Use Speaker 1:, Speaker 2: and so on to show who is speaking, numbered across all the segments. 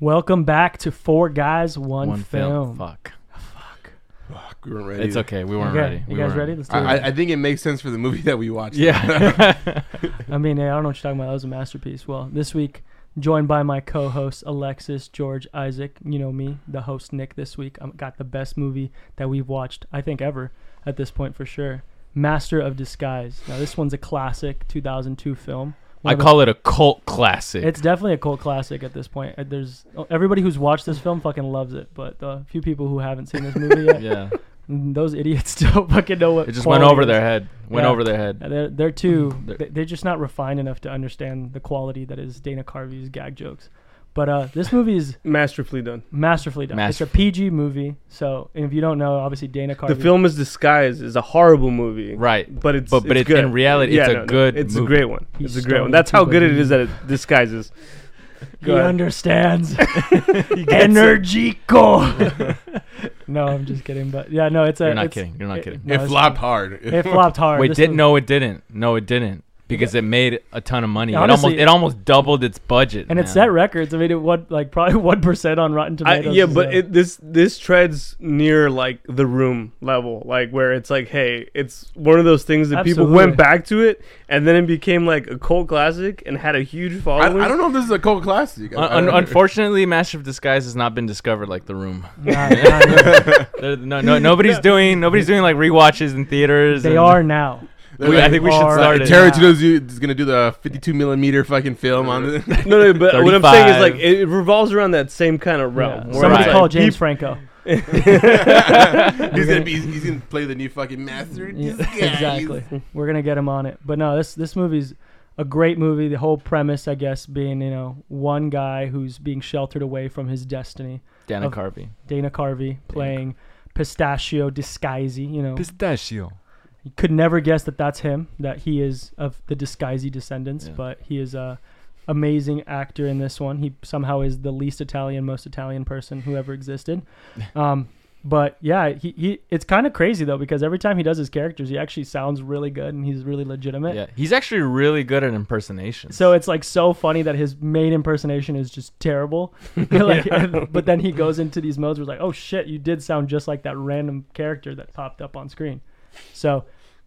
Speaker 1: Welcome back to Four Guys One, Film.
Speaker 2: Fuck.
Speaker 3: Fuck, we weren't ready.
Speaker 2: It's okay. We weren't
Speaker 1: Okay,
Speaker 2: ready.
Speaker 1: you
Speaker 2: we
Speaker 1: guys
Speaker 2: weren't
Speaker 1: ready? Let's do
Speaker 3: I,
Speaker 1: it.
Speaker 3: I- I think it makes sense for the movie that we watched.
Speaker 2: Yeah.
Speaker 1: I mean, I don't know what you're talking about. That was a masterpiece. Well, this week, joined by my co hosts, Alexis, George, Isaac, you know me, the host, Nick, this week. I got the best movie that we've watched, I think, ever at this point for sure. Master of Disguise. Now, this one's a classic 2002 film. One
Speaker 2: I
Speaker 1: of the-
Speaker 2: call it a cult classic.
Speaker 1: It's definitely a cult classic at this point. Uh, There's everybody who's watched this film fucking loves it, but the few people who haven't seen this movie yet,
Speaker 2: yeah.
Speaker 1: those idiots don't fucking know what.
Speaker 2: It just went
Speaker 1: quality
Speaker 2: over
Speaker 1: is.
Speaker 2: their head. Went
Speaker 1: Yeah.
Speaker 2: over their
Speaker 1: Uh,
Speaker 2: head.
Speaker 1: They're they're too
Speaker 2: They're-
Speaker 1: they- they're just not refined enough to understand the quality that is Dana Carvey's gag jokes. But uh, this movie is
Speaker 4: Masterfully done.
Speaker 1: masterfully done. It's a
Speaker 2: Masterful.
Speaker 1: PG movie, so and if you don't know, obviously Dana Carvey.
Speaker 4: The film is disguised is a horrible movie.
Speaker 2: Right.
Speaker 4: But it's
Speaker 2: But- but
Speaker 4: it's
Speaker 2: it's-
Speaker 4: good.
Speaker 2: in reality, it's a good
Speaker 4: It's
Speaker 2: movie.
Speaker 4: a great one.
Speaker 1: He
Speaker 4: It's a
Speaker 1: stole
Speaker 4: great one.
Speaker 1: the
Speaker 4: That's how
Speaker 1: two
Speaker 4: good it
Speaker 1: buddies.
Speaker 4: is that it disguises.
Speaker 1: He
Speaker 4: Go ahead.
Speaker 1: understands.
Speaker 4: gets it.
Speaker 1: Energico. no, I'm just kidding. But yeah, no, it's a.
Speaker 2: You're not
Speaker 1: it's-
Speaker 2: kidding. You're not
Speaker 1: it-
Speaker 2: kidding.
Speaker 1: no,
Speaker 3: it
Speaker 1: it's-
Speaker 3: flopped hard.
Speaker 1: It flopped hard.
Speaker 2: Wait,
Speaker 1: This
Speaker 2: did
Speaker 1: was-
Speaker 2: no, it didn't. No, it didn't. Because it made a ton of money.
Speaker 1: Honestly-
Speaker 2: it almost it almost doubled its budget.
Speaker 1: and it
Speaker 2: man.
Speaker 1: set records. I mean, it what like probably one percent on Rotten
Speaker 4: I,
Speaker 1: Tomatoes.
Speaker 4: yeah,
Speaker 1: is,
Speaker 4: but
Speaker 1: uh,
Speaker 4: it, this this treads near like the room level, like where it's like, hey, it's one of those things that people
Speaker 1: Absolutely.
Speaker 4: went back to it, and then it became like a cult classic and had a huge
Speaker 3: I,
Speaker 4: following.
Speaker 3: I don't know if this is a cult classic. I- I
Speaker 2: Un- un-
Speaker 3: don't-
Speaker 2: unfortunately, Master of Disguise has not been discovered like The Room.
Speaker 1: nah, nah, nah.
Speaker 2: There- no, no, nobody's doing nobody's doing like rewatches in theaters.
Speaker 1: they
Speaker 2: and-
Speaker 1: are now.
Speaker 3: they're
Speaker 2: we- I think we should
Speaker 3: it's
Speaker 1: are
Speaker 2: start
Speaker 3: like
Speaker 2: it.
Speaker 3: Tarantino's u- is gonna do the 52 millimeter fucking film on it.
Speaker 4: no, no, but what I'm saying is like
Speaker 2: 35.
Speaker 4: it revolves around that same kind of
Speaker 1: Yeah.
Speaker 4: realm. where
Speaker 1: Somebody
Speaker 4: it's
Speaker 2: Right.
Speaker 1: call
Speaker 4: like,
Speaker 1: James Franco.
Speaker 3: he's gonna be. He's gonna play the new fucking master. of
Speaker 1: Yeah,
Speaker 3: Disguise.
Speaker 1: exactly. We're gonna get him on it. But no, this this movie's a great movie. The whole premise, I guess, being you know one guy who's being sheltered away from his destiny.
Speaker 2: Dana
Speaker 1: Of-
Speaker 2: Carvey.
Speaker 1: Dana Carvey playing Pistachio Disguisey. You know,
Speaker 2: Pistachio.
Speaker 1: you could never guess that that's him. That he is of the Disguisey descendants,
Speaker 2: Yeah.
Speaker 1: but he is a amazing actor in this one. He somehow is the least Italian, most Italian person who ever existed. Um, but yeah, he, he it's kind of crazy though because every time he does his characters, he actually sounds really good and he's really legitimate.
Speaker 2: Yeah, he's actually really good at impersonations.
Speaker 1: So it's like so funny that his main impersonation is just terrible. like, But then he goes into these modes where it's like, oh shit, you did sound just like that random character that popped up on screen. So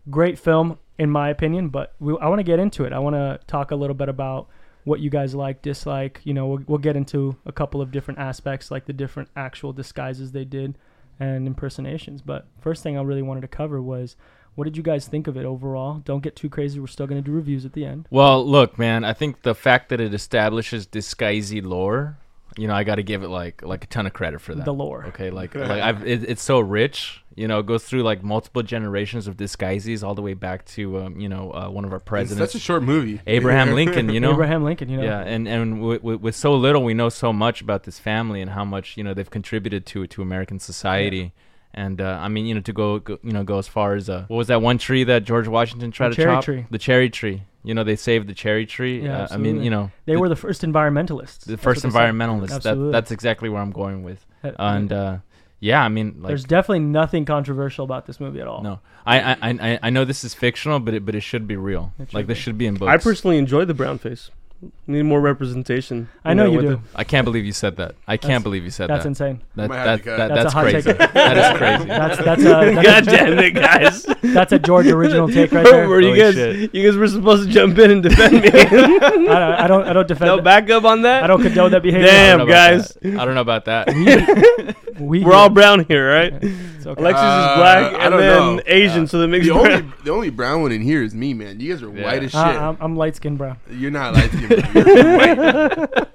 Speaker 1: great film in my opinion, but we, I want to get into it. I want to talk a little bit about what you guys like, dislike. You know, we'll, we'll get into a couple of different aspects, like the different actual disguises they did and impersonations. But first thing I really wanted to cover was. What did you guys think of it overall? Don't get too crazy. We're still going to do reviews at the end.
Speaker 2: well, look, man, I think the fact that it establishes disguisey lore, you know, I got to give it like like a ton of credit for that.
Speaker 1: The lore.
Speaker 2: Okay, like like I've, it, it's so rich, you know, it goes through like multiple generations of disguises all the way back to um, you know uh, one of our
Speaker 3: It's
Speaker 2: presidents,
Speaker 3: such a short movie.
Speaker 2: Abraham Lincoln. You know,
Speaker 1: Abraham Lincoln, you know.
Speaker 2: Yeah, and and w- w- with so little, we know so much about this family and how much you know they've contributed to to American society. And uh, I mean, you know, to go, go, you know, go as far as uh, what was that one tree that George Washington tried
Speaker 1: The
Speaker 2: to
Speaker 1: cherry
Speaker 2: chop?
Speaker 1: tree.
Speaker 2: The cherry tree. You know, they saved the cherry tree.
Speaker 1: Yeah,
Speaker 2: uh, I mean,
Speaker 1: absolutely.
Speaker 2: you know,
Speaker 1: They
Speaker 2: the,
Speaker 1: were the first environmentalists.
Speaker 2: the
Speaker 1: That's
Speaker 2: first
Speaker 1: what they said.
Speaker 2: environmentalists. That,
Speaker 1: Absolutely.
Speaker 2: that's exactly where I'm going with.
Speaker 1: That-
Speaker 2: And uh, yeah, I mean, like,
Speaker 1: there's definitely nothing controversial about this movie at all.
Speaker 2: no, I, I I I know this is fictional, but it but it should be real.
Speaker 1: It
Speaker 2: like
Speaker 1: should
Speaker 2: this
Speaker 1: be.
Speaker 2: should be in books.
Speaker 4: I personally enjoy the brown face. Need more representation.
Speaker 1: I know you
Speaker 4: with
Speaker 1: do.
Speaker 4: it.
Speaker 2: I can't believe you said that. I
Speaker 1: That's-
Speaker 2: can't believe you said
Speaker 1: That's
Speaker 2: that.
Speaker 1: insane.
Speaker 2: That,
Speaker 3: Might have
Speaker 2: that,
Speaker 3: to cut.
Speaker 2: that,
Speaker 1: That's
Speaker 2: that's,
Speaker 1: a hot
Speaker 2: crazy.
Speaker 1: take.
Speaker 2: that is crazy.
Speaker 1: That's that's a
Speaker 4: God
Speaker 1: that's,
Speaker 4: damn it, guys!
Speaker 1: that's a George original take right there.
Speaker 4: Were you
Speaker 2: Holy
Speaker 4: guys,
Speaker 2: shit.
Speaker 4: you guys were supposed to jump in and defend me.
Speaker 1: I don't I don't, I don't defend.
Speaker 4: no
Speaker 1: it.
Speaker 4: backup on that.
Speaker 1: I don't condone that behavior.
Speaker 2: I
Speaker 4: Damn.
Speaker 2: don't know about
Speaker 4: guys.
Speaker 2: that. I don't know about that.
Speaker 1: We,
Speaker 4: We're all brown here, right?
Speaker 1: It's okay.
Speaker 4: Alexis
Speaker 3: Uh,
Speaker 4: is black
Speaker 3: I
Speaker 4: and
Speaker 3: don't
Speaker 4: then
Speaker 3: know. Uh,
Speaker 4: Asian, so that makes
Speaker 3: The
Speaker 4: you
Speaker 3: only, the only brown one in here is me, man. You guys are
Speaker 2: Yeah.
Speaker 3: white as shit.
Speaker 1: Uh, I'm, I'm light skinned brown.
Speaker 3: You're not light skinned. You're white.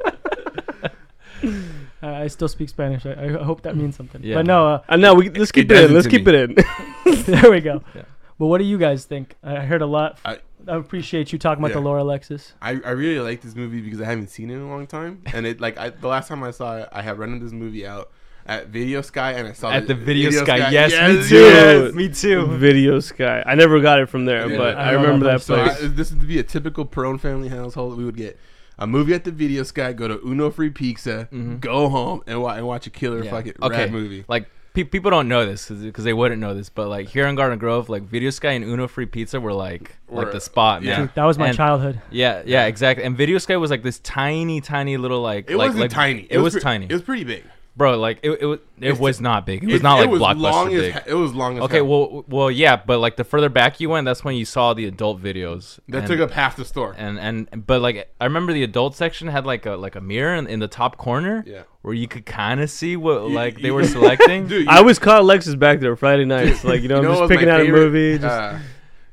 Speaker 1: Uh, I still speak Spanish. I, I hope that means something.
Speaker 2: Yeah.
Speaker 1: But no, uh,
Speaker 4: Uh, no, we, let's keep it,
Speaker 3: doesn't
Speaker 4: in. Let's
Speaker 3: to
Speaker 4: keep
Speaker 3: me.
Speaker 4: it in.
Speaker 1: there we go.
Speaker 2: Yeah.
Speaker 1: But what do you guys think? I heard a lot. I,
Speaker 3: I-
Speaker 1: appreciate you talking about the
Speaker 3: Yeah.
Speaker 1: Laura Alexis.
Speaker 3: I, I really like this movie because I haven't seen it in a long time, and it like I, the last time I saw it, I had rented this movie out at Video Sky, and I saw
Speaker 2: At
Speaker 3: it-
Speaker 2: the Video Sky. Yes, me too.
Speaker 3: yes.
Speaker 2: Me too.
Speaker 4: Video Sky. I never got it from there,
Speaker 3: Yeah.
Speaker 4: but
Speaker 1: I
Speaker 4: I,
Speaker 1: don't
Speaker 4: remember
Speaker 1: know
Speaker 4: that
Speaker 3: So I,
Speaker 4: place.
Speaker 3: this would be a typical Perone family household. We would get a movie at the Video Sky, go to Uno Free Pizza, go home, and, wa- and watch a killer
Speaker 2: Mm-hmm. Yeah.
Speaker 3: fucking
Speaker 2: Okay.
Speaker 3: rad movie.
Speaker 2: Like pe- people don't know this because they wouldn't know this, but like here in Garden Grove, like Video Sky and Uno Free Pizza were like like
Speaker 3: Were-
Speaker 2: the spot,
Speaker 3: yeah.
Speaker 2: man.
Speaker 1: That was my
Speaker 2: And-
Speaker 1: childhood.
Speaker 2: Yeah, yeah, exactly. And Video Sky was like this tiny, tiny little like
Speaker 3: It
Speaker 2: like,
Speaker 3: wasn't
Speaker 2: like-
Speaker 3: tiny.
Speaker 2: It, was,
Speaker 3: pre-
Speaker 2: tiny,
Speaker 3: It was pretty big.
Speaker 2: bro. Like it it was, it
Speaker 3: It's-
Speaker 2: was not big. It was not like blockbuster
Speaker 3: long
Speaker 2: big.
Speaker 3: As, he- it was long as
Speaker 2: okay,
Speaker 3: hell.
Speaker 2: well, well, yeah, but like the further back you went, that's when you saw the adult videos.
Speaker 3: that
Speaker 2: And-
Speaker 3: took up half the store.
Speaker 2: and and but like I remember the adult section had like a like a mirror in, in the top corner,
Speaker 3: Yeah.
Speaker 2: where you could kind of see what
Speaker 3: You-
Speaker 2: like they
Speaker 3: you-
Speaker 2: were selecting.
Speaker 3: Dude,
Speaker 4: I always caught Alexis back there Friday nights. Like you know, I'm
Speaker 3: what
Speaker 4: just
Speaker 3: was my
Speaker 4: picking out
Speaker 3: favorite-
Speaker 4: a movie. Just,
Speaker 3: uh,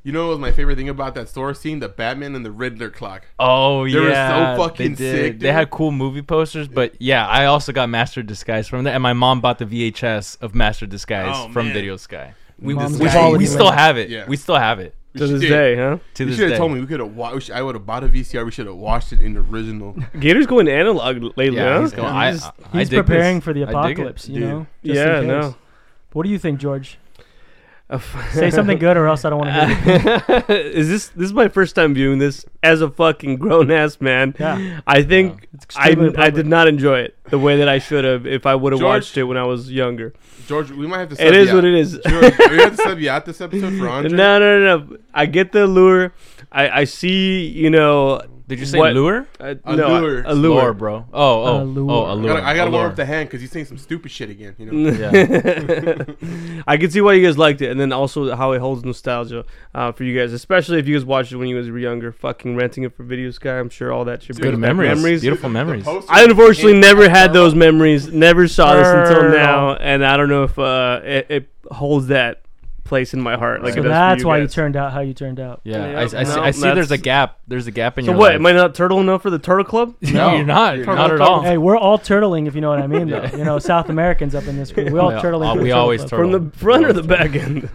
Speaker 3: you know what was my favorite thing about that store scene? The Batman and the Riddler clock.
Speaker 2: oh
Speaker 3: They were so
Speaker 2: yeah,
Speaker 3: fucking
Speaker 2: they
Speaker 3: sick,
Speaker 2: They
Speaker 3: dude.
Speaker 2: had cool movie posters, but yeah, I also got Master of Disguise from there, and my mom bought the VHS of Master of Disguise
Speaker 3: Oh,
Speaker 2: from
Speaker 3: man.
Speaker 2: Video Sky.
Speaker 3: We,
Speaker 1: Mom's got
Speaker 3: just- we-
Speaker 1: all
Speaker 2: we
Speaker 1: the
Speaker 2: still
Speaker 1: way.
Speaker 2: have it.
Speaker 3: Yeah.
Speaker 2: We still have it
Speaker 3: we
Speaker 4: to this
Speaker 3: should-
Speaker 4: day, huh?
Speaker 2: to
Speaker 3: You
Speaker 2: this
Speaker 3: should
Speaker 2: day.
Speaker 3: have told me we could have watched. I would have bought a VCR. We should have watched it in the original.
Speaker 4: Gator's going analog lately.
Speaker 2: Yeah,
Speaker 4: huh?
Speaker 2: he's going.
Speaker 4: I'm
Speaker 2: I,
Speaker 4: just-
Speaker 2: I, I
Speaker 1: He's
Speaker 2: dig
Speaker 1: preparing
Speaker 2: this.
Speaker 1: for the
Speaker 2: I dig it,
Speaker 1: apocalypse, you
Speaker 3: dude.
Speaker 1: know. just in
Speaker 4: yeah,
Speaker 1: case.
Speaker 4: no.
Speaker 1: What do you think, George?
Speaker 4: Uh,
Speaker 1: Say something good, or else I don't want to hear. it.
Speaker 4: is this this is my first time viewing this as a fucking grown ass man?
Speaker 1: Yeah.
Speaker 4: I think
Speaker 1: It's
Speaker 4: I,
Speaker 1: extremely
Speaker 4: I did
Speaker 1: appropriate.
Speaker 4: not enjoy it the way that I should have if I would have
Speaker 3: George-
Speaker 4: watched it when I was younger.
Speaker 3: George, we might have to.
Speaker 4: It is what it is.
Speaker 3: George, we have to sub you out this episode for
Speaker 4: No,
Speaker 3: Andre.
Speaker 4: no, no, no. I get the allure. I, I see, you know,
Speaker 2: Did you say
Speaker 4: What-
Speaker 2: lure?
Speaker 4: uh,
Speaker 3: Allure.
Speaker 4: No, allure.
Speaker 2: Lure, bro. Oh, oh,
Speaker 1: Allure.
Speaker 2: oh,
Speaker 3: I
Speaker 2: allure.
Speaker 3: gotta, I gotta warm
Speaker 2: allure.
Speaker 3: up the hand because he's saying some stupid shit again. You know.
Speaker 4: I can see why you guys liked it, and then also how it holds nostalgia uh, for you guys, especially if you guys watched it when you guys were younger. Fucking renting it for Video Sky, I'm sure all that shit.
Speaker 3: Dude,
Speaker 4: brings
Speaker 2: Good
Speaker 4: back
Speaker 2: memories.
Speaker 4: memories.
Speaker 2: Beautiful
Speaker 3: The
Speaker 2: memories.
Speaker 3: poster
Speaker 4: I unfortunately
Speaker 3: came
Speaker 4: never
Speaker 3: from
Speaker 4: had those
Speaker 3: Carl.
Speaker 4: memories. Never saw this until
Speaker 1: Girl.
Speaker 4: now, and I don't know if uh, it, it holds that place in my heart. Like
Speaker 1: so
Speaker 4: it does for
Speaker 1: that's
Speaker 4: you
Speaker 1: why you
Speaker 4: guys.
Speaker 1: turned out how you turned out.
Speaker 2: Yeah,
Speaker 4: Yeah,
Speaker 2: I, I, see,
Speaker 4: no,
Speaker 2: I see There's a
Speaker 4: that's-
Speaker 2: gap. There's a gap in
Speaker 4: So
Speaker 2: your
Speaker 4: what?
Speaker 2: life.
Speaker 4: Am I not turtle enough for the Turtle Club?
Speaker 2: No,
Speaker 3: No,
Speaker 2: you're not.
Speaker 3: you're
Speaker 2: not
Speaker 3: not
Speaker 2: at
Speaker 4: Oh.
Speaker 2: all.
Speaker 1: Hey, we're all turtling, if you know what I mean. Though
Speaker 2: Yeah.
Speaker 1: you know, South Americans up in this group, we all
Speaker 2: Yeah,
Speaker 1: turtling.
Speaker 2: uh,
Speaker 1: for the
Speaker 2: we
Speaker 1: turtle
Speaker 2: always
Speaker 1: club.
Speaker 2: turtle.
Speaker 4: From the front or the back end?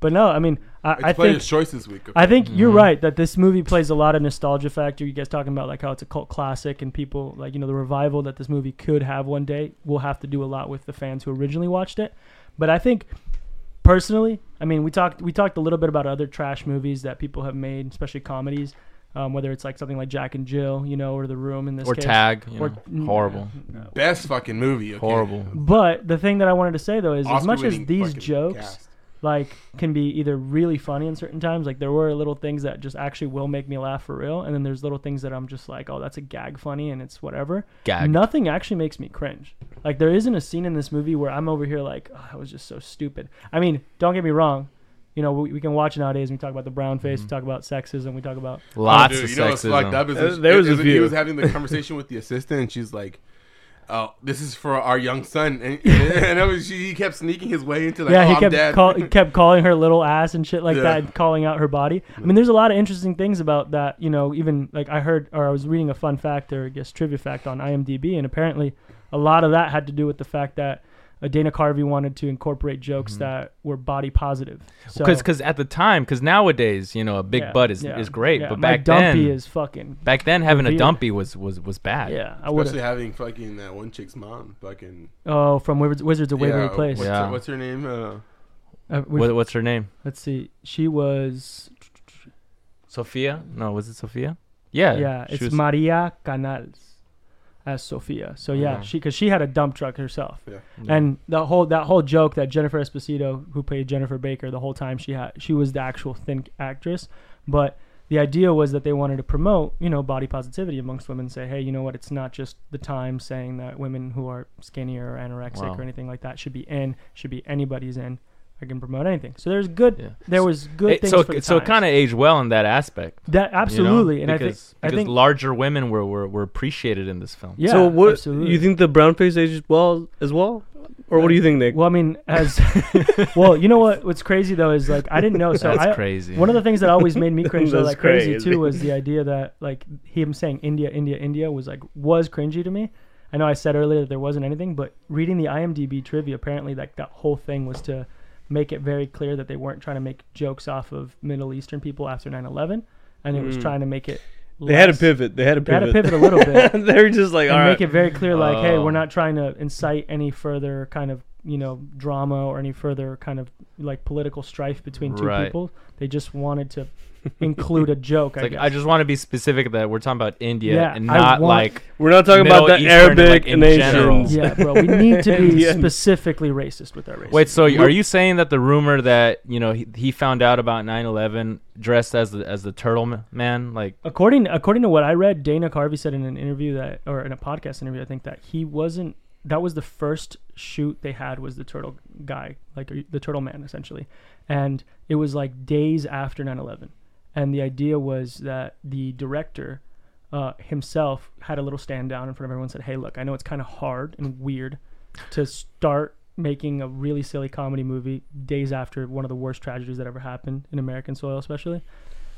Speaker 1: But no, I mean,
Speaker 3: It's
Speaker 1: I, I
Speaker 3: player's
Speaker 1: think
Speaker 3: choice this week.
Speaker 1: I think you're
Speaker 2: Mhm.
Speaker 1: right that this movie plays a lot of nostalgia factor. You guys talking about like how it's a cult classic and people like you know the revival that this movie could have one day. We'll have to do a lot with the fans who originally watched it. But I think personally, I mean, we talked we talked a little bit about other trash movies that people have made, especially comedies. Um, whether it's like something like Jack and Jill, you know, or The Room in this
Speaker 2: or
Speaker 1: case.
Speaker 2: tag. You
Speaker 1: Or-
Speaker 2: know, horrible.
Speaker 3: Best fucking movie. okay?
Speaker 2: Horrible.
Speaker 1: But the thing that I wanted to say though is, as much as
Speaker 3: Oscar-winning
Speaker 1: these
Speaker 3: fucking
Speaker 1: jokes
Speaker 3: cast.
Speaker 1: like can be either really funny in certain times, like there were little things that just actually will make me laugh for real, and then there's little things that I'm just like, oh, that's a gag funny and it's whatever.
Speaker 2: Gag.
Speaker 1: Nothing actually makes me cringe. Like there isn't a scene in this movie where I'm over here like, oh, that was just so stupid. I mean, don't get me wrong. You know, we, we can watch nowadays. and We talk about the brown face. We talk about sexism. We talk about
Speaker 2: Lots
Speaker 3: Oh, Dude,
Speaker 2: of
Speaker 3: you know what's fucked
Speaker 2: sexism.
Speaker 3: up is
Speaker 4: Uh,
Speaker 3: when-
Speaker 4: there was a
Speaker 3: is when He
Speaker 4: few.
Speaker 3: was having the conversation with the assistant, and she's like, "Oh, this is for our young son," and, and it was, she, he kept sneaking his way into like,
Speaker 1: yeah,
Speaker 3: "Oh,
Speaker 1: he
Speaker 3: I'm
Speaker 1: kept
Speaker 3: dad."
Speaker 1: call, he kept calling her little ass and shit like
Speaker 3: Yeah.
Speaker 1: that, and calling out her body. I mean, there's a lot of interesting things about that. You know, even like I heard or I was reading a fun fact or I guess trivia fact on IMDb, and apparently a lot of that had to do with the fact that uh, Dana Carvey wanted to incorporate jokes
Speaker 2: Mm-hmm.
Speaker 1: that were body positive. So
Speaker 2: Because at the time, because nowadays, you know, a big
Speaker 1: yeah,
Speaker 2: butt is,
Speaker 1: yeah,
Speaker 2: is great,
Speaker 1: yeah.
Speaker 2: but
Speaker 1: My
Speaker 2: back
Speaker 1: dumpy
Speaker 2: then,
Speaker 1: is fucking
Speaker 2: back then having a
Speaker 1: revered.
Speaker 2: dumpy was was was bad.
Speaker 1: yeah. I would
Speaker 3: Especially
Speaker 1: have
Speaker 3: having fucking that one chick's mom, fucking
Speaker 1: oh from Wizards, Wizards of Waverly
Speaker 3: yeah,
Speaker 1: Place.
Speaker 3: What's,
Speaker 2: Yeah.
Speaker 3: her, what's her name? Uh,
Speaker 1: Uh, we-
Speaker 2: What, what's her name?
Speaker 1: let's see, she was
Speaker 2: Sophia? No, was it Sophia? Yeah.
Speaker 1: yeah,
Speaker 2: she
Speaker 1: it's
Speaker 2: was-
Speaker 1: Maria Canals as Sofia. So yeah,
Speaker 2: Mhm.
Speaker 1: she because she had a dump truck herself,
Speaker 2: yeah.
Speaker 1: and the whole that whole joke that Jennifer Esposito, who played Jennifer Baker, the whole time she had she was the actual thin actress, but the idea was that they wanted to promote you know body positivity amongst women, say hey you know what it's not just the time saying that women who are skinny or anorexic
Speaker 2: Wow.
Speaker 1: or anything like that should be in should be anybody's in. I can promote anything. So there's good.
Speaker 2: Yeah.
Speaker 1: There was good
Speaker 2: It-
Speaker 1: things.
Speaker 2: so
Speaker 1: for
Speaker 2: so it kind of aged well in that aspect. you
Speaker 1: that
Speaker 2: know?
Speaker 1: absolutely, and I think
Speaker 2: because,
Speaker 1: I
Speaker 2: because
Speaker 1: think
Speaker 2: larger women were, were were appreciated in this film.
Speaker 1: yeah.
Speaker 4: so what?
Speaker 1: absolutely.
Speaker 4: You think the brown face aged well as well, or what do you think, Nick?
Speaker 1: Well, I mean, as well, you know what? What's crazy though is like I didn't know. So
Speaker 2: That's
Speaker 1: I,
Speaker 2: crazy.
Speaker 1: one of the things that always made me cringe, though,
Speaker 4: That's
Speaker 1: like crazy,
Speaker 4: crazy.
Speaker 1: too, was the idea that like him saying India, India, India was like was cringy to me. I know I said earlier that there wasn't anything, but reading the IMDb trivia, apparently, like that whole thing was to make it very clear that they weren't trying to make jokes off of Middle Eastern people after 9/11, and it was
Speaker 4: Mm.
Speaker 1: trying to make it.
Speaker 4: they had a
Speaker 1: less-
Speaker 4: pivot. They had a
Speaker 1: They had
Speaker 4: pivot.
Speaker 1: to pivot a little bit
Speaker 4: they were just like, all
Speaker 1: and
Speaker 4: right.
Speaker 1: make it very clear like hey
Speaker 2: Oh.
Speaker 1: we're not trying to incite any further kind of you know drama or any further kind of like political strife between two
Speaker 2: Right.
Speaker 1: people they just wanted to include a joke. I
Speaker 2: Like
Speaker 1: guess.
Speaker 2: I just want to be specific that we're talking about India
Speaker 1: Yeah,
Speaker 2: and
Speaker 1: I
Speaker 2: not
Speaker 1: want-
Speaker 2: like
Speaker 4: We're not talking
Speaker 2: Middle
Speaker 4: about the
Speaker 2: Eastern, like,
Speaker 4: Arabic
Speaker 2: in general.
Speaker 4: nations.
Speaker 1: yeah, bro. We need to be
Speaker 4: Yeah.
Speaker 1: specifically racist with our racism.
Speaker 2: Wait, so are you saying that the rumor that, you know, he, he found out about 9/11 dressed as the as the turtle ma- man like
Speaker 1: according according to what I read, Dana Carvey said in an interview that, or in a podcast interview, I think that he wasn't. That was the first shoot they had was the turtle guy, like the turtle man, essentially, and it was like days after 9/11, and the idea was that the director uh, himself had a little stand down in front of everyone, and said, "Hey, look, I know it's kind of hard and weird to start." Making a really silly comedy movie days after one of the worst tragedies that ever happened in American soil, especially.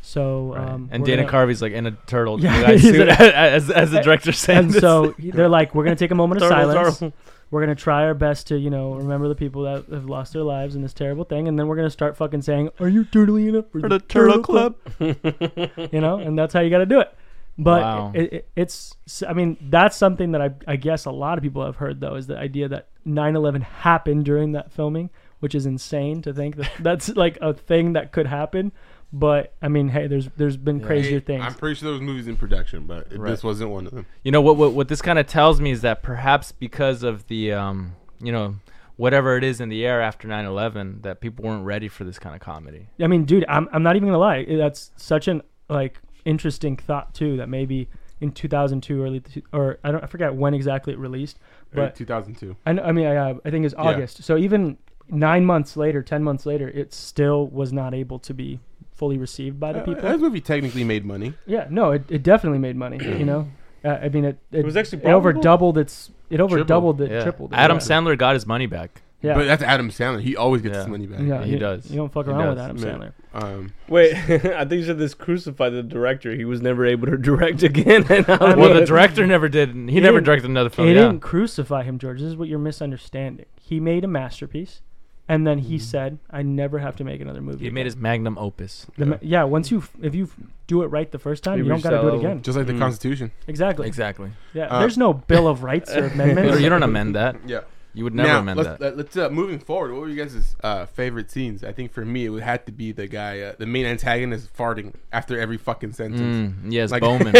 Speaker 1: So, um,
Speaker 2: and
Speaker 1: we're
Speaker 2: Dana
Speaker 1: gonna-
Speaker 2: Carvey's like in a turtle
Speaker 1: Yeah,
Speaker 2: guy
Speaker 1: he's
Speaker 2: suit,
Speaker 1: in a-
Speaker 2: as as the director said.
Speaker 1: and so they're like, we're gonna take a moment of
Speaker 4: Turtle,
Speaker 1: silence.
Speaker 4: turtle.
Speaker 1: We're gonna try our best to, you know, remember the people that have lost their lives in this terrible thing, and then we're gonna start fucking saying, "Are you turtling enough for,
Speaker 2: For the Turtle Club?"
Speaker 1: you know, and that's how you gotta do it. But
Speaker 2: Wow.
Speaker 1: it, it, it's, I mean, that's something that I, I guess a lot of people have heard though is the idea that 9/11 happened during that filming, which is insane to think that that's like a thing that could happen. But I mean, hey, there's there's been
Speaker 2: Yeah.
Speaker 1: crazier
Speaker 3: Hey,
Speaker 1: things.
Speaker 3: I'm pretty sure there was movies in production, but it,
Speaker 2: Right.
Speaker 3: this wasn't one of them.
Speaker 2: you know what what what this kind of tells me is that perhaps because of the um, you know, whatever it is in the air after 9/11 that people weren't ready for this kind of comedy.
Speaker 1: I mean, dude, I'm, I'm not even gonna lie. That's such an like interesting thought too. That maybe in 2002, early t- or I don't, I forget when exactly it released.
Speaker 3: Or
Speaker 1: But-
Speaker 3: 2002.
Speaker 1: I know, I mean, I, uh, I think it's
Speaker 3: Yeah.
Speaker 1: August. So even nine months later, ten months later, it still was not able to be fully received by the
Speaker 3: Uh,
Speaker 1: people.
Speaker 3: That movie technically made money.
Speaker 1: yeah, no, it, it definitely made money. you know, uh, I mean, it it,
Speaker 4: was actually
Speaker 1: it over
Speaker 4: profitable?
Speaker 1: double its it over
Speaker 3: Tripled,
Speaker 1: doubled it
Speaker 2: Yeah.
Speaker 1: tripled. It,
Speaker 2: Adam
Speaker 1: yeah.
Speaker 2: Sandler got his money back.
Speaker 1: Yeah.
Speaker 3: But that's Adam Sandler. He always gets
Speaker 2: Yeah.
Speaker 3: his money back.
Speaker 1: yeah,
Speaker 2: He
Speaker 1: you-
Speaker 2: does.
Speaker 1: You don't fuck
Speaker 2: He
Speaker 1: around with
Speaker 2: does.
Speaker 1: Adam Sandler.
Speaker 3: Man. Um,
Speaker 4: Wait, I think you said this crucified the director. He was never able to direct again. And now
Speaker 1: I
Speaker 2: well,
Speaker 1: mean-
Speaker 2: the director never did. He,
Speaker 1: Oh, He
Speaker 2: never
Speaker 1: didn't-
Speaker 2: directed another film.
Speaker 1: it
Speaker 2: Oh, yeah.
Speaker 1: didn't crucify him, George. This is what you're misunderstanding. He made a masterpiece, and then he said, "I never have to make another movie."
Speaker 2: He made his
Speaker 1: again."
Speaker 2: magnum opus.
Speaker 1: The ma- yeah. Once you, f- if you f- do it right the first time,
Speaker 4: You
Speaker 1: you don't got to do
Speaker 4: resell-
Speaker 1: it again.
Speaker 3: just like the
Speaker 4: Mm.
Speaker 3: Constitution.
Speaker 1: Exactly.
Speaker 2: Exactly.
Speaker 1: Yeah.
Speaker 3: Uh,
Speaker 1: there's no Bill of Rights or amendments.
Speaker 2: you don't amend that.
Speaker 3: Yeah.
Speaker 2: You would never
Speaker 3: now,
Speaker 2: amend
Speaker 3: let's,
Speaker 2: that.
Speaker 3: let- Let's uh, moving forward. What were you guys' uh, favorite scenes? I think for me, it would have to be the guy, uh, the main antagonist, farting after every fucking sentence.
Speaker 2: Mm, yes,
Speaker 3: Like-
Speaker 2: Bowman.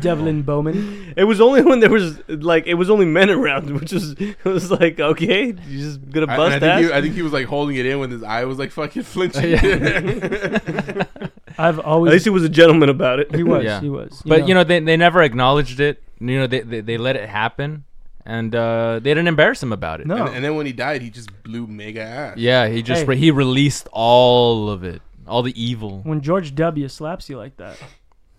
Speaker 1: Devlin Bowman.
Speaker 4: It was only when there was like it was only men around, which was it was like okay, you just gonna
Speaker 3: I, and I
Speaker 4: bust
Speaker 3: think
Speaker 4: ass.
Speaker 3: he, I think he was like holding it in when his eye was like fucking flinching.
Speaker 1: I've
Speaker 4: At
Speaker 1: always.
Speaker 4: least he was a gentleman about it.
Speaker 1: he was.
Speaker 2: Yeah.
Speaker 1: He was.
Speaker 2: but you know, they they never acknowledged it. You know, they they, they let it happen, and uh, they didn't embarrass him about it.
Speaker 1: No.
Speaker 3: and, and then when he died, he just blew mega ass.
Speaker 2: Yeah, he just
Speaker 1: Hey.
Speaker 2: re- he released all of it, all the evil.
Speaker 1: when George W. slaps you like that,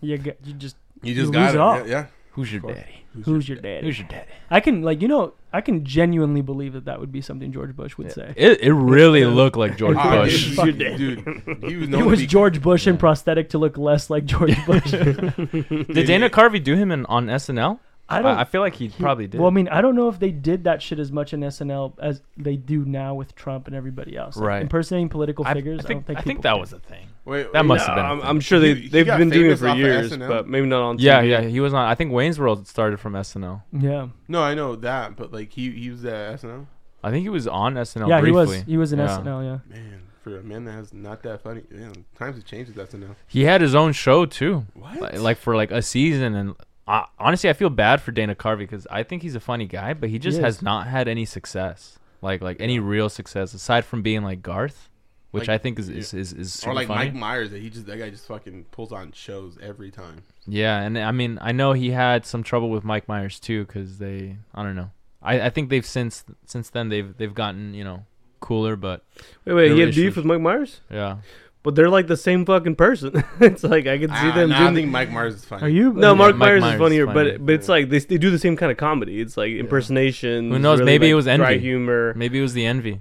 Speaker 1: you get you just
Speaker 3: You just
Speaker 1: You
Speaker 3: got
Speaker 1: lose
Speaker 3: it.
Speaker 1: it all.
Speaker 3: Yeah, yeah.
Speaker 2: Who's your
Speaker 3: Of course.
Speaker 2: daddy?
Speaker 1: who's your daddy?
Speaker 2: Who's your daddy?
Speaker 1: I can like you know I can genuinely believe that that would be something George Bush would say.
Speaker 2: It it really looked like George
Speaker 3: Ah, dude,
Speaker 2: Bush.
Speaker 3: he-
Speaker 1: Fuck
Speaker 3: dude, he was
Speaker 1: It
Speaker 3: known to
Speaker 1: was
Speaker 3: be-
Speaker 1: George Bush in prosthetic to look less like George Bush.
Speaker 2: Did Dana Carvey do him in, on SNL?
Speaker 1: I don't.
Speaker 2: I, I feel like he probably did.
Speaker 1: Well, I mean, I don't know if they did that shit as much in SNL as they do now with Trump and everybody else. Like,
Speaker 2: Right.
Speaker 1: Impersonating political
Speaker 2: I, I
Speaker 1: figures. I,
Speaker 2: think,
Speaker 1: don't think.
Speaker 2: I think
Speaker 1: people
Speaker 2: that
Speaker 1: did.
Speaker 2: was a thing.
Speaker 3: Wait,
Speaker 2: That
Speaker 3: wait,
Speaker 2: must
Speaker 4: No,
Speaker 2: have been a
Speaker 4: I'm,
Speaker 2: thing.
Speaker 4: I'm sure they
Speaker 3: He- he
Speaker 4: they've
Speaker 3: got
Speaker 4: been doing it
Speaker 3: famous
Speaker 4: for
Speaker 3: off of
Speaker 4: years,
Speaker 3: SNL.
Speaker 4: but maybe not on.
Speaker 2: Yeah,
Speaker 4: TV.
Speaker 2: yeah, he was on. I think Wayne's World started from SNL.
Speaker 1: Yeah.
Speaker 3: No, I know that, but like he he was at SNL.
Speaker 2: I think he was on SNL.
Speaker 1: yeah,
Speaker 2: briefly.
Speaker 1: he was. He was in
Speaker 2: Yeah.
Speaker 1: SNL. Yeah.
Speaker 3: Man, for a man that has not that funny, man, times have changed with SNL.
Speaker 2: He had his own show too,
Speaker 3: What?
Speaker 2: like, like for like a season. And uh, honestly, I feel bad for Dana Carvey because I think he's a funny guy, but he just
Speaker 1: is.
Speaker 2: has not had any success, like like any real success aside from being like Garth, which
Speaker 3: Like-
Speaker 2: I think is is is, is super
Speaker 3: or like
Speaker 2: funny.
Speaker 3: Mike Myers, that he just that guy just fucking pulls on shows every time.
Speaker 2: Yeah, and I mean I know he had some trouble with Mike Myers too because they I don't know. I, I think they've since since then they've they've gotten you know cooler, but
Speaker 4: Wait, wait,
Speaker 2: There
Speaker 4: he
Speaker 2: were
Speaker 4: had beef
Speaker 2: issues.
Speaker 4: with Mike Myers,
Speaker 2: yeah.
Speaker 4: but they're like the same fucking person. it's like I could see
Speaker 3: Ah,
Speaker 4: them
Speaker 3: nah, I
Speaker 4: doing.
Speaker 3: think Mike Myers is funny.
Speaker 1: Are you?
Speaker 4: the- no,
Speaker 1: are you-
Speaker 4: Mark,
Speaker 2: Mike
Speaker 4: Myers,
Speaker 2: Myers
Speaker 4: is
Speaker 2: is
Speaker 4: funnier,
Speaker 2: funny.
Speaker 4: but but it's like they, they do the same kind of comedy. It's like impersonation.
Speaker 2: Who knows? Maybe it was envy.
Speaker 4: dry humor.
Speaker 2: Maybe it was the envy.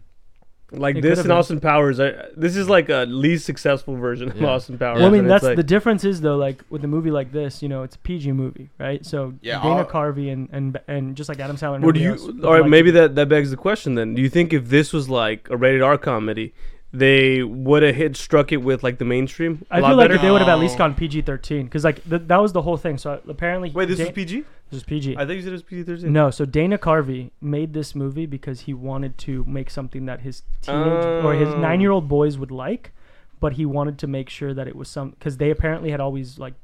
Speaker 4: like
Speaker 1: It
Speaker 4: this
Speaker 1: could've
Speaker 4: and
Speaker 1: been.
Speaker 4: Austin Powers. I, this is like a least successful version of
Speaker 2: Yeah.
Speaker 4: Austin Powers.
Speaker 1: Well, I mean,
Speaker 4: and
Speaker 1: that's
Speaker 4: it's like,
Speaker 1: the difference is though. Like with a movie like this, you know, it's a PG movie, right? So
Speaker 3: Yeah,
Speaker 1: Dana
Speaker 3: all-
Speaker 1: Carvey and, and and just like Adam Sandler. and
Speaker 4: Would
Speaker 1: everybody
Speaker 4: you?
Speaker 1: else would
Speaker 4: All right,
Speaker 1: like
Speaker 4: maybe
Speaker 1: to-
Speaker 4: that that begs the question. Then, do you think if this was like a rated R comedy, they would have hit struck it with like the mainstream? a
Speaker 1: I
Speaker 4: lot
Speaker 1: feel like
Speaker 4: better?
Speaker 1: they would have at
Speaker 3: No.
Speaker 1: least gone PG thirteen because like th- that was the whole thing. So apparently,
Speaker 4: Wait, this
Speaker 1: Da-
Speaker 4: was PG.
Speaker 1: This was PG.
Speaker 4: I think you said it was PG thirteen.
Speaker 1: No, so Dana Carvey made this movie because he wanted to make something that his teenage or his
Speaker 4: Oh.
Speaker 1: nine year old boys would like, but he wanted to make sure that it was some because they apparently had always like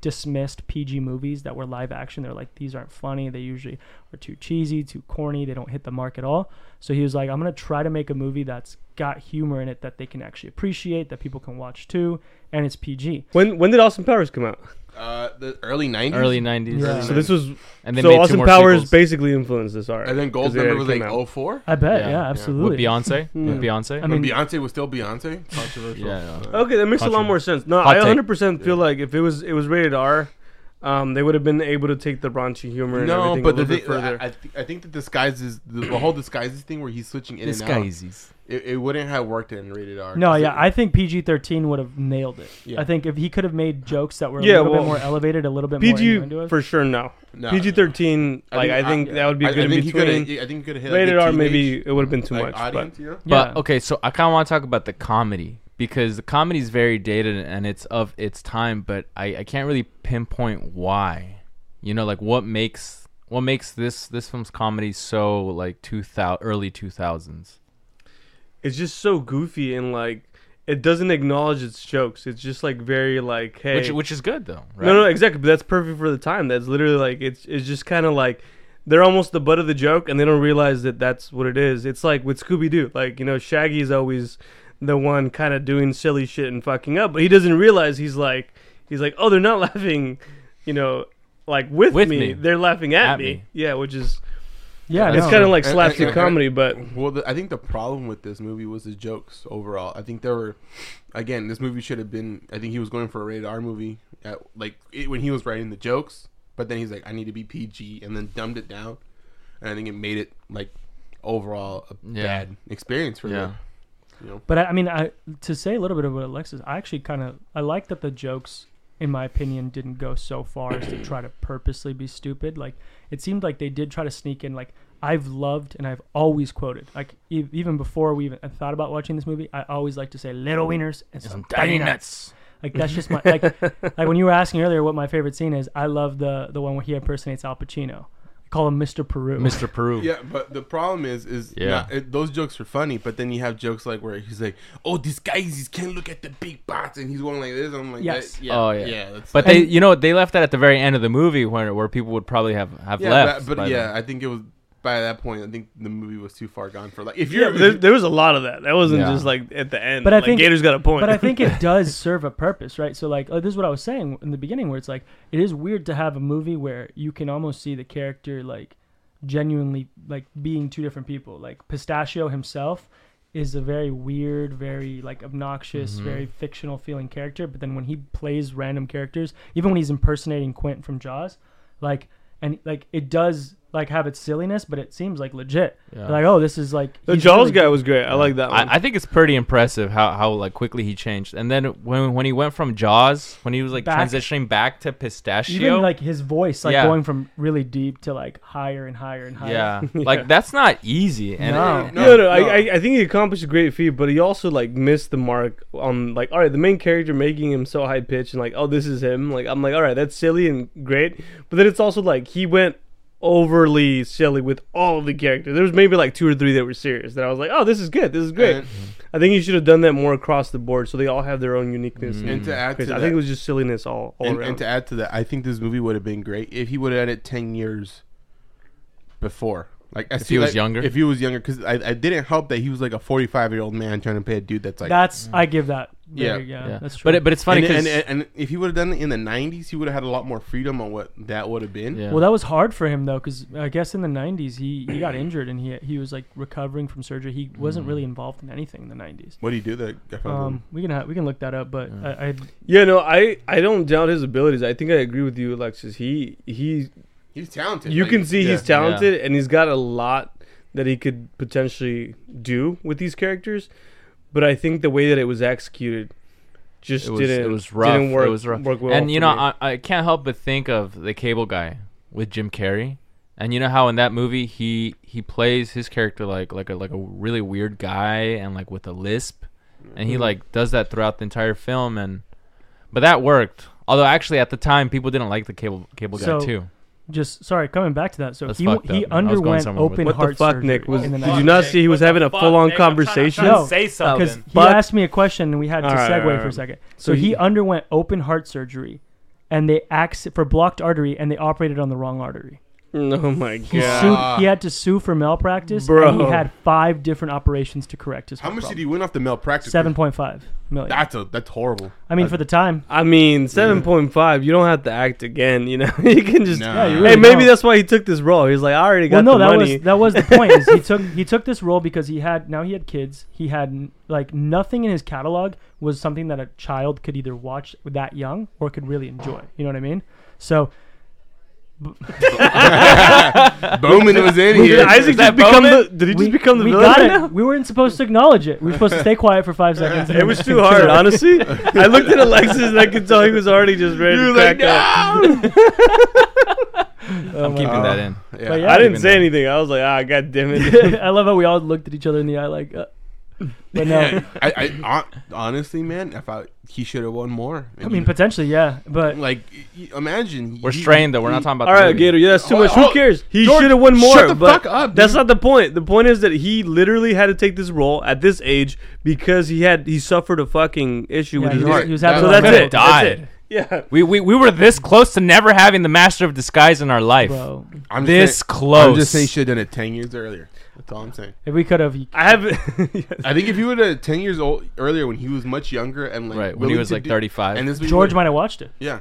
Speaker 1: dismissed PG movies that were live action. They're like these aren't funny. They usually are too cheesy, too corny. They don't hit the mark at all. So he was like, I'm gonna try to make a movie that's got humor in it that they can actually appreciate, that people can watch too, and it's PG.
Speaker 4: When when did Austin Powers come out?
Speaker 3: Uh, the early '90s.
Speaker 2: early '90s.
Speaker 1: Yeah.
Speaker 4: So this was
Speaker 2: and they
Speaker 4: so
Speaker 2: made two
Speaker 4: Austin
Speaker 2: more
Speaker 4: Powers
Speaker 2: sequels.
Speaker 4: basically influenced this art.
Speaker 3: And then Gold Member was like 04?
Speaker 1: I bet,
Speaker 2: Yeah,
Speaker 1: yeah,
Speaker 2: yeah.
Speaker 1: absolutely.
Speaker 2: with Beyonce. With Beyonce.
Speaker 1: I
Speaker 3: When
Speaker 1: mean,
Speaker 3: Beyonce was still Beyonce? Controversial.
Speaker 2: Yeah,
Speaker 3: Uh,
Speaker 4: Okay, that makes a lot
Speaker 2: Controversial.
Speaker 4: more sense. No,
Speaker 2: Hot
Speaker 4: I
Speaker 2: take.
Speaker 4: 100 percent feel like if it was it was rated R, um, they would have been able to take the raunchy humor and
Speaker 3: No,
Speaker 4: everything
Speaker 3: but
Speaker 4: a
Speaker 3: the
Speaker 4: little
Speaker 3: thing,
Speaker 4: bit further.
Speaker 3: I, I, th- I think the disguises, the, the whole disguises thing where he's switching in and out, it, it wouldn't have worked in rated R.
Speaker 1: no,
Speaker 3: 'cause
Speaker 1: yeah,
Speaker 3: it-
Speaker 1: I think PG thirteen would have nailed it.
Speaker 3: Yeah.
Speaker 1: I think if he could have made jokes that were a
Speaker 4: Yeah,
Speaker 1: little
Speaker 4: well,
Speaker 1: bit more elevated, a little bit more
Speaker 4: PG
Speaker 1: innuendoes.
Speaker 4: for sure. No,
Speaker 3: no,
Speaker 4: PG 13.
Speaker 3: no.
Speaker 4: Like I think
Speaker 3: yeah.
Speaker 4: that would be
Speaker 3: I-
Speaker 4: good
Speaker 3: I think
Speaker 4: in
Speaker 3: he coulda-
Speaker 4: between.
Speaker 3: I think he could have hit like,
Speaker 4: rated
Speaker 3: a
Speaker 4: R,
Speaker 3: teenage,
Speaker 4: maybe it would have been too
Speaker 3: like,
Speaker 4: much.
Speaker 3: audience, you know?
Speaker 1: yeah.
Speaker 2: But okay, so I kind of want to talk about the comedy because the comedy is very dated and it's of its time, but I, I can't really pinpoint why. You know, like what makes what makes this this film's comedy so like 2000 early 2000s.
Speaker 4: But it's just so goofy and like it doesn't acknowledge its jokes. It's just like very like hey,
Speaker 2: Which which is good though, right?
Speaker 4: No, no, exactly. But that's perfect for the time. That's literally like it's it's just kind of like they're almost the butt of the joke, and they don't realize that that's what it is. It's like with Scooby Doo. Like you know, Shaggy's always the one kind of doing silly shit and fucking up, but he doesn't realize he's like he's like oh they're not laughing, you know, like with,
Speaker 2: With
Speaker 4: me.
Speaker 2: me.
Speaker 4: They're laughing at,
Speaker 2: At
Speaker 4: me.
Speaker 2: me.
Speaker 4: Yeah, which is
Speaker 1: yeah,
Speaker 4: it's
Speaker 1: no.
Speaker 4: kind of like
Speaker 3: And- and-
Speaker 4: slapstick
Speaker 3: and-
Speaker 4: comedy, but
Speaker 3: Well, the, I think the problem with this movie was the jokes overall. I think there were, again, this movie should have been. I think he was going for a rated R movie, at, like it, when he was writing the jokes. But then he's like, I need to be PG, and then dumbed it down, and I think it made it like overall a
Speaker 2: Yeah.
Speaker 3: bad experience for
Speaker 2: Yeah.
Speaker 3: them. You know?
Speaker 1: But I, I mean, I to say a little bit about Alexis, I actually kind of I like that the jokes, in my opinion, didn't go so far as to try to purposely be stupid. Like it seemed like they did try to sneak in like I've loved and I've always quoted like e- even before we even I thought about watching this movie, I always like to say little wieners and some tiny nuts. Like that's just my like like when you were asking earlier what my favorite scene is, I love the the one where he impersonates Al Pacino. I call him Mr. Peru.
Speaker 2: Mr. Peru.
Speaker 3: Yeah, but the problem is, is
Speaker 2: Yeah.
Speaker 3: not- it, those jokes are funny, but then you have jokes like where he's like, "Oh, these guys, he can't look at the big box," and he's going like this. I'm like,
Speaker 1: Yes.
Speaker 3: "That- yeah,
Speaker 2: Oh, yeah.
Speaker 3: yeah. that's,
Speaker 2: But they,
Speaker 1: And-
Speaker 2: you know, they left that at the very end of the movie where where people would probably have have
Speaker 3: yeah,
Speaker 2: left.
Speaker 3: but,
Speaker 2: by
Speaker 3: but
Speaker 2: then.
Speaker 3: yeah, I think it was by that point. I think the movie was too far gone for like if
Speaker 4: yeah,
Speaker 3: you're
Speaker 4: but there, there was a lot of that. That wasn't
Speaker 2: Yeah.
Speaker 4: just like at the end.
Speaker 1: But I
Speaker 4: like,
Speaker 1: think-
Speaker 4: Gator's got a point.
Speaker 1: but I think it does serve a purpose, right? So like, oh, this is what I was saying in the beginning, where it's like it is weird to have a movie where you can almost see the character like genuinely like being two different people. Like Pistachio himself is a very weird, very like obnoxious,
Speaker 4: Mm-hmm.
Speaker 1: very fictional feeling character, but then when he plays random characters, even when he's impersonating Quint from Jaws, like and like it does like have its silliness, but it seems like legit.
Speaker 2: Yeah.
Speaker 1: Like oh, this is like
Speaker 4: the
Speaker 1: he's
Speaker 4: Jaws
Speaker 1: really-
Speaker 4: guy was great. I like that one.
Speaker 2: I, I think it's pretty impressive how, how like quickly he changed. And then when when he went from Jaws, when he was like
Speaker 1: Back.
Speaker 2: transitioning back to pistachio,
Speaker 1: even like his voice like
Speaker 2: Yeah.
Speaker 1: going from really deep to like higher and higher and higher
Speaker 2: yeah, like that's not easy. And
Speaker 1: No.
Speaker 2: and-
Speaker 4: No, no, I, I, I think he accomplished a great feat, but he also like missed the mark on like, all right, the main character making him so high pitched and like, oh, this is him. Like, I'm like, all right, that's silly and great, but then it's also like he went overly silly with all of the characters. There was maybe like two or three that were serious that I was like, oh, this is good, this is great.
Speaker 3: And,
Speaker 4: I think you should have done that more across the board, so they all have their own uniqueness.
Speaker 2: Mm.
Speaker 3: Mm-hmm. and to add to
Speaker 4: I
Speaker 3: that,
Speaker 4: think it was just silliness all, all
Speaker 3: and,
Speaker 4: around.
Speaker 3: and to add to that, I think this movie would have been great if he would have had it ten years before. Like I
Speaker 2: If
Speaker 3: see
Speaker 2: he was
Speaker 3: that-
Speaker 2: younger?
Speaker 3: if he was younger, because I, I didn't help that he was like a forty five year old man trying to play a dude that's like
Speaker 1: that's i give that yeah
Speaker 3: Yeah.
Speaker 1: yeah,
Speaker 2: yeah.
Speaker 1: that's true
Speaker 2: But it, but it's funny
Speaker 3: and,
Speaker 2: because
Speaker 3: and, and, and if he would have done it in the '90s, he would have had a lot more freedom on what that would have been.
Speaker 2: yeah.
Speaker 1: well that was hard for him though because i guess in the 90s he he got injured and he he was like recovering from surgery he wasn't
Speaker 2: Mm.
Speaker 1: really involved in anything in the 90s
Speaker 3: What do you do that?
Speaker 1: um we can ha- we can look that up but I, I
Speaker 4: yeah, no, I, I don't doubt his abilities. I think I agree with you, Alexis. He he
Speaker 3: he's talented.
Speaker 4: you
Speaker 3: like,
Speaker 4: can see
Speaker 3: yeah.
Speaker 4: he's talented and he's got a lot that he could potentially do with these characters but i think the way that it was executed just
Speaker 2: it was
Speaker 4: didn't
Speaker 2: it was rough.
Speaker 4: didn't work,
Speaker 2: it was rough.
Speaker 4: work well
Speaker 2: and you
Speaker 4: for
Speaker 2: know,
Speaker 4: me.
Speaker 2: I, I can't help but think of the Cable Guy with Jim Carrey. And you know how in that movie he he plays his character like like a like a really weird guy and like with a lisp, and he
Speaker 4: Mhm.
Speaker 2: like does that throughout the entire film. And but that worked. Although actually at the time people didn't like the Cable Cable Guy
Speaker 1: So-
Speaker 2: too.
Speaker 1: just sorry, coming back to that. So
Speaker 2: That's
Speaker 1: he
Speaker 2: fucked
Speaker 1: he
Speaker 2: up, man. I was going
Speaker 1: underwent
Speaker 2: somewhere with
Speaker 1: open
Speaker 2: that.
Speaker 4: What the
Speaker 1: heart
Speaker 4: fuck,
Speaker 1: surgery
Speaker 4: Nick? Was,
Speaker 1: in the
Speaker 4: did you
Speaker 1: night.
Speaker 4: not see he was having a full-on conversation?
Speaker 1: No,
Speaker 5: say
Speaker 1: because
Speaker 5: something.
Speaker 1: he
Speaker 4: But-
Speaker 1: asked me a question and we had to
Speaker 4: All right,
Speaker 1: segue
Speaker 4: all right.
Speaker 1: for a second.
Speaker 4: So
Speaker 1: So, he,
Speaker 4: he-
Speaker 1: underwent open heart surgery, and they acc- for blocked artery, and they operated on the wrong artery.
Speaker 4: Oh my
Speaker 1: He
Speaker 4: god.
Speaker 3: Ah.
Speaker 1: sued. He had to sue for malpractice, and he
Speaker 4: Bro.
Speaker 1: had five different operations to correct his.
Speaker 3: How
Speaker 1: heart
Speaker 3: much did
Speaker 1: problem.
Speaker 3: he win off the malpractice?
Speaker 1: Seven point five million.
Speaker 3: That's a that's horrible.
Speaker 1: I mean, for the time,
Speaker 4: I mean, seven point five. You don't have to act again. You know, you can just.
Speaker 3: Nah.
Speaker 1: yeah, you
Speaker 4: Hey,
Speaker 1: really
Speaker 4: maybe
Speaker 1: don't.
Speaker 4: that's why he took this role. He's like, I already got
Speaker 1: well, no,
Speaker 4: the
Speaker 1: that
Speaker 4: money.
Speaker 1: was that was the point. Is he took he took this role because he had now he had kids. He had n- like nothing in his catalog was something that a child could either watch that young or could really enjoy. You know what I mean? So
Speaker 3: Bowman was in
Speaker 4: Did
Speaker 3: here.
Speaker 4: Isaac just become the? Did he just become the
Speaker 1: we
Speaker 4: villain
Speaker 1: got
Speaker 4: right
Speaker 1: it.
Speaker 4: now?
Speaker 1: We weren't supposed to acknowledge it. We were supposed to stay quiet for five seconds. and
Speaker 4: It
Speaker 1: then
Speaker 4: was too
Speaker 1: continue.
Speaker 4: hard, honestly. I looked at Alexis and I could tell he was already just ready
Speaker 3: You're
Speaker 4: to crack
Speaker 3: like,
Speaker 4: up.
Speaker 2: I'm keeping
Speaker 3: Uh,
Speaker 2: that in.
Speaker 3: Yeah.
Speaker 1: But yeah.
Speaker 4: I didn't
Speaker 2: Even
Speaker 4: say
Speaker 2: though-
Speaker 4: anything. I was like, ah, god damn it.
Speaker 1: I love how we all looked at each other in the eye, like. Uh, but no,
Speaker 3: Yeah, I, I hon- honestly, man, if I he should have won more.
Speaker 1: I mean potentially, yeah. But
Speaker 3: like, y- y- imagine
Speaker 2: We're
Speaker 3: he-
Speaker 2: strained though. We're
Speaker 3: he-
Speaker 2: not talking about.
Speaker 4: All
Speaker 2: the
Speaker 4: right,
Speaker 2: movie.
Speaker 4: Gator, yeah, that's too
Speaker 3: Hold-
Speaker 4: much. Who
Speaker 3: hold-
Speaker 4: cares? He
Speaker 3: Oh, George,
Speaker 4: should have won more.
Speaker 3: Shut the
Speaker 4: but
Speaker 3: fuck up.
Speaker 4: That's
Speaker 3: dude.
Speaker 4: not the point. The point is that he literally had to take this role at this age because he had he suffered a fucking issue
Speaker 1: yeah,
Speaker 4: with
Speaker 1: he
Speaker 4: his
Speaker 1: was,
Speaker 4: heart.
Speaker 1: he was
Speaker 3: So
Speaker 1: having
Speaker 4: So
Speaker 1: a
Speaker 4: that's
Speaker 1: little-
Speaker 2: Could've
Speaker 4: it.
Speaker 2: Died.
Speaker 4: Yeah.
Speaker 2: We, we we were this close to never having the master of disguise in our life.
Speaker 1: Bro,
Speaker 3: I'm just
Speaker 2: This
Speaker 3: saying-
Speaker 2: close.
Speaker 3: I'm just saying, should have done it ten years earlier. That's all I'm saying.
Speaker 1: if we could have,
Speaker 4: I haven't
Speaker 3: I think if you would have ten years old earlier when he was much younger and like
Speaker 2: right when he
Speaker 3: willing
Speaker 2: was
Speaker 3: to
Speaker 2: like
Speaker 3: do-
Speaker 2: 35.
Speaker 3: and this is what he
Speaker 1: George
Speaker 3: would've-
Speaker 1: might have watched it.
Speaker 3: yeah.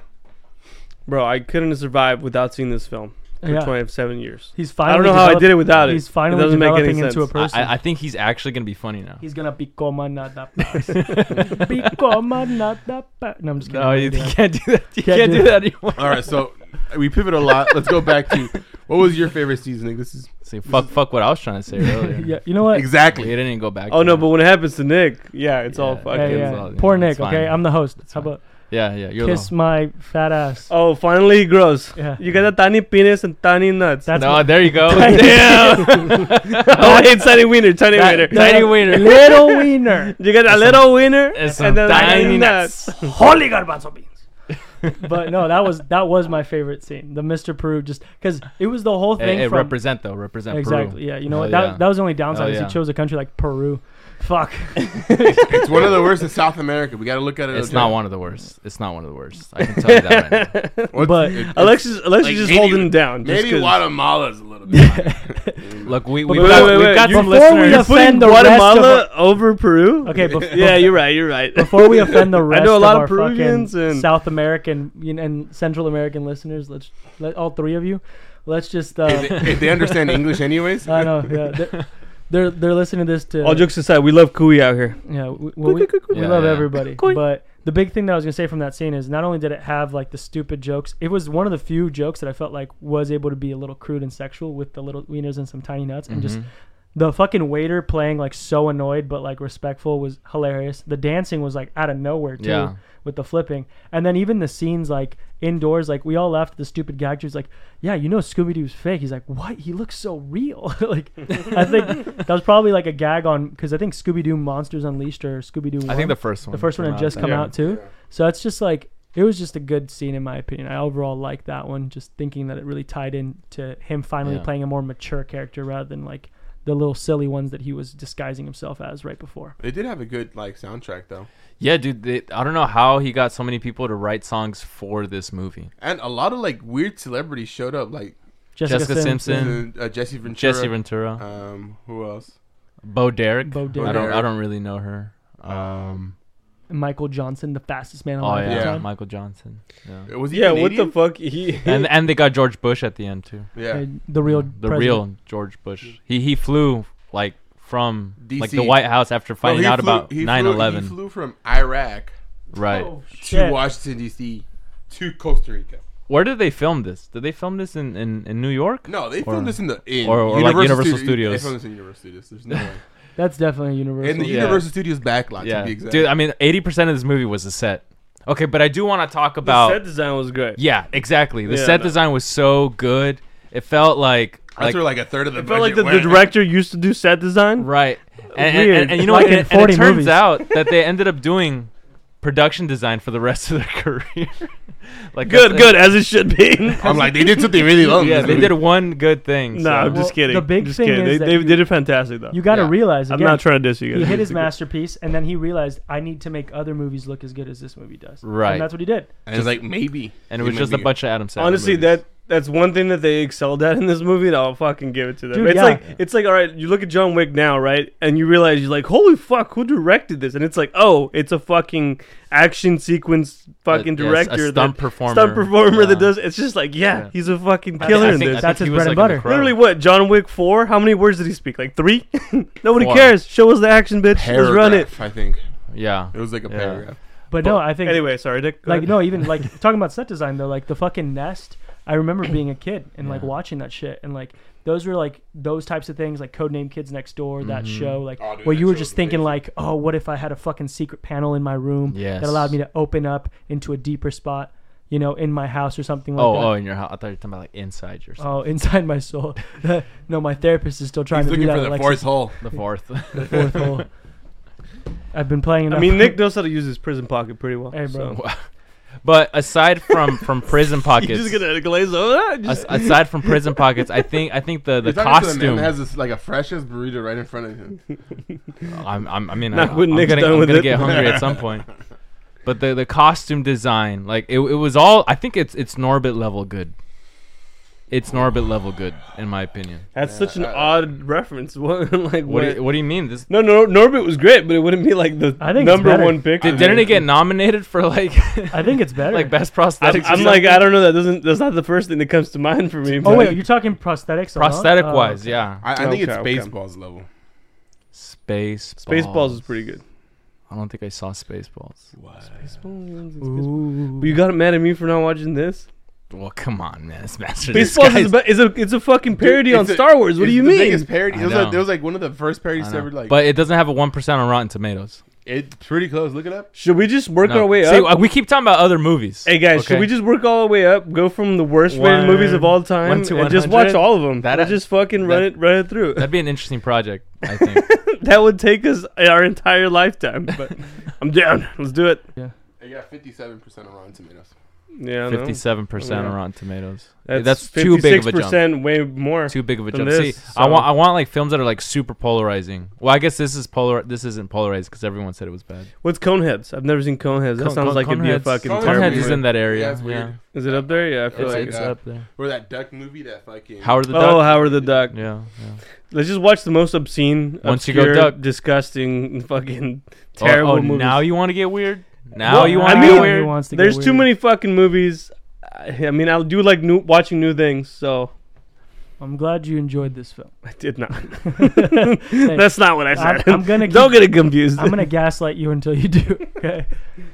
Speaker 4: Bro, I couldn't have survived without seeing this film for
Speaker 1: Yeah.
Speaker 4: twenty seven years.
Speaker 1: He's finally.
Speaker 4: know how I
Speaker 1: develop-
Speaker 4: did it without it.
Speaker 1: He's
Speaker 4: It
Speaker 1: finally
Speaker 4: doesn't make any
Speaker 1: developing into a
Speaker 4: sense.
Speaker 1: person.
Speaker 2: I, I think he's actually gonna be funny now.
Speaker 1: He's gonna become another person. become another person. No, I'm just kidding.
Speaker 2: No, you can't do that. You
Speaker 1: Can't
Speaker 2: can't,
Speaker 1: do
Speaker 2: do that anymore.
Speaker 3: All right, so we pivot a lot. Let's go back to what was your favorite season? Nick? This is
Speaker 2: See, fuck, fuck what I was trying to say earlier.
Speaker 1: yeah, you know what?
Speaker 2: We
Speaker 3: exactly.
Speaker 2: didn't even go back.
Speaker 4: Oh
Speaker 2: to
Speaker 4: no,
Speaker 2: that.
Speaker 4: but when it happens to Nick, yeah, it's all
Speaker 2: Yeah,
Speaker 1: Yeah,
Speaker 4: fucking.
Speaker 1: yeah.
Speaker 2: Well, yeah,
Speaker 1: Poor Nick.
Speaker 2: it's
Speaker 1: Okay,
Speaker 2: fine.
Speaker 1: I'm the host. How
Speaker 2: fine.
Speaker 1: about
Speaker 2: yeah, yeah, you're
Speaker 1: kiss
Speaker 2: the.
Speaker 1: my fat ass?
Speaker 4: Oh, finally he grows.
Speaker 1: Yeah.
Speaker 4: You got a tiny penis and tiny nuts.
Speaker 1: That's
Speaker 2: no,
Speaker 1: my-
Speaker 2: there you go.
Speaker 4: Damn. oh, hey, tiny wiener, tiny
Speaker 2: That-
Speaker 4: wiener.
Speaker 2: that- Tiny wiener.
Speaker 1: Little wiener.
Speaker 4: You got a little wiener
Speaker 2: and some tiny nuts.
Speaker 1: Holy garbanzo beans. but no, that was that was my favorite scene. The Mr. Peru just because it was the whole
Speaker 2: Hey,
Speaker 1: thing
Speaker 2: hey,
Speaker 1: from
Speaker 2: represent though. Represent
Speaker 1: exactly.
Speaker 2: Peru.
Speaker 1: Yeah, you know
Speaker 2: Hell
Speaker 1: what? That
Speaker 2: yeah.
Speaker 1: that was the only downside
Speaker 2: Hell
Speaker 1: is
Speaker 2: yeah.
Speaker 1: he chose a country like Peru. Fuck.
Speaker 3: It's one of the worst in South America. We got to look at it.
Speaker 2: It's not one of the worst. It's not one of the worst. I can tell you that right now.
Speaker 3: What's-
Speaker 1: but-
Speaker 3: it-
Speaker 4: Alexis, Alexis
Speaker 3: like,
Speaker 4: just
Speaker 3: maybe-
Speaker 4: holding it down. just
Speaker 3: maybe
Speaker 4: 'cause-
Speaker 3: Guatemala's a little bit.
Speaker 2: Look, we we
Speaker 1: Wait,
Speaker 2: got,
Speaker 1: wait,
Speaker 2: we've
Speaker 1: wait,
Speaker 2: got
Speaker 1: you-
Speaker 2: some
Speaker 1: before we
Speaker 2: listeners.
Speaker 4: You're putting
Speaker 1: offend the rest of
Speaker 4: Guatemala over Peru?
Speaker 1: Okay, bef-
Speaker 4: Yeah, you're right. You're right.
Speaker 1: before we offend the rest
Speaker 4: know a lot
Speaker 1: of,
Speaker 4: of
Speaker 1: our
Speaker 4: Peruvians
Speaker 1: fucking
Speaker 4: and-
Speaker 1: South American you know, and Central American listeners, let's let all three of you, let's just
Speaker 3: if,
Speaker 1: uh,
Speaker 3: they, if they understand English, anyways.
Speaker 1: I know yeah, they're, they're they're listening to this to
Speaker 4: All jokes aside, we love Kui out here.
Speaker 1: yeah we, well, we, we
Speaker 2: Yeah,
Speaker 1: love
Speaker 2: yeah.
Speaker 1: everybody but the big thing that I was gonna say from that scene is not only did it have like the stupid jokes, it was one of the few jokes that I felt like was able to be a little crude and sexual with the little wieners and some tiny nuts and
Speaker 2: Mm-hmm.
Speaker 1: just the fucking waiter playing like so annoyed but like respectful was hilarious. The dancing was like out of nowhere too
Speaker 2: Yeah.
Speaker 1: with the flipping. And then even the scenes like indoors, like we all laughed at the stupid gag. She's like, "Yeah, you know Scooby Doo's fake." He's like, "What? He looks so real." like, I think that was probably like a gag on because I think Scooby Doo Monsters Unleashed or Scooby Doo.
Speaker 2: I think the first one.
Speaker 1: the first one
Speaker 2: came
Speaker 1: had
Speaker 2: out
Speaker 1: just
Speaker 2: that
Speaker 1: come
Speaker 2: year.
Speaker 1: out too. So it's just like it was just a good scene in my opinion. I overall liked that one. Just thinking that it really tied in to him finally
Speaker 2: Yeah.
Speaker 1: playing a more mature character rather than like the little silly ones that he was disguising himself as right before.
Speaker 3: They did have a good like soundtrack though,
Speaker 2: Yeah, dude. They, I don't know how he got so many people to write songs for this movie.
Speaker 3: and a lot of like weird celebrities showed up, like
Speaker 1: Jessica,
Speaker 2: Jessica
Speaker 1: Simpson.
Speaker 2: Simpson.
Speaker 3: uh, Jesse Ventura.
Speaker 2: Jesse Ventura,
Speaker 3: Um, who else?
Speaker 2: Bo Derek.
Speaker 1: Bo
Speaker 2: I
Speaker 1: Derek,
Speaker 2: don't. I don't really know her. Um.
Speaker 1: Michael Johnson, the fastest man
Speaker 2: Oh
Speaker 1: alive.
Speaker 2: yeah,
Speaker 1: at the
Speaker 3: Yeah.
Speaker 1: time.
Speaker 2: Michael Johnson. Yeah.
Speaker 3: Was he
Speaker 4: Yeah, what
Speaker 3: Canadian?
Speaker 4: the fuck? He
Speaker 2: and and they got George Bush at the end too.
Speaker 3: Yeah,
Speaker 1: And the real
Speaker 2: the
Speaker 1: president.
Speaker 2: real George Bush. He he flew like from like the
Speaker 3: DC.
Speaker 2: White House after
Speaker 3: No, he
Speaker 2: finding out
Speaker 3: flew-
Speaker 2: about
Speaker 3: he flew-
Speaker 2: 9/11.
Speaker 3: He flew from Iraq
Speaker 2: right.
Speaker 4: Oh,
Speaker 3: to Washington D.C. to Costa Rica.
Speaker 2: Where did they film this? Did they film this in in, in New York?
Speaker 3: No, they
Speaker 2: Or-
Speaker 3: filmed this in the in
Speaker 2: or- or like Universal Studios.
Speaker 3: They filmed this in Universal Studios. There's no way.
Speaker 1: That's definitely a universal.
Speaker 3: In the
Speaker 2: Yeah.
Speaker 3: Universal Studios backlot, to
Speaker 2: Yeah,
Speaker 3: be exact.
Speaker 2: dude. I mean, 80 percent of this movie was a set. Okay, but I do want to talk
Speaker 4: the
Speaker 2: about.
Speaker 4: set design was great.
Speaker 2: yeah, exactly. The
Speaker 4: Yeah,
Speaker 2: set
Speaker 4: no.
Speaker 2: design was so good. It felt like
Speaker 3: That's
Speaker 2: like
Speaker 3: where like a third of the
Speaker 4: I felt like
Speaker 3: budget
Speaker 4: the, the
Speaker 3: went.
Speaker 4: director used to do set design.
Speaker 2: right. And, and,
Speaker 4: Weird.
Speaker 2: and, and you know
Speaker 1: Like
Speaker 2: what?
Speaker 1: in
Speaker 2: And, and
Speaker 1: 40
Speaker 2: it turns
Speaker 1: movies.
Speaker 2: out that they ended up doing production design for the rest of their career. like
Speaker 4: Good,
Speaker 2: that's-
Speaker 4: good, as it should be.
Speaker 3: I'm like, they did something really long.
Speaker 2: Yeah,
Speaker 3: this
Speaker 2: they
Speaker 3: movie.
Speaker 2: did one good thing.
Speaker 4: No, I'm
Speaker 2: so-
Speaker 1: Well,
Speaker 4: just kidding.
Speaker 1: the big
Speaker 4: just
Speaker 1: thing is
Speaker 4: kidding. they,
Speaker 1: that
Speaker 4: they
Speaker 1: you-
Speaker 4: did it fantastic though.
Speaker 1: You got to
Speaker 2: Yeah.
Speaker 1: realize
Speaker 4: I'm
Speaker 1: again.
Speaker 4: not trying to diss you guys.
Speaker 1: he hit his
Speaker 4: It's a good-
Speaker 1: masterpiece, and then he realized I need to make other movies look as good as this movie does.
Speaker 2: Right.
Speaker 1: and that's what he did.
Speaker 3: And it's like maybe.
Speaker 2: and it was
Speaker 3: might
Speaker 2: just
Speaker 3: be
Speaker 2: a
Speaker 3: good.
Speaker 2: bunch of Adam Sandler.
Speaker 4: Honestly,
Speaker 2: movies.
Speaker 4: that that's one thing that they excelled at in this movie, and I'll fucking give it to them.
Speaker 1: Dude,
Speaker 4: it's
Speaker 1: yeah.
Speaker 4: like it's like all right, you look at John Wick now, right, and you realize you're like, holy fuck, who directed this? And it's like, oh, it's a fucking action sequence fucking
Speaker 2: Uh, yes, a
Speaker 4: director, that-
Speaker 2: stunt performer.
Speaker 4: stunt performer that
Speaker 2: Yeah.
Speaker 4: does. It's just like, yeah,
Speaker 2: Yeah.
Speaker 4: he's a fucking
Speaker 1: I-
Speaker 4: killer
Speaker 1: I
Speaker 4: in
Speaker 1: think-
Speaker 4: this.
Speaker 1: That's his
Speaker 2: he was,
Speaker 1: bread and
Speaker 2: like, in The
Speaker 1: butter.
Speaker 2: Crow.
Speaker 4: Literally, what John Wick four? How many words did he speak? Like three? Nobody
Speaker 2: Four.
Speaker 4: cares. Show us the action, bitch. Let's run it.
Speaker 3: Paragraph, I think
Speaker 2: Yeah.
Speaker 3: it was like a
Speaker 2: Yeah.
Speaker 3: paragraph.
Speaker 1: But,
Speaker 4: But
Speaker 1: no, I think
Speaker 4: Anyway, sorry, Dick. go
Speaker 1: like
Speaker 4: ahead.
Speaker 1: no, even like talking about set design though, like the fucking nest. I remember being a kid and like
Speaker 2: Yeah.
Speaker 1: watching that shit, and like those were like those types of things, like Codename Kids Next Door, that
Speaker 2: Mhm.
Speaker 1: show, like
Speaker 3: Oh, dude,
Speaker 1: where
Speaker 3: that
Speaker 1: you were
Speaker 3: show was
Speaker 1: just thinking
Speaker 3: amazing.
Speaker 1: like, oh, what if I had a fucking secret panel in my room
Speaker 2: Yes.
Speaker 1: that allowed me to open up into a deeper spot, you know, in my house or something like
Speaker 2: Oh,
Speaker 1: that.
Speaker 2: oh, in your house. I thought you were talking about like inside your
Speaker 1: Oh, inside my soul. no, my therapist is still trying
Speaker 3: He's
Speaker 1: to do
Speaker 3: looking
Speaker 1: that.
Speaker 3: for the
Speaker 1: Alexis.
Speaker 3: fourth hole.
Speaker 2: the fourth.
Speaker 1: The fourth hole. I've been playing.
Speaker 4: I
Speaker 1: Enough.
Speaker 4: mean, Nick knows how to use his prison pocket pretty well.
Speaker 1: Hey, bro.
Speaker 4: so.
Speaker 2: but aside from from prison
Speaker 4: You're
Speaker 2: pockets,
Speaker 4: just gonna glaze over. that?
Speaker 2: as-
Speaker 4: Just-
Speaker 2: aside from prison pockets, I think I think the the
Speaker 3: You're talking to the
Speaker 2: costume.
Speaker 3: man that has this like a freshest burrito right in front of him.
Speaker 2: I'm, I'm I mean,
Speaker 4: Not
Speaker 2: I,
Speaker 4: when
Speaker 2: I'm
Speaker 4: Nick's
Speaker 2: gonna,
Speaker 4: done
Speaker 2: I'm
Speaker 4: with
Speaker 2: gonna
Speaker 4: it.
Speaker 2: get hungry at some point. But the the costume design, like it, it was all. I think it's it's Norbit level good. It's Norbit level good, in my opinion.
Speaker 4: That's such an
Speaker 3: Yeah, I-
Speaker 4: odd reference. What, like
Speaker 2: What
Speaker 4: what?
Speaker 2: do you, what do you mean? This
Speaker 4: no, no, Norbit was great, but it wouldn't be like the
Speaker 1: I think it's
Speaker 4: number
Speaker 1: better.
Speaker 4: one pick.
Speaker 2: did, didn't it get nominated for like
Speaker 1: I think it's better.
Speaker 2: like best
Speaker 4: I'm,
Speaker 2: prosthetics?
Speaker 4: I'm like, I don't know. That doesn't. That's not the first thing that comes to mind for me.
Speaker 1: oh
Speaker 4: but-
Speaker 1: wait, you're talking prosthetics. alone?
Speaker 2: prosthetic
Speaker 1: Oh,
Speaker 2: wise,
Speaker 1: okay.
Speaker 2: yeah.
Speaker 3: I, I think it's
Speaker 4: Okay, okay.
Speaker 3: Spaceballs level.
Speaker 2: Space
Speaker 4: Spaceballs is pretty good.
Speaker 2: I don't think I saw Spaceballs.
Speaker 3: What?
Speaker 4: But
Speaker 1: Oh, Ooh.
Speaker 4: you got mad at me for not watching this.
Speaker 2: Well, come on, man. It's Master. this
Speaker 4: Spaceballs
Speaker 2: guy's-
Speaker 4: is, about, is a it's a fucking parody
Speaker 3: Dude,
Speaker 4: on
Speaker 3: it's a-
Speaker 4: Star Wars. What do
Speaker 3: it's
Speaker 4: you
Speaker 3: the
Speaker 4: mean?
Speaker 3: Biggest parody.
Speaker 2: I
Speaker 3: It was,
Speaker 2: know.
Speaker 3: like, it was like one of the first
Speaker 2: I
Speaker 3: parodies
Speaker 2: know.
Speaker 3: ever. Like,
Speaker 2: but it doesn't have a one percent on Rotten Tomatoes.
Speaker 3: it's pretty close. Look it up.
Speaker 4: Should we just work
Speaker 2: No.
Speaker 4: our way
Speaker 2: See,
Speaker 4: up?
Speaker 2: uh, we keep talking about other movies.
Speaker 4: Hey guys, should
Speaker 2: Okay.
Speaker 4: we just work all the way up? Go from the worst rated
Speaker 2: One-
Speaker 4: movies of all time
Speaker 2: one to
Speaker 4: and just watch
Speaker 2: 100?
Speaker 4: all of them.
Speaker 2: That-
Speaker 4: That just fucking run
Speaker 2: that-
Speaker 4: it run it through.
Speaker 2: That'd be an interesting project, I think.
Speaker 4: that would take us our entire lifetime. But I'm down. Let's do it.
Speaker 3: It got 57 percent on Rotten Tomatoes.
Speaker 4: Yeah, I know.
Speaker 2: Fifty-seven percent
Speaker 4: Yeah.
Speaker 2: on Rotten Tomatoes.
Speaker 4: That's,
Speaker 2: That's, too big of a jump.
Speaker 4: 56% Way more.
Speaker 2: Too big of a
Speaker 4: than
Speaker 2: jump. See,
Speaker 4: this,
Speaker 2: I
Speaker 4: so-
Speaker 2: want I want like films that are like super polarizing. Well, I guess this is polar. This isn't polarized because everyone said it was bad.
Speaker 4: What's Coneheads? I've never seen Coneheads. That
Speaker 2: Cone-
Speaker 4: sounds
Speaker 2: Cone-
Speaker 4: like it'd be a
Speaker 2: Coneheads-
Speaker 4: fucking
Speaker 3: Coneheads
Speaker 4: terrible
Speaker 2: Coneheads
Speaker 4: movie.
Speaker 2: is in that area.
Speaker 3: Yeah, it's weird.
Speaker 4: Is it up there? Yeah, I feel
Speaker 2: It's,
Speaker 4: like
Speaker 3: like
Speaker 4: it's
Speaker 3: that.
Speaker 4: up.
Speaker 2: up there.
Speaker 3: Or that duck movie that fucking.
Speaker 2: Howard the
Speaker 4: Oh,
Speaker 2: Duck.
Speaker 4: Howard the Duck.
Speaker 2: yeah, yeah.
Speaker 4: Let's just watch the most obscene,
Speaker 2: Once you go
Speaker 4: obscure,
Speaker 2: duck.
Speaker 4: disgusting, fucking terrible
Speaker 2: oh, oh,
Speaker 4: movies.
Speaker 2: Now you want to get weird. Now
Speaker 1: Well,
Speaker 2: you
Speaker 1: I
Speaker 2: want to
Speaker 4: mean-
Speaker 2: get weird.
Speaker 1: He wants to get
Speaker 4: There's too
Speaker 1: weird.
Speaker 4: many fucking movies. I I mean, I do like new, watching new things, so
Speaker 1: I'm glad you enjoyed this film.
Speaker 4: I did not.
Speaker 1: Thanks.
Speaker 4: That's not what I
Speaker 1: I'm,
Speaker 4: said.
Speaker 1: I'm gonna keep,
Speaker 4: Don't get it confused.
Speaker 1: I'm gonna gaslight you until you do. Okay.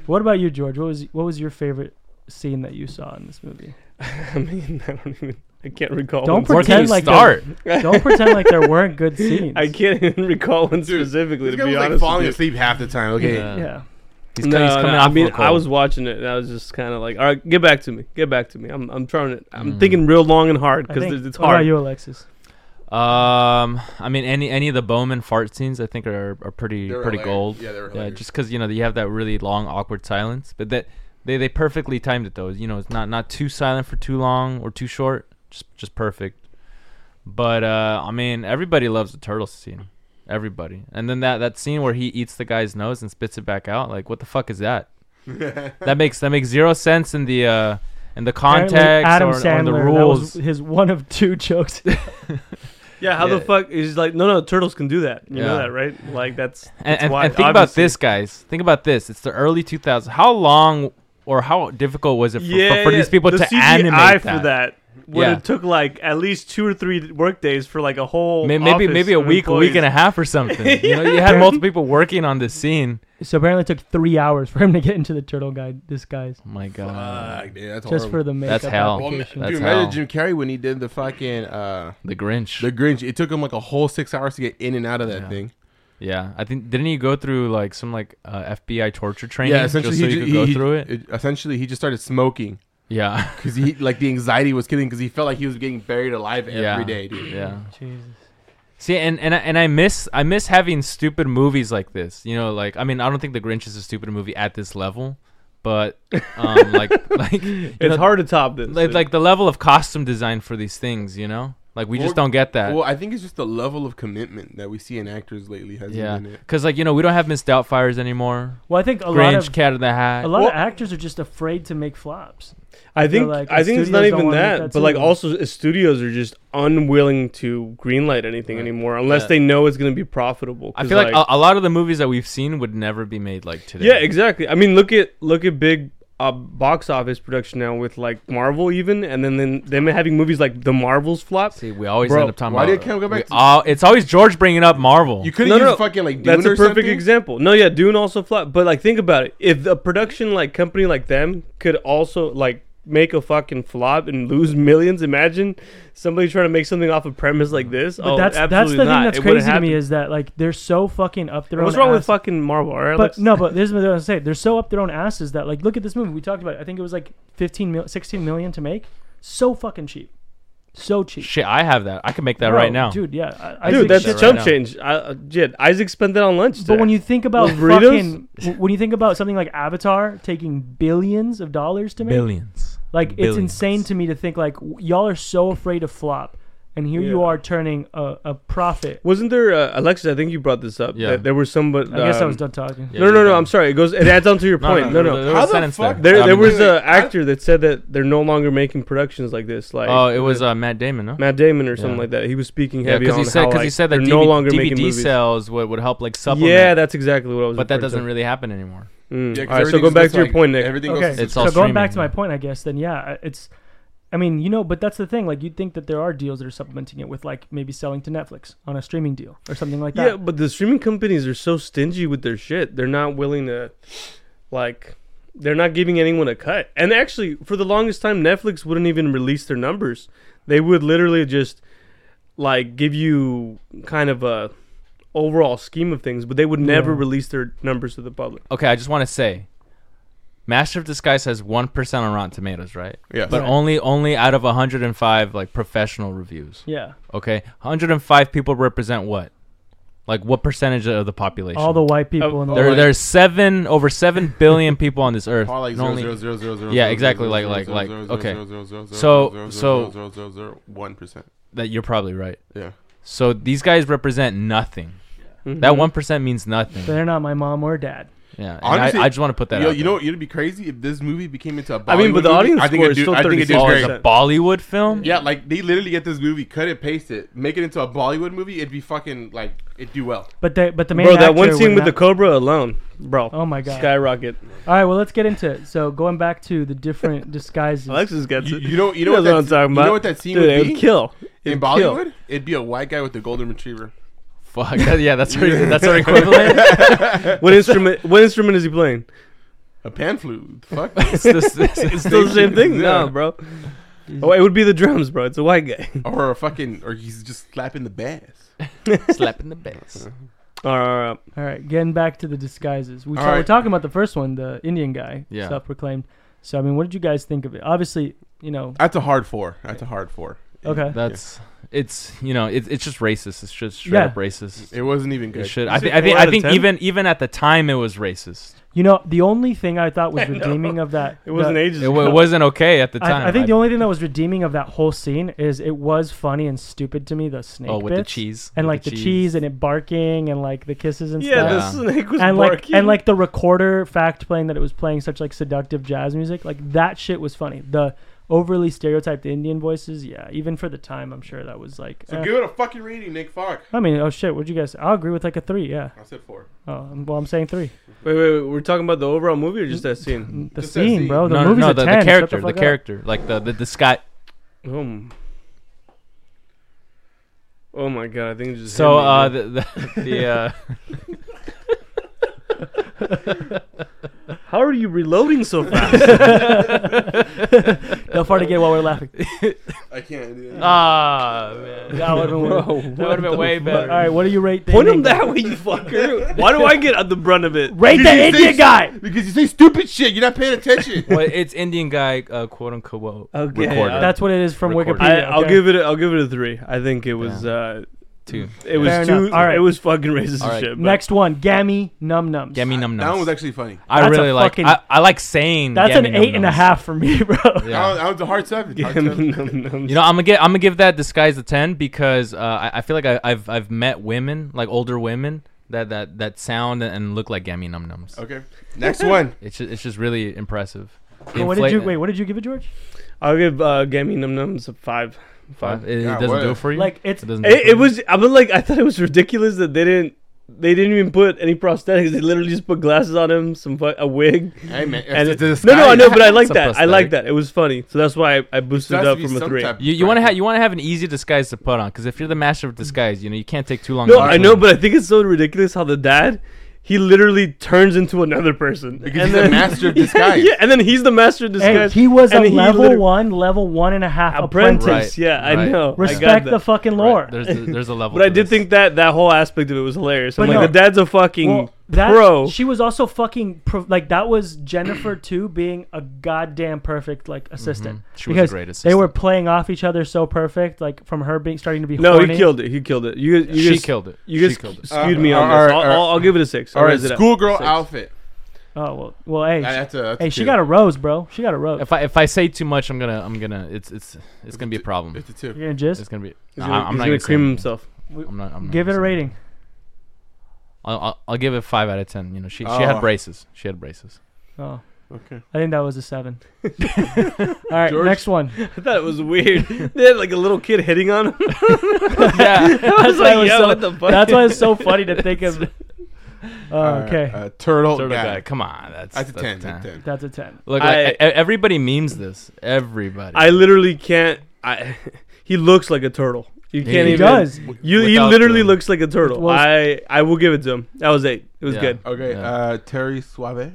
Speaker 1: What about you, George? What was what was your favorite scene that you saw in this movie?
Speaker 4: I mean, I don't even. I can't recall.
Speaker 1: Don't
Speaker 2: Where
Speaker 1: pretend
Speaker 2: can you
Speaker 1: like they're-
Speaker 2: start?
Speaker 1: Don't pretend like there weren't good scenes.
Speaker 4: I can't even recall one
Speaker 3: Dude,
Speaker 4: specifically.
Speaker 3: This guy
Speaker 4: To be
Speaker 3: was
Speaker 4: honest,
Speaker 3: like falling
Speaker 4: with you.
Speaker 3: asleep half the time. Okay.
Speaker 2: Yeah.
Speaker 1: Yeah.
Speaker 2: He's, co- he's coming
Speaker 4: I
Speaker 2: off
Speaker 4: mean,
Speaker 2: of a
Speaker 4: I
Speaker 2: cold.
Speaker 4: was watching it, and I was just kind of like, "All right, get back to me, get back to me." I'm, I'm trying to. I'm
Speaker 2: Mm.
Speaker 4: thinking real long and hard
Speaker 1: I
Speaker 4: because
Speaker 1: think-
Speaker 4: it's
Speaker 1: What about
Speaker 4: hard.
Speaker 1: you, Alexis?
Speaker 2: Um, I mean, any any of the Bowman fart scenes, I think are are pretty
Speaker 3: They were
Speaker 2: pretty
Speaker 3: hilarious.
Speaker 2: gold.
Speaker 3: Yeah, they were
Speaker 2: Yeah,
Speaker 3: hilarious.
Speaker 2: just because you know you have that really long awkward silence, but that they they perfectly timed it though. You know, it's not not too silent for too long or too short. Just just perfect. But uh, I mean, everybody loves the turtle scene. Everybody, and then that that scene where he eats the guy's nose and spits it back out. Like, what the fuck is that? that makes that makes zero sense in the uh in the
Speaker 1: Apparently,
Speaker 2: context
Speaker 1: Adam
Speaker 2: or, or
Speaker 1: Sandler.
Speaker 2: in the
Speaker 1: That
Speaker 2: rules.
Speaker 1: was his one of two jokes.
Speaker 4: Yeah, how the
Speaker 2: Yeah.
Speaker 4: fuck is like? No, no, turtles can do that. You know
Speaker 2: Yeah.
Speaker 4: that, right? Like that's.
Speaker 2: and,
Speaker 4: that's
Speaker 2: and-
Speaker 4: why,
Speaker 2: and think about
Speaker 4: obviously.
Speaker 2: this, guys. Think about this. It's the early 2000s. How long or how difficult was it for,
Speaker 4: Yeah,
Speaker 2: for, for
Speaker 4: yeah.
Speaker 2: these people
Speaker 4: the
Speaker 2: to
Speaker 4: CGI
Speaker 2: animate
Speaker 4: for
Speaker 2: that?
Speaker 4: that. When
Speaker 2: Yeah.
Speaker 4: it took like at least two or three work days for like a whole
Speaker 2: May- Maybe
Speaker 4: office
Speaker 2: maybe a
Speaker 4: of
Speaker 2: week, a week
Speaker 4: employees.
Speaker 2: and a half or something. You know, you had multiple people working on this scene.
Speaker 1: so apparently, it took three hours for him to get into the turtle guy disguise,
Speaker 2: Oh my god,
Speaker 3: Fuck, dude, that's
Speaker 1: just
Speaker 3: horrible.
Speaker 1: for the makeup.
Speaker 2: That's hell.
Speaker 3: Well, ma-
Speaker 1: application.
Speaker 2: That's
Speaker 3: dude,
Speaker 2: hell.
Speaker 3: imagine Jim Carrey when he did the fucking uh,
Speaker 2: the Grinch.
Speaker 3: the Grinch. It took him like a whole six hours to get in and out of that
Speaker 2: Yeah.
Speaker 3: thing.
Speaker 2: yeah, I think didn't he go through like some like uh, FBI torture training?
Speaker 3: yeah, essentially
Speaker 2: just so
Speaker 3: he,
Speaker 2: you
Speaker 3: ju-
Speaker 2: could go
Speaker 3: he-
Speaker 2: through it.
Speaker 3: Essentially, he just started smoking
Speaker 2: Yeah,
Speaker 3: because he like the anxiety was killing because he felt like he was getting buried alive
Speaker 2: yeah,
Speaker 3: every day, dude.
Speaker 2: Yeah,
Speaker 1: Jesus.
Speaker 2: See, and and I- and I miss I miss having stupid movies like this. You know, like I mean, I don't think The Grinch is a stupid movie at this level, but um, like like you
Speaker 4: It's
Speaker 2: know,
Speaker 4: hard to top this.
Speaker 2: Like,
Speaker 4: dude.
Speaker 2: like the level of costume design for these things, you know, like we just
Speaker 3: Well-
Speaker 2: don't get that.
Speaker 3: Well, I think it's just the level of commitment that we see in actors lately hasn't
Speaker 2: yeah,
Speaker 3: been it.
Speaker 2: because like you know we don't have Miss Doubtfires anymore.
Speaker 1: Well, I think a lot
Speaker 2: Grinch,
Speaker 1: of
Speaker 2: Cat in the Hat.
Speaker 1: a lot
Speaker 4: Well-
Speaker 1: of actors are just afraid to make flops.
Speaker 4: I think
Speaker 1: like,
Speaker 4: I
Speaker 1: the
Speaker 4: think
Speaker 1: studios
Speaker 4: it's not
Speaker 1: don't
Speaker 4: even
Speaker 1: wanna make
Speaker 4: that,
Speaker 1: that
Speaker 4: but like
Speaker 1: too.
Speaker 4: also uh, studios are just unwilling to greenlight anything
Speaker 3: Right.
Speaker 4: anymore unless
Speaker 2: Yeah.
Speaker 4: they know it's going to be profitable.
Speaker 2: I
Speaker 4: 'Cause,
Speaker 2: feel like, a, a lot of the movies that we've seen would never be made like today.
Speaker 4: yeah, exactly. I mean, look at look at big uh, box office production now with like Marvel even, and then then them having movies like the Marvels flop.
Speaker 2: See, we always
Speaker 4: Bro,
Speaker 2: end up talking
Speaker 3: why
Speaker 2: about.
Speaker 3: did Cam go back
Speaker 2: we
Speaker 3: to-
Speaker 2: all- it's always George bringing up Marvel.
Speaker 3: You couldn't
Speaker 4: No,
Speaker 3: use
Speaker 4: no,
Speaker 3: fucking like Dune
Speaker 4: That's a
Speaker 3: or
Speaker 4: perfect
Speaker 3: something?
Speaker 4: example. No, yeah, Dune also flop. But like, think about it. If a production like company like them could also like make a fucking flop and lose millions, imagine somebody trying to make something off a premise like this.
Speaker 1: But
Speaker 4: oh,
Speaker 1: that's that's the
Speaker 4: absolutely not.
Speaker 1: thing that's
Speaker 4: It wouldn't
Speaker 1: crazy to me
Speaker 4: happen.
Speaker 1: is that like they're so fucking up their own.
Speaker 4: what's wrong with
Speaker 1: ass-
Speaker 4: fucking Marvel? All right,
Speaker 1: But
Speaker 4: let's,
Speaker 1: no, but this is what I was gonna say. They're so up their own asses that like look at this movie we talked about. It. I think it was like 15 mil, 16 million to make. So fucking cheap. So cheap.
Speaker 2: Shit, I have that. I can make that
Speaker 1: Bro,
Speaker 2: right now.
Speaker 1: dude. Yeah, I,
Speaker 4: dude,
Speaker 1: Isaac
Speaker 4: that's
Speaker 1: shit-
Speaker 2: right
Speaker 4: chump
Speaker 2: now.
Speaker 4: change. I, uh, shit, Isaac spent that on lunch.
Speaker 1: But
Speaker 4: today.
Speaker 1: when you think about
Speaker 4: Those burritos?
Speaker 1: fucking, w- when you think about something like Avatar taking billions of dollars to make,
Speaker 2: Billions.
Speaker 1: like it's
Speaker 2: Billions.
Speaker 1: insane to me to think like w- y'all are so afraid of flop, and here you
Speaker 4: Yeah.
Speaker 1: are turning a, a profit.
Speaker 4: wasn't there uh, Alexis? I think you brought this up.
Speaker 2: Yeah.
Speaker 4: that there was somebody.
Speaker 1: I guess I
Speaker 4: um,
Speaker 1: was done talking.
Speaker 2: Yeah,
Speaker 4: No, no,
Speaker 2: you're
Speaker 4: no.
Speaker 2: done.
Speaker 4: I'm sorry. It goes. It adds on to your point. No, no.
Speaker 2: There
Speaker 3: How
Speaker 2: was a
Speaker 3: the
Speaker 2: sentence
Speaker 3: fuck-
Speaker 2: there.
Speaker 4: There,
Speaker 2: I
Speaker 4: there
Speaker 2: mean-
Speaker 4: was
Speaker 3: wait,
Speaker 4: an
Speaker 3: wait, I-
Speaker 4: actor that said that they're no longer making productions like this. Like,
Speaker 2: Oh, it was uh, Matt Damon, no?
Speaker 4: Matt Damon or something
Speaker 2: Yeah.
Speaker 4: like that. He was speaking
Speaker 2: Yeah,
Speaker 4: heavy
Speaker 2: because he
Speaker 4: on
Speaker 2: said
Speaker 4: how
Speaker 2: because
Speaker 4: like,
Speaker 2: he said that
Speaker 4: they're
Speaker 2: DVD,
Speaker 4: no longer making
Speaker 2: DVD
Speaker 4: movies.
Speaker 2: sales would, would help like supplement.
Speaker 4: Yeah, that's exactly what I was.
Speaker 2: but that
Speaker 4: referring
Speaker 2: doesn't
Speaker 4: to.
Speaker 2: really happen anymore.
Speaker 4: Mm.
Speaker 3: Yeah, 'cause
Speaker 4: all right, so
Speaker 3: everything's
Speaker 4: go back
Speaker 3: just,
Speaker 4: to your
Speaker 3: like,
Speaker 4: point, Nick.
Speaker 3: Everything
Speaker 1: Okay,
Speaker 3: goes
Speaker 1: so
Speaker 3: to
Speaker 2: It's all
Speaker 1: going back
Speaker 2: streaming
Speaker 1: to my
Speaker 2: now.
Speaker 1: point, I guess then yeah, it's. I mean, you know, but that's the thing. Like, you'd think that there are deals that are supplementing it with, like, maybe selling to Netflix on a streaming deal or something like that.
Speaker 4: Yeah, but the streaming companies are so stingy with their shit. They're not willing to, like, they're not giving anyone a cut. And actually, for the longest time, Netflix wouldn't even release their numbers. They would literally just, like, give you kind of a overall scheme of things, but they would never
Speaker 1: Yeah.
Speaker 4: release their numbers to the public.
Speaker 2: Okay, I just want to say, Master of Disguise has one percent on Rotten Tomatoes, right?
Speaker 3: Yes.
Speaker 2: But
Speaker 1: Right.
Speaker 2: only only out of 105 like professional reviews.
Speaker 1: yeah.
Speaker 2: Okay, 105 people represent what? Like what percentage of the population?
Speaker 1: All the white people in the
Speaker 3: Oh,
Speaker 2: there
Speaker 3: like-
Speaker 2: there's seven over seven billion people on this earth.
Speaker 3: Paul like
Speaker 2: and
Speaker 3: zero,
Speaker 2: only-
Speaker 3: zero, zero, zero, zero,
Speaker 2: Yeah,
Speaker 3: zero,
Speaker 2: exactly,
Speaker 3: zero,
Speaker 2: like-
Speaker 3: zero,
Speaker 2: like-
Speaker 3: zero,
Speaker 2: like,
Speaker 3: zero,
Speaker 2: okay.
Speaker 3: zero, zero, zero, zero,
Speaker 2: So-
Speaker 3: zero,
Speaker 2: so-
Speaker 3: zero, zero, zero, one percent.
Speaker 2: that you're probably right.
Speaker 3: Yeah.
Speaker 2: So these guys represent nothing. That
Speaker 1: Mm-hmm.
Speaker 4: Mhm.
Speaker 2: one percent means nothing.
Speaker 1: They're not my mom or dad.
Speaker 2: yeah, and
Speaker 3: Honestly,
Speaker 2: I, I just want to put that.
Speaker 3: Yo,
Speaker 2: out
Speaker 3: you
Speaker 2: there.
Speaker 3: know, it'd be crazy if this movie became into a Bollywood
Speaker 4: I mean, but the
Speaker 3: movie.
Speaker 4: audience
Speaker 3: I think
Speaker 4: score
Speaker 3: it
Speaker 4: is
Speaker 3: do-
Speaker 4: still
Speaker 3: I think it does
Speaker 4: 36%.
Speaker 2: oh,
Speaker 3: very-
Speaker 2: it's a Bollywood film.
Speaker 3: Yeah, like they literally get this movie, cut it, paste it, make it into a Bollywood movie. It'd be fucking like it'd do well.
Speaker 1: But they, but the main
Speaker 4: Bro, that one
Speaker 1: actor
Speaker 4: scene
Speaker 1: would
Speaker 4: with the
Speaker 1: not-
Speaker 4: Cobra alone, bro.
Speaker 1: Oh my god!
Speaker 4: Skyrocket.
Speaker 1: All right, well, let's get into it. So going back to the different disguises.
Speaker 4: Alexis gets
Speaker 3: You,
Speaker 4: it.
Speaker 3: you know, you
Speaker 4: He
Speaker 3: know what
Speaker 4: knows
Speaker 3: that,
Speaker 4: what I'm talking
Speaker 3: You
Speaker 4: about.
Speaker 3: know what that scene
Speaker 4: Dude, it
Speaker 3: would be
Speaker 4: would kill.
Speaker 3: in
Speaker 4: It'd kill.
Speaker 3: Bollywood? It'd be a white guy with a golden retriever.
Speaker 2: Fuck. That, yeah, that's our, that's our equivalent.
Speaker 4: What instrument? What instrument is he playing?
Speaker 3: A pan flute. Fuck.
Speaker 2: It's this- this-
Speaker 4: It's still the same thing,
Speaker 3: Yeah.
Speaker 4: no, bro. Oh, it would be the drums, bro. It's a white guy.
Speaker 3: or a fucking, or he's just slapping the bass.
Speaker 2: slapping the bass.
Speaker 4: All right, all right.
Speaker 1: All right, getting back to the disguises. We
Speaker 3: All
Speaker 1: ta- We're
Speaker 3: right.
Speaker 1: talking about the first one, the Indian guy,
Speaker 2: Yeah.
Speaker 1: self-proclaimed. So I mean, what did you guys think of it? Obviously, you know.
Speaker 3: That's a hard four. That's a hard four.
Speaker 1: Okay.
Speaker 2: That's it's you know it, it's just racist. It's just straight
Speaker 1: Yeah.
Speaker 2: up racist.
Speaker 3: It wasn't even
Speaker 2: It
Speaker 3: good.
Speaker 2: should.
Speaker 4: You
Speaker 2: I
Speaker 4: said
Speaker 2: think. I think.
Speaker 4: four
Speaker 2: I
Speaker 4: out of
Speaker 2: think
Speaker 4: 10?
Speaker 2: even even at the time it was racist.
Speaker 1: You know, the only thing I thought was redeeming of that.
Speaker 4: It wasn't
Speaker 1: that-
Speaker 4: ages.
Speaker 2: It, wa-
Speaker 4: ago.
Speaker 2: it wasn't okay at the time.
Speaker 1: I, I think the only thing that was redeeming of that whole scene is it was funny and stupid to me. The snake
Speaker 2: oh with the
Speaker 1: bits.
Speaker 2: cheese
Speaker 1: and
Speaker 2: with
Speaker 1: like the cheese. and it barking and like the kisses and
Speaker 4: Yeah,
Speaker 1: stuff.
Speaker 4: the
Speaker 2: Yeah.
Speaker 4: snake was
Speaker 1: and like
Speaker 4: barking.
Speaker 1: and like the recorder fact playing that it was playing such like seductive jazz music like that shit was funny the overly stereotyped indian voices yeah even for the time i'm sure that was like
Speaker 3: So
Speaker 1: eh.
Speaker 3: give it a fucking rating, Nick. Fuck.
Speaker 1: i mean oh shit what'd you guys i'll agree with like a three yeah
Speaker 3: I said four.
Speaker 1: oh um, well i'm saying three
Speaker 4: wait, wait, wait. We're talking about the overall movie or just that scene?
Speaker 1: the
Speaker 3: Just that
Speaker 1: scene
Speaker 3: scene.
Speaker 1: bro oh, the
Speaker 2: no, no,
Speaker 1: movie's
Speaker 2: no,
Speaker 1: a
Speaker 2: the,
Speaker 1: 10
Speaker 2: the character,
Speaker 1: Shut
Speaker 2: the,
Speaker 1: fuck up.
Speaker 2: character, like the the disguise.
Speaker 1: Mm-hmm.
Speaker 4: Oh. Oh my god, I think it just hit
Speaker 2: So
Speaker 4: me,
Speaker 2: uh,
Speaker 4: dude.
Speaker 2: the the, the uh,
Speaker 4: how are you reloading so fast?
Speaker 1: they'll fart again while we're laughing
Speaker 3: I can't. do that.
Speaker 2: ah man, that would have been
Speaker 4: Whoa,
Speaker 2: that
Speaker 4: what
Speaker 2: would have been
Speaker 4: the
Speaker 2: way
Speaker 4: fuck?
Speaker 1: all
Speaker 2: better.
Speaker 1: right what do you rate the
Speaker 4: Point him
Speaker 1: Indian guy?
Speaker 4: that way, you fucker. Why do I get the brunt of it?
Speaker 1: rate
Speaker 3: Because
Speaker 1: the
Speaker 3: you say
Speaker 1: indian
Speaker 3: stu-
Speaker 1: guy
Speaker 3: Because you say stupid shit. You're not paying attention.
Speaker 2: Well, it's Indian guy, uh, quote unquote.
Speaker 4: Okay,
Speaker 2: Recorder.
Speaker 4: I-
Speaker 1: uh, that's what it is from
Speaker 2: Recorded.
Speaker 1: wikipedia
Speaker 4: I, I'll
Speaker 1: okay?
Speaker 4: give it. A, I'll give it a three. I think it was. Uh,
Speaker 2: too.
Speaker 4: It was
Speaker 1: Fair
Speaker 4: too.
Speaker 1: enough. All right.
Speaker 4: It was fucking racist
Speaker 2: All
Speaker 4: and
Speaker 2: right.
Speaker 4: shit. but-
Speaker 1: Next one, Gammy Num Nums.
Speaker 2: Gammy num
Speaker 3: That one was
Speaker 2: nums.
Speaker 3: actually funny.
Speaker 2: I
Speaker 1: That's a
Speaker 2: really like.
Speaker 1: fucking-
Speaker 2: I, I like saying.
Speaker 1: That's
Speaker 2: Gammy
Speaker 1: an eight and a
Speaker 2: num-nums.
Speaker 1: half for me, bro.
Speaker 3: That,
Speaker 2: Yeah.
Speaker 3: one- that was a hard seven.
Speaker 4: Yeah,
Speaker 3: Hard seven.
Speaker 4: num- num-
Speaker 2: You know, I'm gonna get. I'm gonna give that disguise a ten because uh, I, I feel like I, I've I've met women like older women that that that sound and look like gammy num nums.
Speaker 3: Okay. Next one.
Speaker 2: It's just, it's just really impressive. The
Speaker 1: what did
Speaker 2: inflate-
Speaker 1: you wait? What did you give it, George?
Speaker 4: I'll give uh, Gammy Num Nums a five.
Speaker 2: Five. It, it
Speaker 3: Yeah,
Speaker 2: doesn't
Speaker 3: what?
Speaker 2: do it for you.
Speaker 1: Like it's
Speaker 2: doesn't. do
Speaker 4: It,
Speaker 2: for
Speaker 4: it
Speaker 2: you?
Speaker 4: was. I mean, like I thought it was ridiculous that they didn't. They didn't even put any prosthetics. They literally just put glasses on him, some fu- a wig.
Speaker 3: Hey man.
Speaker 4: And
Speaker 3: it's
Speaker 4: it-
Speaker 3: a
Speaker 4: No, no, I
Speaker 3: disguise.
Speaker 4: know, but I like
Speaker 2: Some
Speaker 4: that. I like
Speaker 2: prosthetic.
Speaker 4: that. It was funny, so that's why I, I boosted
Speaker 3: There
Speaker 4: it
Speaker 3: has
Speaker 4: up
Speaker 3: to be
Speaker 4: from a
Speaker 3: some
Speaker 4: three.
Speaker 3: type of
Speaker 2: You, you want to
Speaker 3: practice.
Speaker 2: have you want to have an easy disguise to put on because if you're the master of disguise, you know you can't take too long.
Speaker 4: Mm. No,
Speaker 2: in
Speaker 4: I know,
Speaker 2: between.
Speaker 4: but I think it's so ridiculous how the dad, he literally turns into another person
Speaker 3: Because he's the master of
Speaker 4: Yeah,
Speaker 3: disguise.
Speaker 4: yeah, and then he's the master of
Speaker 1: hey,
Speaker 4: disguise.
Speaker 1: he was a
Speaker 4: and he
Speaker 1: level
Speaker 4: literally-
Speaker 1: one, level one and a half apprentice.
Speaker 4: apprentice. yeah, I
Speaker 2: right.
Speaker 4: know. I got
Speaker 1: Respect
Speaker 4: that.
Speaker 1: the fucking
Speaker 2: Right,
Speaker 1: lore.
Speaker 2: There's a, there's a level.
Speaker 4: But I
Speaker 2: to
Speaker 4: did
Speaker 2: this.
Speaker 4: think that that whole aspect of it was hilarious. I'm
Speaker 1: But
Speaker 4: like,
Speaker 1: no.
Speaker 4: the dad's a fucking
Speaker 1: Well, that,
Speaker 4: pro.
Speaker 1: She was also fucking pro- like that was Jennifer too being a goddamn perfect like assistant.
Speaker 2: She was
Speaker 1: Because
Speaker 2: a great
Speaker 1: They
Speaker 2: assistant.
Speaker 1: were playing off each other so perfect, like from her being starting to be
Speaker 4: no,
Speaker 1: horny.
Speaker 4: he killed it. He killed it. You, you
Speaker 2: She
Speaker 4: guys,
Speaker 2: killed it.
Speaker 4: You
Speaker 2: she
Speaker 4: guys
Speaker 2: killed it.
Speaker 4: skewed
Speaker 3: Uh,
Speaker 4: me on
Speaker 3: all right,
Speaker 4: this. I'll,
Speaker 3: all right.
Speaker 4: I'll, I'll give it a six. I'll
Speaker 3: All right,
Speaker 4: raise it up.
Speaker 3: schoolgirl
Speaker 4: Six.
Speaker 3: outfit.
Speaker 1: Oh well, well hey,
Speaker 3: That-
Speaker 1: she-
Speaker 3: That's a. That's
Speaker 1: hey,
Speaker 3: a
Speaker 1: she
Speaker 3: two.
Speaker 1: got a rose, bro. She got a rose.
Speaker 2: If I if I say too much, I'm gonna I'm gonna it's it's it's gonna be a problem.
Speaker 3: It's a two.
Speaker 1: You're gonna jizz.
Speaker 2: It's gonna be.
Speaker 4: He's
Speaker 2: Nah,
Speaker 4: gonna,
Speaker 2: I'm
Speaker 4: he's
Speaker 2: not
Speaker 4: gonna
Speaker 2: say
Speaker 4: cream
Speaker 2: anything.
Speaker 4: himself.
Speaker 2: I'm not. I'm not
Speaker 1: Give it
Speaker 2: gonna
Speaker 1: a
Speaker 2: say
Speaker 1: rating.
Speaker 2: I'll, I'll I'll give it five out of ten. You know, she she
Speaker 3: Oh.
Speaker 2: had braces. She had braces.
Speaker 1: Oh,
Speaker 3: Okay.
Speaker 1: I think that was a seven. All right,
Speaker 3: George?
Speaker 1: next one.
Speaker 4: I thought it was weird. they had like a little kid hitting on him.
Speaker 2: yeah.
Speaker 4: I was
Speaker 1: why it
Speaker 4: like,
Speaker 1: was
Speaker 4: yo,
Speaker 1: so-
Speaker 4: what the fuck?
Speaker 1: That's why it's so funny to think of. Uh, okay,
Speaker 3: Uh, turtle,
Speaker 2: Turtle
Speaker 3: guy.
Speaker 2: guy. Come on, that's
Speaker 3: That's a ten.
Speaker 2: ten.
Speaker 3: That's a ten.
Speaker 1: that's a ten.
Speaker 2: Look,
Speaker 4: I-
Speaker 2: like, e- everybody memes this. Everybody.
Speaker 4: I literally can't. I he looks like a turtle. You
Speaker 2: He
Speaker 4: can't
Speaker 1: He
Speaker 4: even.
Speaker 1: does.
Speaker 4: You he
Speaker 2: Without
Speaker 4: literally
Speaker 2: the-
Speaker 4: looks like a turtle.
Speaker 1: Well-
Speaker 4: I I will give it to him. That was eight. It was
Speaker 2: Yeah.
Speaker 4: good.
Speaker 3: Okay.
Speaker 2: Yeah.
Speaker 3: Uh, Terry Suave.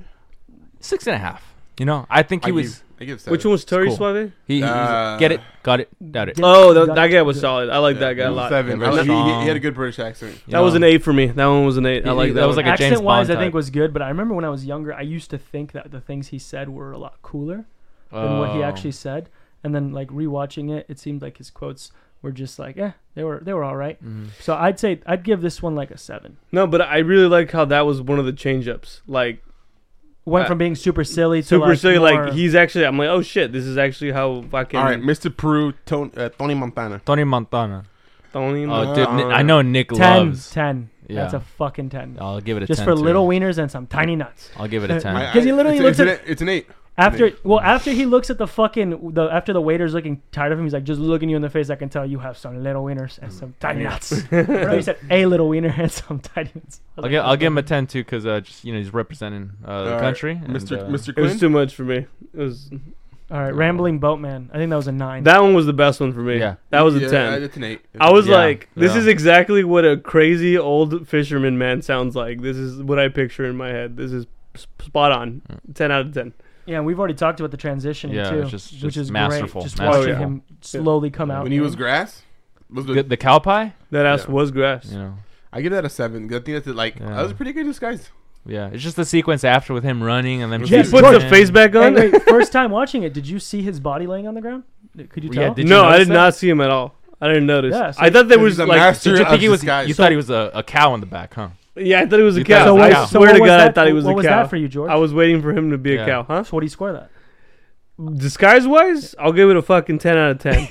Speaker 2: six and a half. You know, I think he
Speaker 3: I give-
Speaker 2: was.
Speaker 3: I give seven.
Speaker 4: Which one was Terry
Speaker 2: cool.
Speaker 4: Suave?
Speaker 2: He, he was-
Speaker 3: Uh,
Speaker 2: get it, got it, got it.
Speaker 1: Get-
Speaker 4: Oh,
Speaker 1: Got-
Speaker 4: that, that guy was
Speaker 1: good.
Speaker 4: solid. I like
Speaker 3: Yeah,
Speaker 4: that guy a
Speaker 3: it was
Speaker 4: lot.
Speaker 3: Seven.
Speaker 2: Yeah,
Speaker 3: I
Speaker 2: very
Speaker 3: like- he, he-
Speaker 2: strong.
Speaker 3: he had a good British accent.
Speaker 2: You
Speaker 4: That
Speaker 2: know,
Speaker 4: was an eight for me. That one was an eight. I
Speaker 2: He-
Speaker 4: like
Speaker 2: he-
Speaker 4: that.
Speaker 2: that was
Speaker 4: was like
Speaker 2: like a James
Speaker 1: Accent wise,
Speaker 2: Bond
Speaker 1: I think
Speaker 2: type.
Speaker 1: was good, but I remember when I was younger, I used to think that the things he said were a lot cooler than what he
Speaker 2: Oh.
Speaker 1: actually said. And then like rewatching it, it seemed like his quotes were just like, eh, they were they were all right.
Speaker 2: Mhm.
Speaker 1: So I'd say I'd give this one like a seven.
Speaker 4: no, but I really like how that was one of the change ups. Like
Speaker 1: Went
Speaker 4: Uh,
Speaker 1: from being super silly to
Speaker 4: super
Speaker 1: like,
Speaker 4: silly.
Speaker 1: more-
Speaker 4: Like he's actually. I'm like, oh shit, this is actually how fucking.
Speaker 3: All right, Mr. Peru, Tony, uh, Tony Montana.
Speaker 2: Tony Montana.
Speaker 4: Tony
Speaker 3: Uh,
Speaker 2: Oh, dude, Ni-
Speaker 4: Montana.
Speaker 2: I know Nick
Speaker 1: 10,
Speaker 2: loves.
Speaker 1: 10. That's
Speaker 2: Yeah.
Speaker 1: a fucking ten.
Speaker 2: I'll give it a
Speaker 1: just
Speaker 2: 10
Speaker 1: for
Speaker 2: too.
Speaker 1: little wieners and some tiny nuts.
Speaker 2: I'll give it a ten.
Speaker 3: My-
Speaker 1: 'Cause he
Speaker 3: I-
Speaker 1: literally
Speaker 3: it's,
Speaker 1: looks
Speaker 3: it's
Speaker 1: at-
Speaker 3: An, it's an eight.
Speaker 1: After well, after he looks at the fucking the after the waiter's looking tired of him, he's like, just looking you in the face, I can tell you have some little wieners and some
Speaker 2: Mm.
Speaker 1: tiny nuts. Bro, he said a little wiener and some tiny nuts. I
Speaker 2: I'll,
Speaker 1: was
Speaker 2: give,
Speaker 1: like,
Speaker 2: I'll give him a 10 too because uh, just you know he's representing uh, the
Speaker 3: All right,
Speaker 2: country. and,
Speaker 3: Mr.
Speaker 2: uh,
Speaker 3: Mr.
Speaker 4: It was
Speaker 3: Quinn.
Speaker 4: too much for me. It was
Speaker 1: All right, rambling boatman. I think that was a nine.
Speaker 4: that one was the best one for me.
Speaker 2: Yeah.
Speaker 4: that was a
Speaker 3: Yeah,
Speaker 4: ten.
Speaker 3: It's an eight.
Speaker 4: I was
Speaker 2: Yeah,
Speaker 4: like, this
Speaker 2: yeah.
Speaker 4: is exactly what a crazy old fisherman man sounds like. This is what I picture in my head. This is s- spot on.
Speaker 3: Mm.
Speaker 4: 10 out of 10.
Speaker 1: yeah, and we've already talked about the transitioning
Speaker 2: Yeah,
Speaker 1: too,
Speaker 2: it's just-
Speaker 1: which
Speaker 2: just
Speaker 1: is
Speaker 2: masterful,
Speaker 1: great. Just
Speaker 2: masterful.
Speaker 4: Oh,
Speaker 1: watching him slowly come out.
Speaker 3: when he
Speaker 1: man.
Speaker 3: was grass. Was
Speaker 2: The,
Speaker 3: good.
Speaker 2: the cow pie,
Speaker 4: That ass
Speaker 3: Yeah.
Speaker 4: was grass.
Speaker 2: you know,
Speaker 3: I give that a seven. 'cause I think that's it, like
Speaker 2: Yeah.
Speaker 3: that was a pretty good disguise.
Speaker 2: yeah. It's just the sequence after with him running and then
Speaker 3: He
Speaker 4: He
Speaker 1: Yes,
Speaker 4: puts
Speaker 1: George.
Speaker 4: the face back
Speaker 1: Hey,
Speaker 4: on.
Speaker 1: wait, first time watching it, did you see his body laying on the ground? Could you
Speaker 2: Yeah,
Speaker 1: tell?
Speaker 2: did you
Speaker 4: no, I
Speaker 2: notice
Speaker 4: did
Speaker 2: that?
Speaker 4: not see him at all. I didn't notice.
Speaker 1: Yeah, so-
Speaker 4: I thought there
Speaker 3: This
Speaker 4: was
Speaker 3: is a
Speaker 4: like,
Speaker 3: master-
Speaker 2: Did you
Speaker 3: of
Speaker 2: think he was?
Speaker 3: disguise.
Speaker 2: You thought he was a, a cow in the back, huh?
Speaker 4: yeah, I thought it was a
Speaker 2: You thought
Speaker 4: cow.
Speaker 2: it was a
Speaker 4: I
Speaker 2: cow.
Speaker 1: so
Speaker 4: swear
Speaker 1: what
Speaker 4: to
Speaker 1: was
Speaker 4: God, I
Speaker 1: that-
Speaker 4: thought it was
Speaker 1: what
Speaker 4: a
Speaker 1: was
Speaker 4: cow.
Speaker 1: that for you, George?
Speaker 4: I was waiting for him to be a
Speaker 2: Yeah.
Speaker 4: cow, huh?
Speaker 1: So what do you score that?
Speaker 4: Disguise wise, I'll give it a fucking ten out of ten.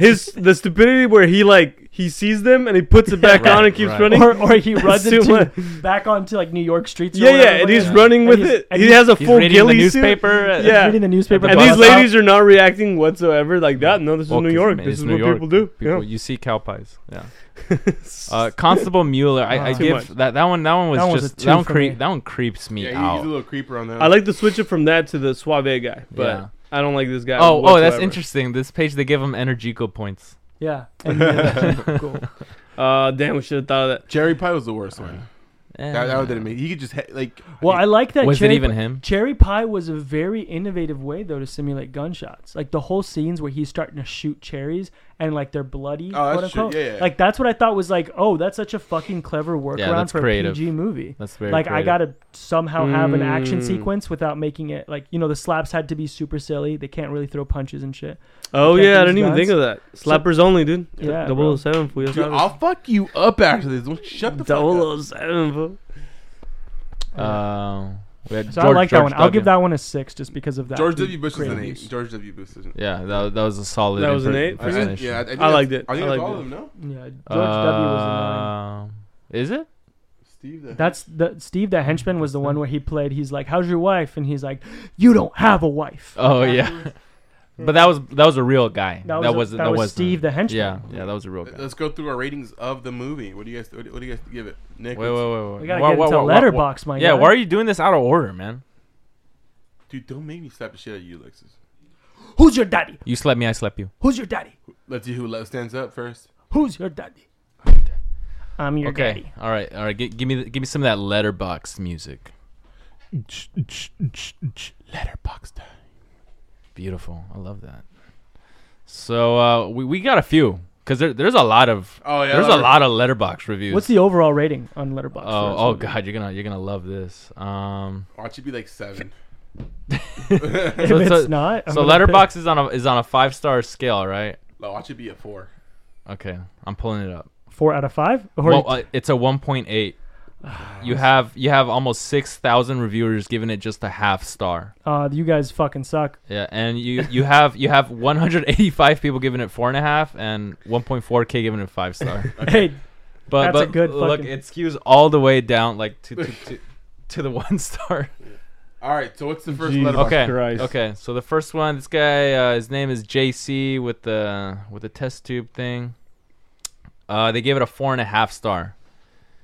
Speaker 4: His the stupidity where he like he sees them and he puts it back
Speaker 2: Right,
Speaker 4: on and keeps
Speaker 2: right.
Speaker 4: running.
Speaker 1: Or, or he runs
Speaker 4: too
Speaker 1: into,
Speaker 4: much.
Speaker 1: back onto like New York streets. or
Speaker 4: Yeah, yeah,
Speaker 1: whatever,
Speaker 4: and
Speaker 1: like
Speaker 4: he's
Speaker 1: that.
Speaker 4: running
Speaker 1: And
Speaker 4: with
Speaker 1: he's-
Speaker 4: it.
Speaker 1: and
Speaker 4: he
Speaker 1: he's-
Speaker 4: has a
Speaker 2: He's
Speaker 4: full
Speaker 2: reading the
Speaker 4: ghillie suit.
Speaker 2: newspaper. uh,
Speaker 4: Yeah.
Speaker 1: reading the newspaper.
Speaker 4: And
Speaker 2: Bus
Speaker 4: these
Speaker 2: stop.
Speaker 4: ladies are not reacting whatsoever. Like that. No, this
Speaker 2: Well,
Speaker 4: is New
Speaker 2: 'cause,
Speaker 4: York.
Speaker 2: man,
Speaker 4: This
Speaker 2: it's
Speaker 4: is
Speaker 2: New
Speaker 4: what
Speaker 2: York.
Speaker 4: people do.
Speaker 2: People-
Speaker 4: yeah.
Speaker 2: You see cow pies. Yeah. Uh, Constable Mueller, I, I
Speaker 1: Too
Speaker 2: give
Speaker 4: much.
Speaker 2: that, that one. That one was
Speaker 1: That one's a
Speaker 2: just
Speaker 1: two
Speaker 2: that one.
Speaker 1: for
Speaker 2: Cre-
Speaker 1: me.
Speaker 2: that one creeps me
Speaker 3: Yeah, he- he's a
Speaker 2: out.
Speaker 3: little creeper on that.
Speaker 4: I like to switch it from that to the suave guy, but
Speaker 2: Yeah.
Speaker 4: I don't like this guy.
Speaker 2: Oh, oh, that's
Speaker 4: whatsoever.
Speaker 2: interesting. This page they give him energico points.
Speaker 1: Yeah. And he did. cool.
Speaker 4: Uh, damn, we should have thought of that.
Speaker 3: Jerry Pie was the worst one.
Speaker 2: Eh.
Speaker 3: That, that one didn't make. He could just he- like.
Speaker 1: Well, I like that.
Speaker 2: was it
Speaker 1: cherry
Speaker 2: even
Speaker 1: pi-
Speaker 2: him?
Speaker 1: Cherry pie was a very innovative way though to simulate gunshots. Like the whole scenes where he's starting to shoot cherries and like they're bloody,
Speaker 3: Oh, that's
Speaker 1: quote
Speaker 3: true.
Speaker 1: unquote.
Speaker 3: Yeah, yeah.
Speaker 1: Like that's what I thought was like, oh, that's such a fucking clever workaround
Speaker 2: that's
Speaker 1: for
Speaker 2: creative.
Speaker 1: a PG movie.
Speaker 2: That's very
Speaker 1: like I
Speaker 2: creative.
Speaker 1: gotta somehow have an action
Speaker 4: Mm.
Speaker 1: sequence without making it like you know the slaps had to be super silly. They can't really throw punches and shit.
Speaker 4: Oh
Speaker 1: Protect
Speaker 4: yeah, I
Speaker 1: these
Speaker 4: didn't even
Speaker 1: guys.
Speaker 4: think of that. Slappers only, dude.
Speaker 1: Yeah,
Speaker 4: Double O seven for
Speaker 3: Dude, I'll fuck you up after this. Don't shut the
Speaker 4: Double
Speaker 3: fuck up.
Speaker 4: O seven fool.
Speaker 2: Um, we had
Speaker 1: So
Speaker 2: George-
Speaker 1: I like that
Speaker 2: George
Speaker 1: one. I'll give
Speaker 2: W.
Speaker 1: that one a six just because of that.
Speaker 3: George
Speaker 1: the
Speaker 3: W. Bush is an
Speaker 1: creative
Speaker 3: eight.
Speaker 1: use.
Speaker 3: George W. Bush is an eight.
Speaker 2: Yeah, that, that was a solid.
Speaker 4: That was an
Speaker 2: imper-
Speaker 4: eight?
Speaker 3: I
Speaker 2: impersonation.
Speaker 3: think- Yeah, I, think
Speaker 4: I liked
Speaker 3: that's-
Speaker 4: it.
Speaker 3: I think
Speaker 4: I
Speaker 3: that's
Speaker 4: liked
Speaker 3: all
Speaker 4: it.
Speaker 3: of them. No,
Speaker 1: Yeah, George W was a nine.
Speaker 2: Um, Is it?
Speaker 3: Steve. The
Speaker 1: That's the Steve the henchman was the one where he played. He's like, "How's your wife?" And he's like, "You don't have a wife."
Speaker 2: Oh yeah, but that was that was a real guy. That,
Speaker 1: a-
Speaker 2: was
Speaker 1: that, was Steve the henchman.
Speaker 2: Yeah, yeah, that was a real guy.
Speaker 3: Let's go through our ratings of the movie. What do you guys? What do, what do you guys give it? Nick,
Speaker 2: Wait, wait,
Speaker 3: let's-
Speaker 2: wait, wait.
Speaker 1: We gotta
Speaker 2: Wha-
Speaker 1: get
Speaker 2: wha-
Speaker 1: into
Speaker 2: wha- wha-
Speaker 1: letterbox, my
Speaker 2: Yeah,
Speaker 1: guy.
Speaker 2: why are you doing this out of order, man?
Speaker 3: dude, don't make me slap the shit out of you, Lexus.
Speaker 1: Who's your daddy?
Speaker 2: You slept me, I slept you.
Speaker 1: Who's your daddy?
Speaker 3: Let's see who le- stands up first.
Speaker 1: Who's your daddy? I'm your
Speaker 2: okay,
Speaker 1: daddy.
Speaker 2: all right, all right. G- give me, the, give me some of that letterbox music.
Speaker 3: Letterbox time.
Speaker 2: Beautiful, I love that. So uh, we we got a few because there, there's a lot of
Speaker 3: Oh yeah,
Speaker 2: there's a
Speaker 3: letter-
Speaker 2: lot of letterbox reviews.
Speaker 1: What's the overall rating on Letterboxd?
Speaker 2: Oh,
Speaker 1: for
Speaker 2: oh
Speaker 1: this
Speaker 2: god, you're gonna you're gonna love this. Um,
Speaker 3: Or it should be like seven.
Speaker 1: movie?
Speaker 2: So-
Speaker 1: If
Speaker 2: so-
Speaker 1: it's not, I'm
Speaker 2: so
Speaker 1: gonna
Speaker 2: letterbox is on a is on a five star scale, right?
Speaker 3: No, it should be a four.
Speaker 2: Okay, I'm pulling it up.
Speaker 1: pick four out of five. Or
Speaker 2: Well, uh, it's a 1.8. You have you have almost six thousand reviewers giving it just a half star.
Speaker 1: uh, you guys fucking suck.
Speaker 2: Yeah, and you you have you have 185 people giving it four and a half, and 1.4k giving it five star.
Speaker 1: Hey,
Speaker 2: But
Speaker 1: That's a
Speaker 2: but
Speaker 1: good
Speaker 2: look,
Speaker 1: fucking-
Speaker 2: it skews all the way down like to to, to, to the one star.
Speaker 3: All right, so what's the first
Speaker 4: Jeez.
Speaker 3: letterbox?
Speaker 2: Okay,
Speaker 4: Christ.
Speaker 2: okay. So the first one, this guy, uh, his name is JC with the with the test tube thing. Uh, they gave it a four and a half star.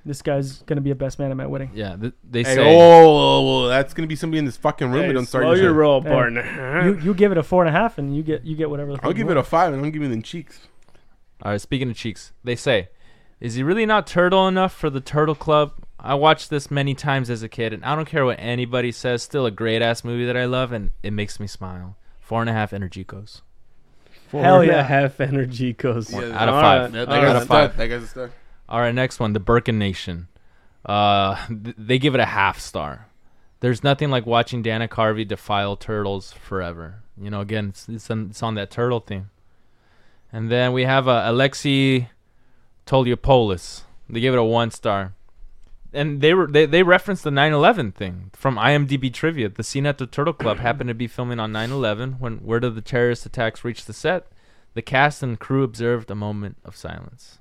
Speaker 1: this guy's gonna be a best man at my wedding.
Speaker 2: Yeah, th- they
Speaker 3: Hey,
Speaker 2: say.
Speaker 3: oh, oh, oh, that's gonna be somebody in this fucking room.
Speaker 4: Hey,
Speaker 3: and don't start
Speaker 4: slow
Speaker 3: your
Speaker 4: your
Speaker 3: shit.
Speaker 4: roll,
Speaker 1: Hey,
Speaker 4: partner.
Speaker 1: You you give it a four and a half, and you get you get whatever. The
Speaker 3: I'll give it a five, and I'm giving them cheeks.
Speaker 2: All right, speaking of cheeks, they say, is he really not turtle enough for the Turtle Club? I watched this many times as a kid, and I don't care what anybody says. Still a great ass movie that I love, and it makes me smile. Four and a half energy goes.
Speaker 4: Four
Speaker 1: Hell
Speaker 4: and a
Speaker 1: yeah.
Speaker 4: half energy goes.
Speaker 3: Yeah,
Speaker 2: Out of
Speaker 4: All
Speaker 2: five.
Speaker 4: right,
Speaker 3: That, that
Speaker 4: all
Speaker 2: got a
Speaker 3: guy's a
Speaker 4: right.
Speaker 2: five.
Speaker 3: stud. That guy's a stud.
Speaker 2: All right, next one, the Birkin Nation. Uh, th- they give it a half star. There's nothing like watching Dana Carvey defile turtles forever. You know, again, it's it's on, it's on that turtle theme. And then we have uh, Alexei Toliopoulos. They gave it a one star. And they were they, they referenced the 9/11 thing from IMDb trivia. The scene at the Turtle Club happened to be filming on 9/11 when word of the terrorist attacks reached the set. The cast and crew observed a moment of silence.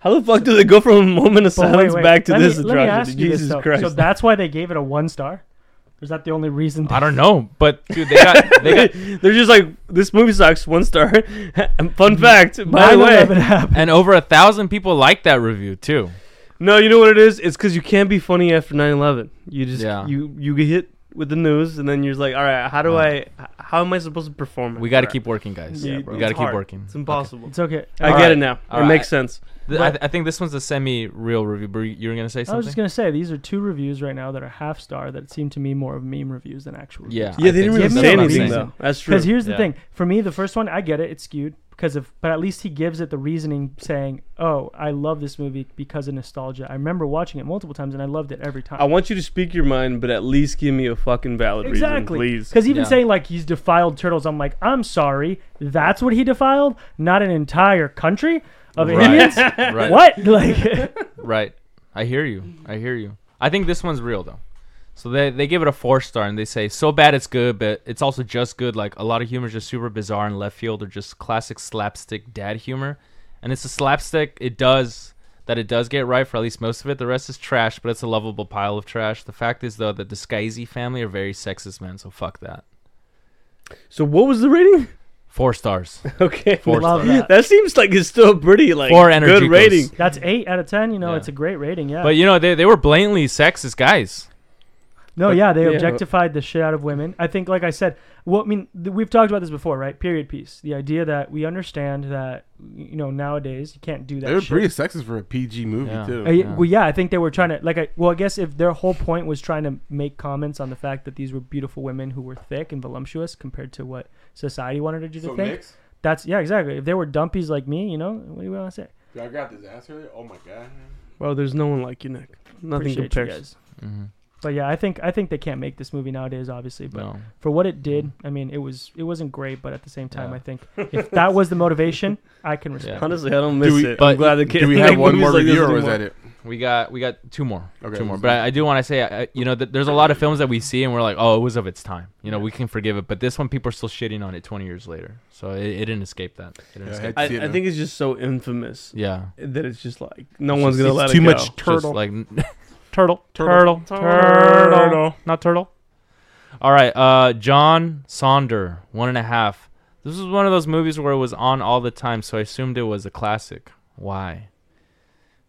Speaker 4: How the fuck do they go from a moment of
Speaker 1: But wait,
Speaker 4: silence
Speaker 1: wait,
Speaker 4: back to
Speaker 1: let
Speaker 4: this
Speaker 1: Me, let me ask
Speaker 4: atrocity?
Speaker 1: you this,
Speaker 4: Jesus
Speaker 1: though.
Speaker 4: Christ!
Speaker 1: So that's why they gave it a one star. Is that the only reason?
Speaker 2: I don't know, but dude, they got they got
Speaker 4: They're just like this movie sucks. One star. Fun fact, by the
Speaker 1: 9/11
Speaker 4: way.
Speaker 1: happened.
Speaker 2: and over a thousand people liked that review too.
Speaker 4: No, you know what it is? It's because you can't be funny after 9/11. You just
Speaker 2: Yeah.
Speaker 4: you you get hit with the news, and then you're just like, all right, how do
Speaker 2: Yeah.
Speaker 4: I? h- How am I supposed to perform?
Speaker 2: We
Speaker 4: after
Speaker 2: got to
Speaker 4: that?"
Speaker 2: keep working, guys.
Speaker 1: Yeah,
Speaker 2: we
Speaker 1: bro.
Speaker 2: got to
Speaker 4: It's
Speaker 2: keep
Speaker 4: hard.
Speaker 2: working.
Speaker 4: It's impossible.
Speaker 1: It's okay.
Speaker 4: I
Speaker 2: All
Speaker 4: get
Speaker 2: right.
Speaker 4: it now.
Speaker 2: All
Speaker 4: it
Speaker 2: right.
Speaker 4: makes sense.
Speaker 2: Okay. Th- I, th- I think this one's a semi-real review. But you were gonna say
Speaker 1: I was just
Speaker 2: something?
Speaker 1: gonna say these are two reviews right now that are half star that seem to me more of meme reviews than actual. Reviews.
Speaker 2: Yeah. I
Speaker 4: Yeah, they didn't
Speaker 1: so.
Speaker 2: think
Speaker 4: really say
Speaker 1: Give me a
Speaker 4: anything
Speaker 1: reason.
Speaker 4: though. That's true.
Speaker 1: Because here's the
Speaker 2: Yeah.
Speaker 1: thing. For me, the first one, I get it. It's skewed because of, but at least he gives it the reasoning saying, "Oh, I love this movie because of nostalgia. I remember watching it multiple times and I loved it every time."
Speaker 4: I want you to speak your mind, but at least give me a fucking valid
Speaker 1: exactly.
Speaker 4: reason, please.
Speaker 1: Because even
Speaker 2: Yeah.
Speaker 1: saying like he's defiled turtles, I'm like, I'm sorry, that's what he defiled, not an entire country of
Speaker 2: Right.
Speaker 1: Indians.
Speaker 2: Right,
Speaker 1: What? Like,
Speaker 2: right. I hear you. I hear you. I think this one's real though. So they they give it a four star and they say so bad it's good, but it's also just good. Like a lot of humor is just super bizarre and left field or just classic slapstick dad humor, and it's a slapstick. It does that it does get right for at least most of it. The rest is trash, but it's a lovable pile of trash. The fact is though that the Skyzy family are very sexist men, so fuck that.
Speaker 4: So what was the rating?
Speaker 2: Four stars.
Speaker 4: Okay.
Speaker 2: Four
Speaker 1: Love
Speaker 2: stars.
Speaker 1: that.
Speaker 4: That seems like it's still pretty like
Speaker 2: Four energy
Speaker 4: good rating.
Speaker 1: that's eight out of ten. You know,
Speaker 2: Yeah.
Speaker 1: it's a great rating. Yeah.
Speaker 2: But you know they they were blatantly sexist guys.
Speaker 1: No,
Speaker 4: But-
Speaker 1: yeah, they
Speaker 4: yeah.
Speaker 1: objectified the shit out of women. I think, like I said, well, I mean, th- we've talked about this before, right? Period piece. The idea that we understand that, you know, nowadays you can't do that.
Speaker 3: They were
Speaker 1: shit.
Speaker 3: pretty sexist for a PG movie
Speaker 2: Yeah.
Speaker 1: Uh,
Speaker 3: too.
Speaker 1: yeah,
Speaker 2: yeah.
Speaker 1: Well, yeah, I think they were trying to, like, I, well, I guess if their whole point was trying to make comments on the fact that these were beautiful women who were thick and voluptuous compared to what society wanted you to
Speaker 3: So
Speaker 1: think,
Speaker 3: Nick's
Speaker 1: That's yeah, exactly. If they were dumpies like me, you know, what do you want to say?
Speaker 3: Dude, I grabbed his ass earlier. Oh my god.
Speaker 4: Bro, there's no one like you, Nick. Nothing
Speaker 1: Appreciate you
Speaker 4: compares.
Speaker 1: guys.
Speaker 2: Mm-hmm.
Speaker 1: But yeah, I think I think they can't make this movie nowadays, obviously. But
Speaker 2: No.
Speaker 1: for what it did, I mean, it was it wasn't great, but at the same time,
Speaker 2: Yeah.
Speaker 1: I think if that was the motivation, I can respect. it.
Speaker 4: Honestly, I don't
Speaker 3: Do
Speaker 4: miss
Speaker 3: we-
Speaker 4: it.
Speaker 2: but
Speaker 4: I'm glad the kid.
Speaker 3: Do we
Speaker 4: make
Speaker 3: have one
Speaker 4: movies
Speaker 3: more
Speaker 4: like this
Speaker 3: review, or was
Speaker 4: anymore.
Speaker 3: that it?
Speaker 2: We got we got two more,
Speaker 3: Okay,
Speaker 2: two more.
Speaker 3: who's
Speaker 2: But
Speaker 3: that?
Speaker 2: I, I do want to say, I, I- you know, that there's a lot of films that we see and we're like, oh, it was of its time. You know, we can forgive it. But this one, people are still shitting on it 20 years later. So it, it didn't escape that. It didn't
Speaker 3: Yeah,
Speaker 2: escape.
Speaker 3: I
Speaker 4: I,
Speaker 3: see it
Speaker 4: I
Speaker 3: now.
Speaker 4: think it's just so infamous
Speaker 2: yeah.
Speaker 4: that it's just like no one's gonna
Speaker 2: It's
Speaker 4: let
Speaker 2: too
Speaker 4: it
Speaker 2: much
Speaker 4: go.
Speaker 2: turtle. like turtle,
Speaker 3: Turtle.
Speaker 2: turtle, turtle, not turtle. All right, uh, John Sonder, one and a half. This was one of those movies where it was on all the time, so I assumed it was a classic. Why?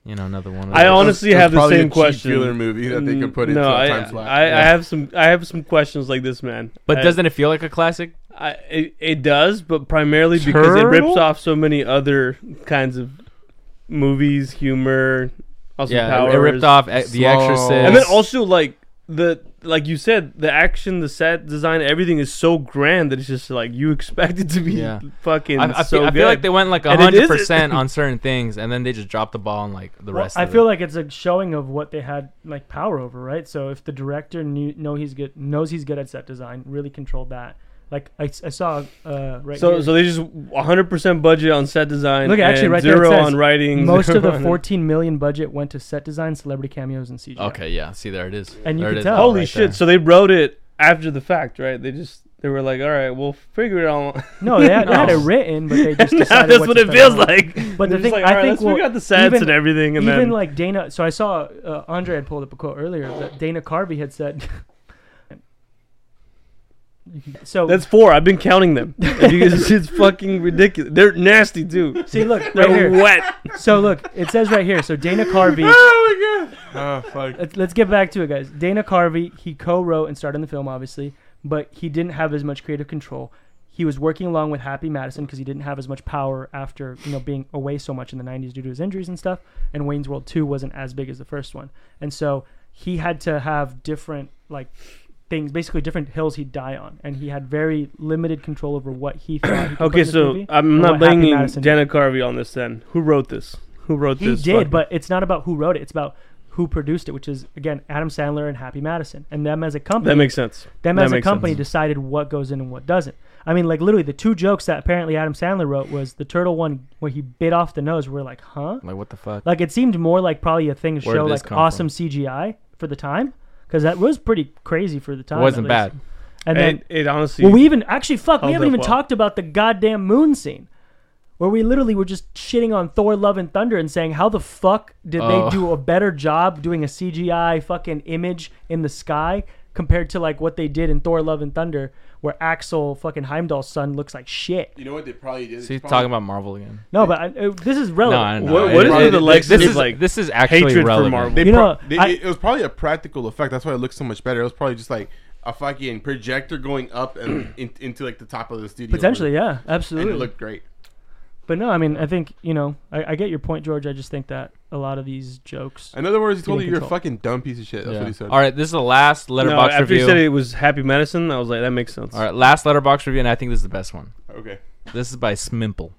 Speaker 2: You know, another one. Of those.
Speaker 4: I honest- honestly
Speaker 3: It was
Speaker 4: have the
Speaker 3: probably
Speaker 4: same
Speaker 3: a cheap
Speaker 4: question. Mm,
Speaker 3: Thriller movie that they could put into
Speaker 4: no,
Speaker 3: a
Speaker 4: I,
Speaker 3: time slot.
Speaker 4: I, I
Speaker 2: Yeah.
Speaker 4: have some. I have some questions like this, man.
Speaker 2: but
Speaker 4: I-
Speaker 2: doesn't it feel like a classic?
Speaker 4: I, it, it does, but primarily because it rips
Speaker 2: Turtle?
Speaker 4: off so many other kinds of movies, humor, also
Speaker 2: Yeah,
Speaker 4: powers.
Speaker 2: it- it ripped off e- The
Speaker 3: Slow.
Speaker 2: Exorcist,
Speaker 4: And then also like the like you said, the action, the set design, everything is so grand that it's just like you expect it to be
Speaker 2: Yeah.
Speaker 4: fucking
Speaker 2: I, I feel,
Speaker 4: so
Speaker 2: I
Speaker 4: good.
Speaker 2: feel like they went like
Speaker 4: And it
Speaker 2: hundred
Speaker 4: isn't.
Speaker 2: percent on certain things, and then they just dropped the ball on like the
Speaker 1: Well,
Speaker 2: rest.
Speaker 1: I
Speaker 2: of
Speaker 1: feel
Speaker 2: it.
Speaker 1: like it's a showing of what they had like power over, right? So if the director knew know he's good, knows he's good at set design, really controlled that. Like I, s- I saw uh, right
Speaker 4: so
Speaker 1: here,
Speaker 4: so they just 100% budget on set design.
Speaker 1: Look, actually,
Speaker 4: and
Speaker 1: right there it
Speaker 4: zero
Speaker 1: says
Speaker 4: on writing.
Speaker 1: most of
Speaker 4: zero
Speaker 1: the
Speaker 4: on-
Speaker 1: 14 million budget went to set design, celebrity cameos, and CGI.
Speaker 2: okay, yeah. See, there it is.
Speaker 1: And you
Speaker 2: There
Speaker 1: could
Speaker 2: it is
Speaker 1: tell.
Speaker 2: all
Speaker 4: Holy
Speaker 2: right
Speaker 4: shit!
Speaker 2: there.
Speaker 4: So they wrote it after the fact, right? They just they were like, all right, we'll figure it out.
Speaker 1: No, they had, they had it
Speaker 2: No.
Speaker 1: written, but they just
Speaker 4: now
Speaker 1: decided
Speaker 4: that's
Speaker 1: what
Speaker 4: what
Speaker 1: to
Speaker 4: it
Speaker 1: put
Speaker 4: feels
Speaker 1: on. But
Speaker 4: like.
Speaker 1: the
Speaker 4: They're just
Speaker 1: thing-
Speaker 4: like,
Speaker 1: I
Speaker 4: all right,
Speaker 1: think
Speaker 4: let's
Speaker 1: we'll-
Speaker 4: figure out the sets
Speaker 1: even-
Speaker 4: and everything, and
Speaker 1: even
Speaker 4: then
Speaker 1: like Dana. So I saw uh, Andre had pulled up a quote earlier that Dana Carvey had said. so
Speaker 4: that's four. I've been counting them. If you guys- it's fucking ridiculous. They're nasty too.
Speaker 1: see, look right
Speaker 4: They're
Speaker 1: here.
Speaker 4: wet.
Speaker 1: So look, it says right here. So Dana Carvey.
Speaker 3: oh my god. Oh fuck.
Speaker 1: Let's, let's get back to it, guys. Dana Carvey, he co-wrote and starred in the film, obviously, but he didn't have as much creative control. He was working along with Happy Madison because he didn't have as much power after you know being away so much in the '90s due to his injuries and stuff. And Wayne's World 2 wasn't as big as the first one, and so he had to have different like things, basically different hills he'd die on, and he had very limited control over what he thought. He could put in
Speaker 4: Okay,
Speaker 1: this
Speaker 4: so
Speaker 1: movie
Speaker 4: I'm
Speaker 1: and
Speaker 4: not
Speaker 1: what Happy
Speaker 4: blaming
Speaker 1: Madison
Speaker 4: Dana Carvey on this. Then who wrote this? Who wrote
Speaker 1: he
Speaker 4: this?
Speaker 1: did,
Speaker 4: fucking-
Speaker 1: but it's not about who wrote it. It's about who produced it, which is again Adam Sandler and Happy Madison, and them as a company.
Speaker 4: that makes sense.
Speaker 1: them
Speaker 4: that
Speaker 1: as a
Speaker 4: makes
Speaker 1: company
Speaker 4: sense.
Speaker 1: decided what goes in and what doesn't. I mean, like literally, the two jokes that apparently Adam Sandler wrote was the turtle one where he bit off the nose. We're like, huh?
Speaker 2: like what the fuck?
Speaker 1: Like it seemed more like probably a thing to
Speaker 2: Where did
Speaker 1: show
Speaker 2: this
Speaker 1: like
Speaker 2: come
Speaker 1: awesome CGI for the time, because that was pretty crazy for the
Speaker 2: It
Speaker 1: time.
Speaker 2: wasn't
Speaker 1: at least.
Speaker 2: bad.
Speaker 1: And then
Speaker 4: It, it honestly.
Speaker 1: well, we even actually fuck. We
Speaker 4: Held
Speaker 1: haven't
Speaker 4: up
Speaker 1: even
Speaker 4: well.
Speaker 1: talked about the goddamn moon scene, where we literally were just shitting on Thor: Love and Thunder and saying how the fuck did
Speaker 2: Oh.
Speaker 1: they do a better job doing a CGI fucking image in the sky compared to like what they did in Thor: Love and Thunder, where Axel fucking Heimdall's son looks like shit.
Speaker 3: You know what they probably did?
Speaker 2: See, talking about Marvel again.
Speaker 1: No, but I, uh, this is
Speaker 2: No,
Speaker 1: relevant.
Speaker 2: I know.
Speaker 4: What- what
Speaker 2: It-
Speaker 3: is
Speaker 2: it-
Speaker 3: with the
Speaker 4: Lexus
Speaker 2: This
Speaker 4: is
Speaker 2: is
Speaker 4: like
Speaker 2: like this is actually
Speaker 4: hatred for
Speaker 2: relevant.
Speaker 4: Marvel.
Speaker 3: They
Speaker 1: You
Speaker 3: pro-
Speaker 1: know,
Speaker 3: they-
Speaker 1: I-
Speaker 3: it was probably a practical effect. That's why it looks so much better. It was probably just like a fucking projector going up and in, into like the top of the studio.
Speaker 1: Potentially, yeah,
Speaker 3: And
Speaker 1: absolutely.
Speaker 3: it looked great.
Speaker 1: but no, I mean, I think you know, I, I get your point, George. I just think that a lot of these jokes.
Speaker 3: In other words, he
Speaker 1: He
Speaker 3: told
Speaker 1: didn't
Speaker 3: you you're a
Speaker 1: control.
Speaker 3: fucking dumb piece of shit. That's
Speaker 2: Yeah.
Speaker 3: what he said.
Speaker 2: All right, this is the last
Speaker 4: No,
Speaker 2: letterbox
Speaker 4: after
Speaker 2: review.
Speaker 4: you said it was Happy Madison, I was like, that makes sense.
Speaker 2: All right, last letterbox review, and I think this is the best one.
Speaker 3: Okay.
Speaker 2: This is by Smimple.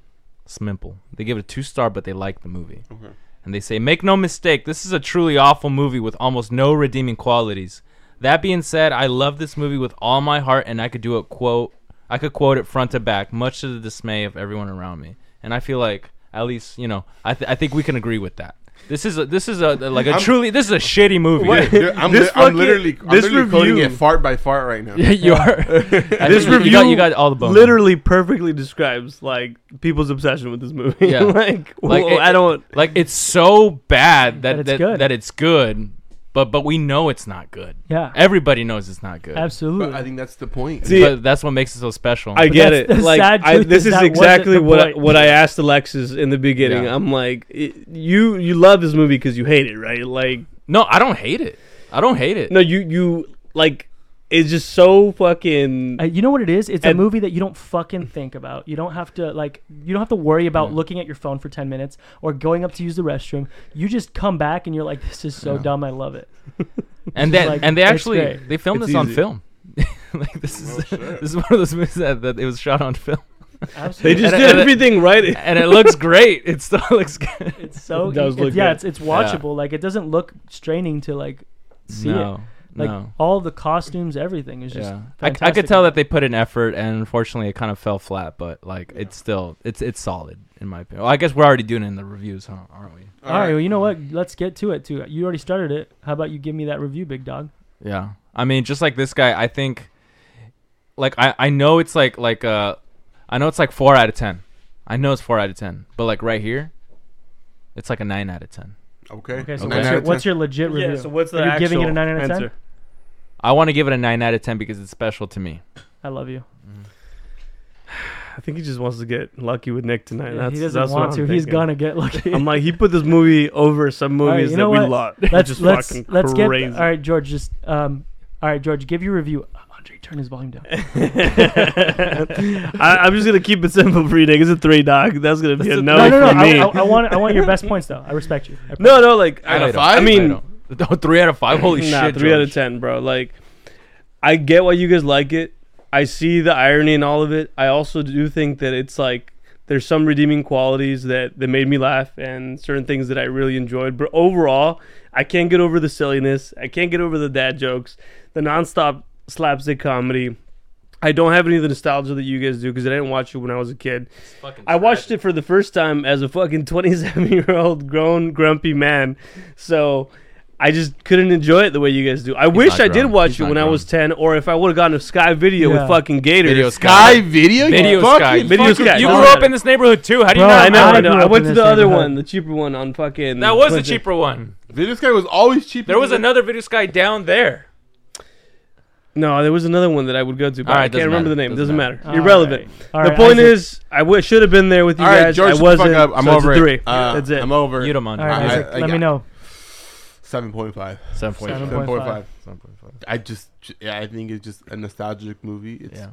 Speaker 2: Smimple. They give it a two star, but they like the movie.
Speaker 3: Okay.
Speaker 2: And they say, make no mistake, this is a truly awful movie with almost no redeeming qualities. That being said, I love this movie with all my heart, and I could do it quote, I could quote it front to back, much to the dismay of everyone around me. And I feel like, at least, you know, I, th- I think we can agree with that. This is a, this is a like a
Speaker 3: I'm-
Speaker 2: truly this is a shitty movie.
Speaker 3: Dude, dude, I'm,
Speaker 4: This
Speaker 3: li- I'm
Speaker 4: fucking-
Speaker 3: literally, I'm
Speaker 4: this
Speaker 3: literally quoting
Speaker 4: review-
Speaker 3: it fart by fart right now.
Speaker 2: Yeah, you are.
Speaker 4: This
Speaker 2: this review,
Speaker 4: review
Speaker 2: you got, you got all the bones.
Speaker 4: literally perfectly describes like people's obsession with this movie.
Speaker 2: Yeah.
Speaker 4: like,
Speaker 2: Like,
Speaker 4: well,
Speaker 2: it-
Speaker 4: I don't.
Speaker 2: like it's so bad that
Speaker 1: That it's
Speaker 2: that,
Speaker 1: good.
Speaker 2: that it's good, but but we know it's not good.
Speaker 1: Yeah,
Speaker 2: Everybody knows it's not good.
Speaker 1: absolutely.
Speaker 3: But I think that's the point.
Speaker 4: See,
Speaker 2: But that's what makes it so special.
Speaker 4: I get
Speaker 1: that's
Speaker 4: it.
Speaker 1: the
Speaker 4: Like,
Speaker 1: sad
Speaker 4: I,
Speaker 1: truth
Speaker 4: this
Speaker 1: is
Speaker 4: is,
Speaker 1: that wasn't
Speaker 4: exactly
Speaker 1: the
Speaker 4: what I,
Speaker 1: point.
Speaker 4: what I asked Alexis in the beginning.
Speaker 2: Yeah.
Speaker 4: I'm like, it, you you love this movie because you hate it, right? Like,
Speaker 2: no, I don't hate it. I don't hate it.
Speaker 4: no, you you like, it's just so fucking.
Speaker 1: Uh, you know what it is? It's
Speaker 4: And-
Speaker 1: a movie that you don't fucking think about. You don't have to like. You don't have to worry about looking at your phone for ten minutes or going up to use the restroom. You just come back and you're like, "This is so
Speaker 2: Yeah.
Speaker 1: dumb. I love it." It's
Speaker 2: and that
Speaker 1: like,
Speaker 2: and they
Speaker 1: it's
Speaker 2: actually
Speaker 1: great.
Speaker 2: they filmed
Speaker 4: It's
Speaker 2: this on
Speaker 4: easy.
Speaker 2: film. like this is this is one of those movies that, that it was shot on film.
Speaker 4: They
Speaker 1: Absolutely.
Speaker 4: just
Speaker 2: And
Speaker 4: did
Speaker 2: it-
Speaker 4: everything right.
Speaker 2: and it looks great. It still looks good.
Speaker 1: it's so e,
Speaker 4: It does
Speaker 1: it's-
Speaker 4: look
Speaker 1: yeah,
Speaker 4: good.
Speaker 1: it's it's watchable. Like it doesn't look straining to like see it.
Speaker 2: no,
Speaker 1: Like
Speaker 2: no.
Speaker 1: all the costumes, everything is just
Speaker 2: yeah, I, I
Speaker 1: fantastic.
Speaker 2: could tell that they put in effort, and unfortunately, it kind of fell flat. But like, it's still it's it's solid in my opinion. Well, I guess we're already doing it in the reviews, huh? Aren't we?
Speaker 1: All right, well, you know what? Let's get to it too. You already started it. How about you give me that review, big dog?
Speaker 2: Yeah. I mean, just like this guy, I think like I, I know it's like like uh I know it's like four out of ten. I know it's four out of ten. But like right here, it's like a nine out of ten.
Speaker 3: Okay.
Speaker 1: Okay, so
Speaker 2: Nine
Speaker 1: what's,
Speaker 2: out
Speaker 1: your,
Speaker 2: of
Speaker 1: what's your legit review?
Speaker 4: Yeah, so what's the
Speaker 1: You're
Speaker 4: actual
Speaker 1: giving it a nine out of 10?
Speaker 4: answer?
Speaker 2: I want to give it a nine out of ten because it's special to me.
Speaker 1: I love you.
Speaker 4: I think he just wants to get lucky with Nick tonight. That's,
Speaker 1: he doesn't
Speaker 4: that's
Speaker 1: want
Speaker 4: what
Speaker 1: to.
Speaker 4: I'm
Speaker 1: He's
Speaker 4: thinking.
Speaker 1: gonna get lucky.
Speaker 4: I'm like, he put this movie over some
Speaker 1: right,
Speaker 4: movies
Speaker 1: you know
Speaker 4: that
Speaker 1: what?
Speaker 4: we love.
Speaker 1: let's
Speaker 4: just
Speaker 1: let's
Speaker 4: fucking
Speaker 1: let's get.
Speaker 4: crazy.
Speaker 1: All right, George. Just um. All right, George. Give your review. Andre, turn his volume down.
Speaker 4: I, I'm just gonna keep it simple for you, Nick. It's a three, dog. That's gonna be a no,
Speaker 1: no, no,
Speaker 4: for
Speaker 1: no. I,
Speaker 4: me.
Speaker 1: I, I want I want your best points though. I respect you. I
Speaker 4: no, no, like
Speaker 3: Out
Speaker 4: I,
Speaker 3: of five?
Speaker 4: I mean,
Speaker 2: Oh, three out of five. Holy
Speaker 4: nah,
Speaker 2: shit!
Speaker 4: three out of
Speaker 2: George.
Speaker 4: ten, bro. Like, I get why you guys like it. I see the irony in all of it. I also do think that it's like there's some redeeming qualities that that made me laugh and certain things that I really enjoyed. But overall, I can't get over the silliness. I can't get over the dad jokes, the nonstop slapstick comedy. I don't have any of the nostalgia that you guys do because I didn't watch it when I was a kid. I watched it for the first time as a fucking 27 year old grown grumpy man. So I just couldn't enjoy it the way you guys do. I wish
Speaker 2: not
Speaker 4: I did
Speaker 2: grown.
Speaker 4: watch
Speaker 2: He's
Speaker 4: it
Speaker 2: not
Speaker 4: when I
Speaker 2: grown.
Speaker 4: was 10 or if I would have gotten a Sky Video
Speaker 1: Yeah.
Speaker 4: with fucking Gators.
Speaker 2: Video
Speaker 3: Sky Video. You
Speaker 2: Video
Speaker 3: fucking
Speaker 2: Sky.
Speaker 4: Video
Speaker 3: fucking-
Speaker 4: Sky.
Speaker 2: You
Speaker 4: No,
Speaker 2: grew
Speaker 4: no,
Speaker 2: up
Speaker 4: no.
Speaker 2: in this neighborhood too. How do you
Speaker 1: Bro,
Speaker 2: not?
Speaker 4: I know, I,
Speaker 1: I
Speaker 4: know.
Speaker 1: grew
Speaker 4: I
Speaker 1: up
Speaker 4: went
Speaker 1: in
Speaker 4: to
Speaker 1: this
Speaker 4: the other
Speaker 1: neighborhood.
Speaker 4: one, the cheaper one on fucking.
Speaker 2: That was the
Speaker 4: Quincy.
Speaker 2: cheaper one.
Speaker 3: Video Sky was always cheap.
Speaker 2: There was another video sky down there.
Speaker 4: No, there was another one that I would go to, but
Speaker 2: All right,
Speaker 4: I can't
Speaker 2: doesn't
Speaker 4: remember the
Speaker 2: matter.
Speaker 4: name.
Speaker 2: Doesn't
Speaker 4: Doesn't matter.
Speaker 1: All
Speaker 4: Irrelevant.
Speaker 1: right. All
Speaker 4: the
Speaker 1: right,
Speaker 4: point
Speaker 1: Isaac.
Speaker 4: is, I w- should have been there with you
Speaker 3: All right,
Speaker 4: guys.
Speaker 3: George,
Speaker 4: I
Speaker 3: shut the fuck
Speaker 4: wasn't.
Speaker 3: up. I'm
Speaker 4: so it's a
Speaker 3: over it.
Speaker 4: three.
Speaker 3: Uh,
Speaker 4: That's it.
Speaker 3: I'm over.
Speaker 2: You don't mind.
Speaker 1: All right,
Speaker 3: I-
Speaker 1: Isaac,
Speaker 3: I
Speaker 1: let
Speaker 3: got-
Speaker 1: me know.
Speaker 3: Seven point five.
Speaker 2: Seven point
Speaker 1: Seven
Speaker 2: five.
Speaker 3: Seven point
Speaker 1: 7.5.
Speaker 3: five. I just, yeah, I think it's just a nostalgic movie. It's,
Speaker 2: Yeah.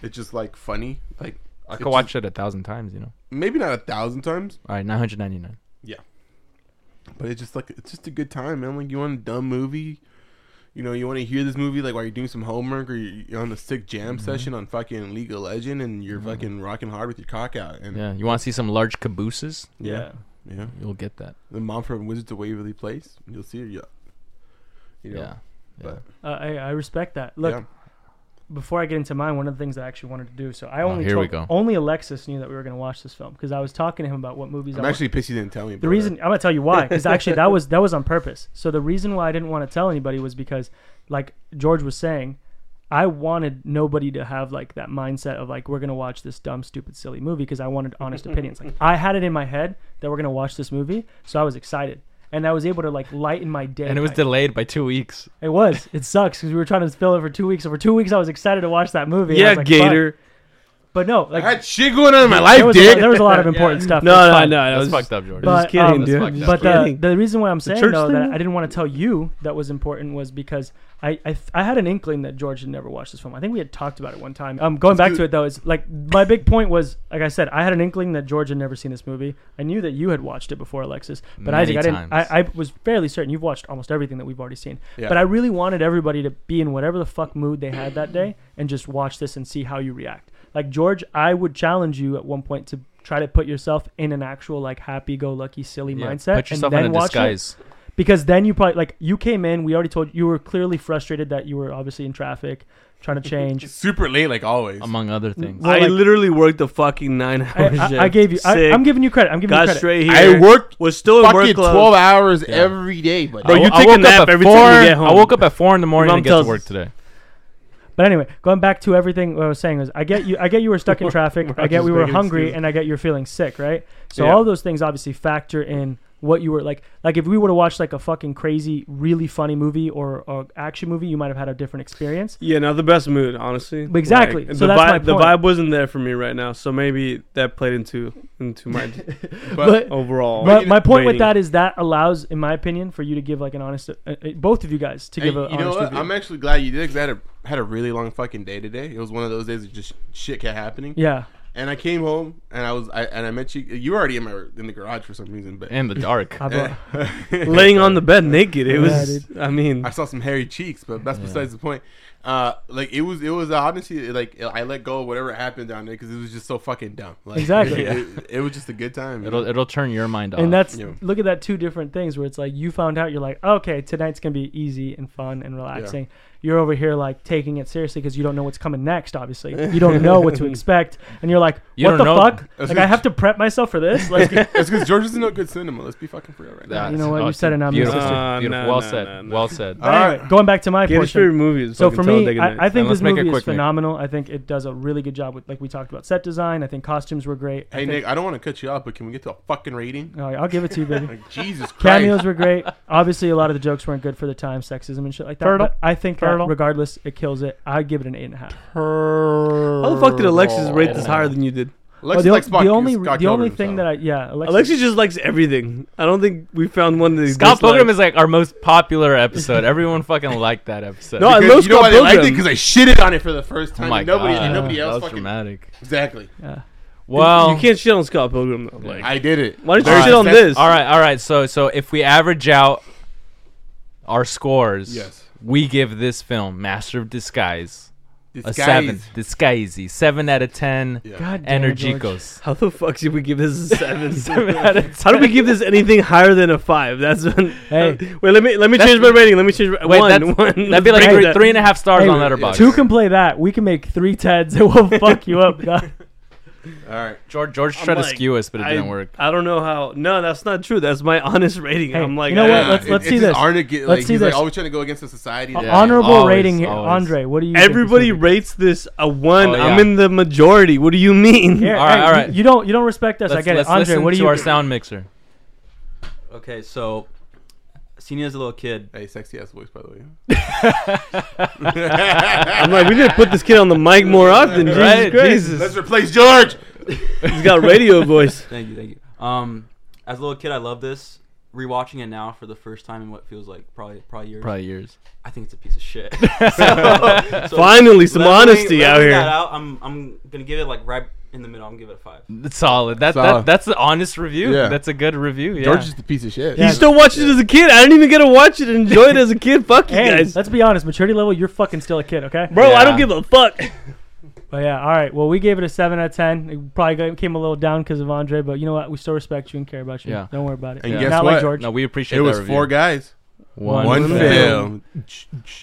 Speaker 3: it's just like funny. Like
Speaker 2: I
Speaker 3: it's
Speaker 2: could watch it a thousand times. You know.
Speaker 3: just- maybe not a thousand times,
Speaker 2: All right, nine hundred ninety nine.
Speaker 3: but it's just like it's just a good time, man. Like you want a dumb movie, you know, you want to hear this movie like while you're doing some homework or you're you're on the sick jam session on fucking League of Legend and you're fucking rocking hard with your cock out. And
Speaker 2: Yeah, you want to see some large cabooses?
Speaker 1: Yeah.
Speaker 3: yeah.
Speaker 2: You'll get that.
Speaker 3: the mom from Wizards of Waverly Place, you'll see her. Yeah, you know,
Speaker 2: yeah.
Speaker 3: but-
Speaker 1: Uh, I, I respect that. Look,
Speaker 3: yeah.
Speaker 1: before I get into mine, one of the things I actually wanted to do. So I
Speaker 2: Oh,
Speaker 1: only
Speaker 2: here we
Speaker 1: told-
Speaker 2: go.
Speaker 1: only Alexis knew that we were going to watch this film because I was talking to him about what movies.
Speaker 3: I'm
Speaker 1: I wa-
Speaker 3: actually pissed you didn't tell me.
Speaker 1: the reason I'm gonna tell you why because actually that was that was on purpose. So the reason why I didn't want to tell anybody was because, like George was saying, I wanted nobody to have like that mindset of like we're gonna watch this dumb, stupid, silly movie because I wanted honest opinions. Like I had it in my head that we're gonna watch this movie, so I was excited. And I was able to like lighten my day.
Speaker 2: And it was
Speaker 1: I-
Speaker 2: delayed by two weeks.
Speaker 1: It was. It sucks because we were trying to fill it for two weeks. So for two weeks, I was excited to watch that movie. and I
Speaker 4: Yeah,
Speaker 1: was like, fuck.
Speaker 4: Gator.
Speaker 1: But no,
Speaker 3: I
Speaker 1: like
Speaker 3: had shit going on in my
Speaker 1: there,
Speaker 3: life,
Speaker 1: was a,
Speaker 3: dude.
Speaker 1: there was a lot of important stuff.
Speaker 4: No,
Speaker 1: It's
Speaker 4: no,
Speaker 1: fine.
Speaker 4: no. I
Speaker 2: That's
Speaker 4: was
Speaker 2: fucked up, George.
Speaker 1: but-
Speaker 4: just kidding,
Speaker 1: um,
Speaker 4: dude.
Speaker 2: That's fucked
Speaker 4: Just
Speaker 1: But the,
Speaker 4: kidding.
Speaker 1: the reason why I'm saying
Speaker 4: church
Speaker 1: though
Speaker 4: thing,
Speaker 1: that
Speaker 4: though?
Speaker 1: I didn't want to tell you that was important was because I, I th- I had an inkling that George had never watched this film. I think we had talked about it one time. Um, going back
Speaker 3: do
Speaker 1: to
Speaker 3: it.
Speaker 1: it though is like my big point was like I said I had an inkling that George had never seen this movie. I knew that you had watched it before, Alexis, but
Speaker 2: Many
Speaker 1: Isaac, I didn't.
Speaker 2: times.
Speaker 1: I, I was fairly certain you've watched almost everything that we've already seen.
Speaker 3: Yeah.
Speaker 1: But I really wanted everybody to be in whatever the fuck mood they had that day and just watch this and see how you react. Like George, I would challenge you at one point to try to put yourself in an actual like happy-go-lucky silly
Speaker 2: Yeah,
Speaker 1: mindset
Speaker 2: Put yourself
Speaker 1: and
Speaker 2: in
Speaker 1: then
Speaker 2: a
Speaker 1: watch it
Speaker 2: disguise.
Speaker 1: because then you probably like you came in we already told you were clearly frustrated that you were obviously in traffic trying to change
Speaker 3: Super late, like always.
Speaker 2: Among other things.
Speaker 1: Well,
Speaker 4: I
Speaker 1: like-
Speaker 4: literally worked a fucking nine
Speaker 1: I,
Speaker 4: hour shift.
Speaker 1: I, I gave you I,
Speaker 4: Sick.
Speaker 1: am giving you credit i'm giving you
Speaker 4: Got
Speaker 1: credit
Speaker 4: straight here.
Speaker 3: I worked
Speaker 4: Was still in work
Speaker 3: fucking
Speaker 4: clothes.
Speaker 3: twelve hours every day, but
Speaker 4: Bro,
Speaker 2: I
Speaker 4: you
Speaker 2: wo- I
Speaker 4: take a
Speaker 2: woke up
Speaker 4: nap
Speaker 2: at
Speaker 4: every time you
Speaker 2: four-
Speaker 4: get home.
Speaker 2: I woke up at four in the morning
Speaker 4: mom
Speaker 2: to get to
Speaker 4: tells
Speaker 2: work
Speaker 4: us.
Speaker 2: today.
Speaker 1: but anyway going back to everything what i was saying was i get you i get you were stuck in traffic i get
Speaker 4: just
Speaker 1: we were
Speaker 4: making
Speaker 1: hungry
Speaker 4: excuses.
Speaker 1: and i get you're feeling sick right so
Speaker 4: Yeah.
Speaker 1: all those things obviously factor in what you were like like if we were to watch like a fucking crazy really funny movie or, or action movie you might have had a different experience
Speaker 4: Yeah, not the best mood, honestly.
Speaker 1: But exactly.
Speaker 4: Like,
Speaker 1: So
Speaker 4: the
Speaker 1: that's
Speaker 4: vibe,
Speaker 1: my
Speaker 4: The
Speaker 1: point.
Speaker 4: vibe wasn't there for me right now, so maybe that played into into my
Speaker 3: but oh,
Speaker 4: overall.
Speaker 1: But my point with
Speaker 4: rating.
Speaker 1: that is that allows, in my opinion, for you to give like an honest, uh, uh, both of you guys to
Speaker 3: hey,
Speaker 1: give
Speaker 3: you
Speaker 1: an
Speaker 3: know
Speaker 1: honest
Speaker 3: what?
Speaker 1: review.
Speaker 3: I'm actually glad you did because I had a had a really long fucking day today. It was one of those days that just shit kept happening.
Speaker 1: yeah,
Speaker 3: And I came home and I was I and I met you. You were already in my in the garage for some reason, but
Speaker 2: in the dark.
Speaker 1: I
Speaker 3: Eh.
Speaker 1: brought,
Speaker 4: laying on the bed naked. It
Speaker 1: Yeah,
Speaker 4: was. I mean,
Speaker 3: I saw some hairy cheeks, but that's
Speaker 2: Yeah.
Speaker 3: besides the point. Uh, like it was, it was honestly like I let go of whatever happened down there because it was just so fucking dumb. Like,
Speaker 1: Exactly.
Speaker 3: it, it- it was just a good time.
Speaker 2: It'll it'll turn your mind off.
Speaker 1: and that's
Speaker 3: Yeah.
Speaker 1: look at that two different things where it's like you found out you're like okay tonight's gonna be easy and fun and relaxing you're over here like taking it seriously because you don't know what's coming next obviously you don't know what to expect and you're like
Speaker 2: You
Speaker 1: what
Speaker 2: don't
Speaker 1: the
Speaker 2: know-
Speaker 1: fuck
Speaker 3: That's
Speaker 1: like
Speaker 3: good.
Speaker 1: I have to prep myself for this like
Speaker 3: It's because George is no good cinema. Let's be fucking for real right now.
Speaker 2: That's-
Speaker 1: You know what? You
Speaker 2: it's
Speaker 1: said it, not me,
Speaker 2: Beautiful,
Speaker 1: sister.
Speaker 4: Uh,
Speaker 2: beautiful.
Speaker 4: no,
Speaker 2: well
Speaker 4: no,
Speaker 2: said.
Speaker 4: no, no.
Speaker 2: Well said.
Speaker 3: All right.
Speaker 1: anyway, going back to my
Speaker 4: Gator's
Speaker 1: portion
Speaker 4: favorite movie is
Speaker 1: so
Speaker 4: fucking
Speaker 1: for
Speaker 4: Talladega
Speaker 1: me,
Speaker 4: Nights.
Speaker 1: I, I think this
Speaker 2: And let's make it
Speaker 1: movie is
Speaker 2: quick, Nick.
Speaker 1: phenomenal. I think it does a really good job with, like we talked about, set design. I think costumes were great. I
Speaker 3: Hey
Speaker 1: think-
Speaker 3: Nick, I don't want to cut you off, but can we get to a fucking rating?
Speaker 1: All right, I'll give it to you, baby.
Speaker 3: Like Jesus Christ!
Speaker 1: Cameos were great. Obviously, a lot of the jokes weren't good for the time, sexism and shit like that.
Speaker 4: Turtle.
Speaker 1: But I think that
Speaker 4: Turtle.
Speaker 1: regardless, it kills it. I'd give it an eight and a half.
Speaker 4: How the fuck did Alexis rate this
Speaker 2: Oh.
Speaker 4: higher than you did?
Speaker 3: Lex,
Speaker 1: Oh, the,
Speaker 3: Lex
Speaker 1: o-
Speaker 3: Spock-
Speaker 1: the only
Speaker 3: Scott
Speaker 1: the only
Speaker 3: Pilgrim,
Speaker 1: thing
Speaker 3: so.
Speaker 1: that I yeah Alexis,
Speaker 4: Alexis just likes everything. I don't think we found one that he
Speaker 2: Scott Pilgrim
Speaker 4: dislikes.
Speaker 2: is like our most popular episode. Everyone fucking liked that episode.
Speaker 4: No, I
Speaker 3: Because
Speaker 4: love
Speaker 3: you know
Speaker 4: Scott
Speaker 3: why they liked it
Speaker 4: Pilgrim.
Speaker 3: because I shitted on it for the first
Speaker 2: oh
Speaker 3: time.
Speaker 2: my
Speaker 3: and nobody,
Speaker 2: god,
Speaker 3: and nobody
Speaker 2: that
Speaker 3: else
Speaker 2: was
Speaker 3: fucking
Speaker 2: dramatic.
Speaker 3: exactly.
Speaker 1: yeah.
Speaker 2: Well,
Speaker 4: you can't shit on Scott Pilgrim though. Like,
Speaker 3: I did it.
Speaker 4: why don't you
Speaker 2: Alright,
Speaker 4: shit on
Speaker 3: that's-
Speaker 4: this?
Speaker 2: all right, all right. So, so if we average out our scores,
Speaker 3: Yes.
Speaker 2: we give this film Master of Disguise a
Speaker 3: Disguise.
Speaker 2: seven. Disguisey, seven out of ten.
Speaker 3: Yeah.
Speaker 1: God damn it, George.
Speaker 2: Energicos.
Speaker 4: How the fuck did we give this a seven?
Speaker 2: Seven out of
Speaker 4: How do we give this anything higher than a five? That's when,
Speaker 1: Hey.
Speaker 4: Wait, let me let me
Speaker 2: That's-
Speaker 4: change my rating. Let me change my-
Speaker 2: Wait,
Speaker 4: one.
Speaker 2: that's-
Speaker 4: one.
Speaker 2: That'd be like
Speaker 4: Break
Speaker 2: three,
Speaker 4: that.
Speaker 2: three and a half stars
Speaker 1: Hey,
Speaker 2: on Letterboxd.
Speaker 1: Two can play that. We can make three teds. It will fuck you up. God.
Speaker 3: All right.
Speaker 2: George, George
Speaker 4: I'm
Speaker 2: tried to
Speaker 4: like,
Speaker 2: skew us, but it
Speaker 4: I-
Speaker 2: didn't work.
Speaker 4: I don't know how. No, that's not true. That's my honest rating.
Speaker 1: Hey,
Speaker 4: I'm like, uh,
Speaker 1: you know what?
Speaker 4: I-
Speaker 1: Let's- let's
Speaker 3: it's
Speaker 1: see
Speaker 3: just
Speaker 1: this.
Speaker 3: Arne
Speaker 1: Let's
Speaker 3: get- like,
Speaker 1: see
Speaker 3: he's
Speaker 1: this.
Speaker 3: Like, always trying to go against the society.
Speaker 2: Yeah.
Speaker 1: Honorable
Speaker 2: always,
Speaker 1: rating here,
Speaker 2: always.
Speaker 1: Andre. What do you? give this
Speaker 4: Everybody
Speaker 1: movie?
Speaker 4: rates this a one.
Speaker 2: Oh,
Speaker 4: I'm
Speaker 2: yeah.
Speaker 4: in the majority. What do you mean?
Speaker 1: Here,
Speaker 2: All right,
Speaker 1: hey,
Speaker 2: all right.
Speaker 1: You, you don't you don't respect us.
Speaker 2: let's,
Speaker 1: I get it.
Speaker 2: let's
Speaker 1: Andre,
Speaker 2: listen
Speaker 1: what do
Speaker 2: to
Speaker 1: you?
Speaker 2: our sound mixer.
Speaker 5: Okay, so senior as a little kid.
Speaker 3: Hey, sexy ass voice, by the way.
Speaker 4: I'm like, we need to put this kid on the mic more often. Jesus
Speaker 2: Right,
Speaker 4: Christ,
Speaker 3: Let's replace George.
Speaker 4: he's got radio voice.
Speaker 5: Thank you, thank you. Um, as a little kid, I love this. Rewatching it now for the first time in what feels like probably probably years.
Speaker 2: Probably yours.
Speaker 5: I think it's a piece of shit. So- so
Speaker 4: Finally, some
Speaker 5: leveling-
Speaker 4: honesty out
Speaker 5: leveling
Speaker 4: here.
Speaker 5: That out, I'm I'm gonna give it like right in the middle. I'm gonna give it a five.
Speaker 2: It's solid. That,
Speaker 3: Solid.
Speaker 2: that that's an honest review.
Speaker 3: Yeah.
Speaker 2: That's a good review. Yeah.
Speaker 3: George is the piece of shit.
Speaker 4: You still watch it as a kid? I didn't even get to watch it and enjoy it as a kid. Fuck you
Speaker 1: Hey,
Speaker 4: guys.
Speaker 1: let's be honest. Maturity level, you're fucking still a kid, okay?
Speaker 4: Bro, I don't
Speaker 2: Yeah.
Speaker 4: give a fuck.
Speaker 1: But yeah, all right. Well, we gave it a seven out of ten. It probably got- came a little down because of Andre, but you know what? We still respect you and care about you.
Speaker 2: Yeah.
Speaker 1: Don't worry about it.
Speaker 3: And
Speaker 2: guess
Speaker 1: Not like
Speaker 3: what?
Speaker 1: George.
Speaker 2: No, we appreciate
Speaker 3: It
Speaker 2: that
Speaker 3: was
Speaker 2: review.
Speaker 3: four guys,
Speaker 1: One
Speaker 3: one
Speaker 1: film.
Speaker 3: film.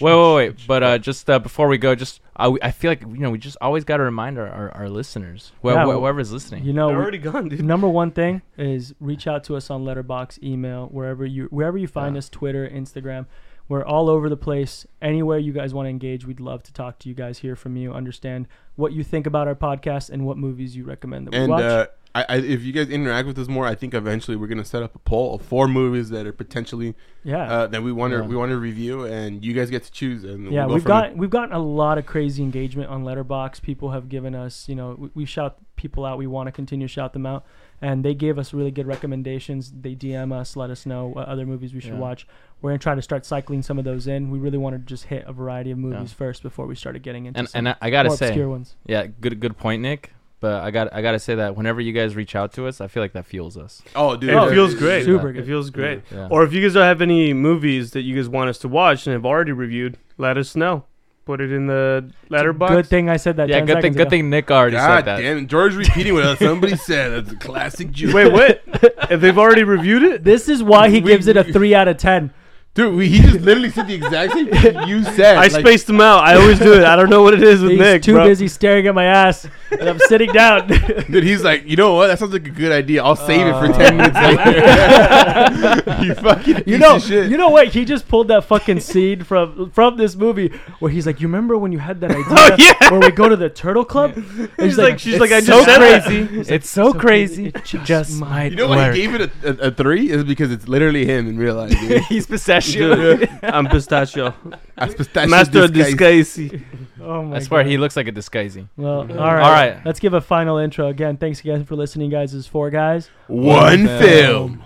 Speaker 2: Wait, wait, wait. But uh, just uh, before we go, just I, I feel like you know we just always got to remind our, our, our listeners, wh-
Speaker 1: Yeah,
Speaker 2: wh-
Speaker 1: well,
Speaker 2: whoever's listening.
Speaker 1: You know,
Speaker 4: They're
Speaker 1: Oh, we-
Speaker 4: already gone, dude.
Speaker 1: number one thing is reach out to us on Letterbox, email, wherever you wherever you find us, Twitter, Instagram. We're all over the place. Anywhere you guys want to engage, we'd love to talk to you guys, hear from you, understand what you think about our podcast and what movies you recommend that we
Speaker 3: And
Speaker 1: watch.
Speaker 3: uh, I, I, if you guys interact with us more, I think eventually we're gonna set up a poll of four movies that are potentially
Speaker 1: yeah.
Speaker 3: uh, that we want to
Speaker 2: Yeah.
Speaker 3: we want to review, and you guys get to choose. And
Speaker 1: yeah,
Speaker 3: we'll go
Speaker 1: we've
Speaker 3: from
Speaker 1: got we've gotten a lot of crazy engagement on Letterbox. People have given us, you know, we, we shout people out. We want to continue to shout them out, and they gave us really good recommendations. They DM us, let us know what other movies we should
Speaker 2: Yeah.
Speaker 1: watch. We're gonna try to start cycling some of those in. We really want to just hit a variety of movies first before we started getting into
Speaker 2: and
Speaker 1: some
Speaker 2: and I, I gotta
Speaker 1: more
Speaker 2: say,
Speaker 1: obscure ones.
Speaker 2: yeah, good good point, Nick. But I got I gotta say that whenever you guys reach out to us, I feel like that fuels us.
Speaker 3: Oh, dude,
Speaker 4: It
Speaker 1: Oh,
Speaker 4: feels
Speaker 1: it's
Speaker 4: great.
Speaker 1: super
Speaker 4: It
Speaker 1: good.
Speaker 4: feels great.
Speaker 2: Yeah.
Speaker 4: Or if you guys have any movies that you guys want us to watch and have already reviewed, let us know. Put it in the letterbox.
Speaker 1: Good thing I said that.
Speaker 2: yeah,
Speaker 1: 10
Speaker 2: good thing
Speaker 1: seconds
Speaker 2: good
Speaker 1: ago.
Speaker 2: thing Nick already
Speaker 3: God
Speaker 2: said that.
Speaker 3: damn, it. George repeating what somebody said. That's a classic Jew.
Speaker 4: Wait, what? if they've already reviewed it,
Speaker 1: This is why he
Speaker 3: We-
Speaker 1: gives it a three out of ten.
Speaker 3: dude, we, he just literally said the exact same thing you said.
Speaker 4: I
Speaker 3: like,
Speaker 4: spaced them out. I always do it. I don't know what it is with
Speaker 1: He's
Speaker 4: Nick.
Speaker 1: too
Speaker 4: bro.
Speaker 1: busy staring at my ass, and I'm sitting down.
Speaker 3: Dude, he's like, you know what? That sounds like a good idea. I'll save it for ten minutes later. you fucking piece
Speaker 1: Uh. You know,
Speaker 3: of shit.
Speaker 1: you know what? He just pulled that fucking scene from from this movie where he's like, "You remember when you had that idea
Speaker 4: Oh, yeah.
Speaker 1: where we go to the turtle club?" And
Speaker 4: He's like, she's
Speaker 2: It's
Speaker 4: like, I
Speaker 2: so
Speaker 4: just said that.
Speaker 2: crazy.
Speaker 1: He's like,
Speaker 2: it's so,
Speaker 1: "So
Speaker 2: crazy.
Speaker 1: crazy, it
Speaker 2: just,
Speaker 1: just
Speaker 2: might
Speaker 3: You know why
Speaker 2: work.
Speaker 3: he gave it a, a, a three is because it's literally him in real life. Dude.
Speaker 2: He's pistachio.
Speaker 1: Oh
Speaker 4: Dude, I'm pistachio,
Speaker 3: As pistachio
Speaker 4: master of
Speaker 3: disguise.
Speaker 4: disguise.
Speaker 1: "Oh my
Speaker 2: That's where
Speaker 1: God."
Speaker 2: he looks like a disguisey.
Speaker 1: Well, all right,
Speaker 2: All right.
Speaker 1: Let's give a final intro again. Thanks again for listening, guys. This is four guys.
Speaker 3: One film.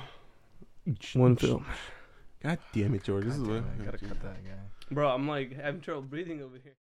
Speaker 4: One film,
Speaker 3: God damn it, George. This is what.
Speaker 2: I gotta cut that guy.
Speaker 4: bro. I'm like having trouble breathing over here.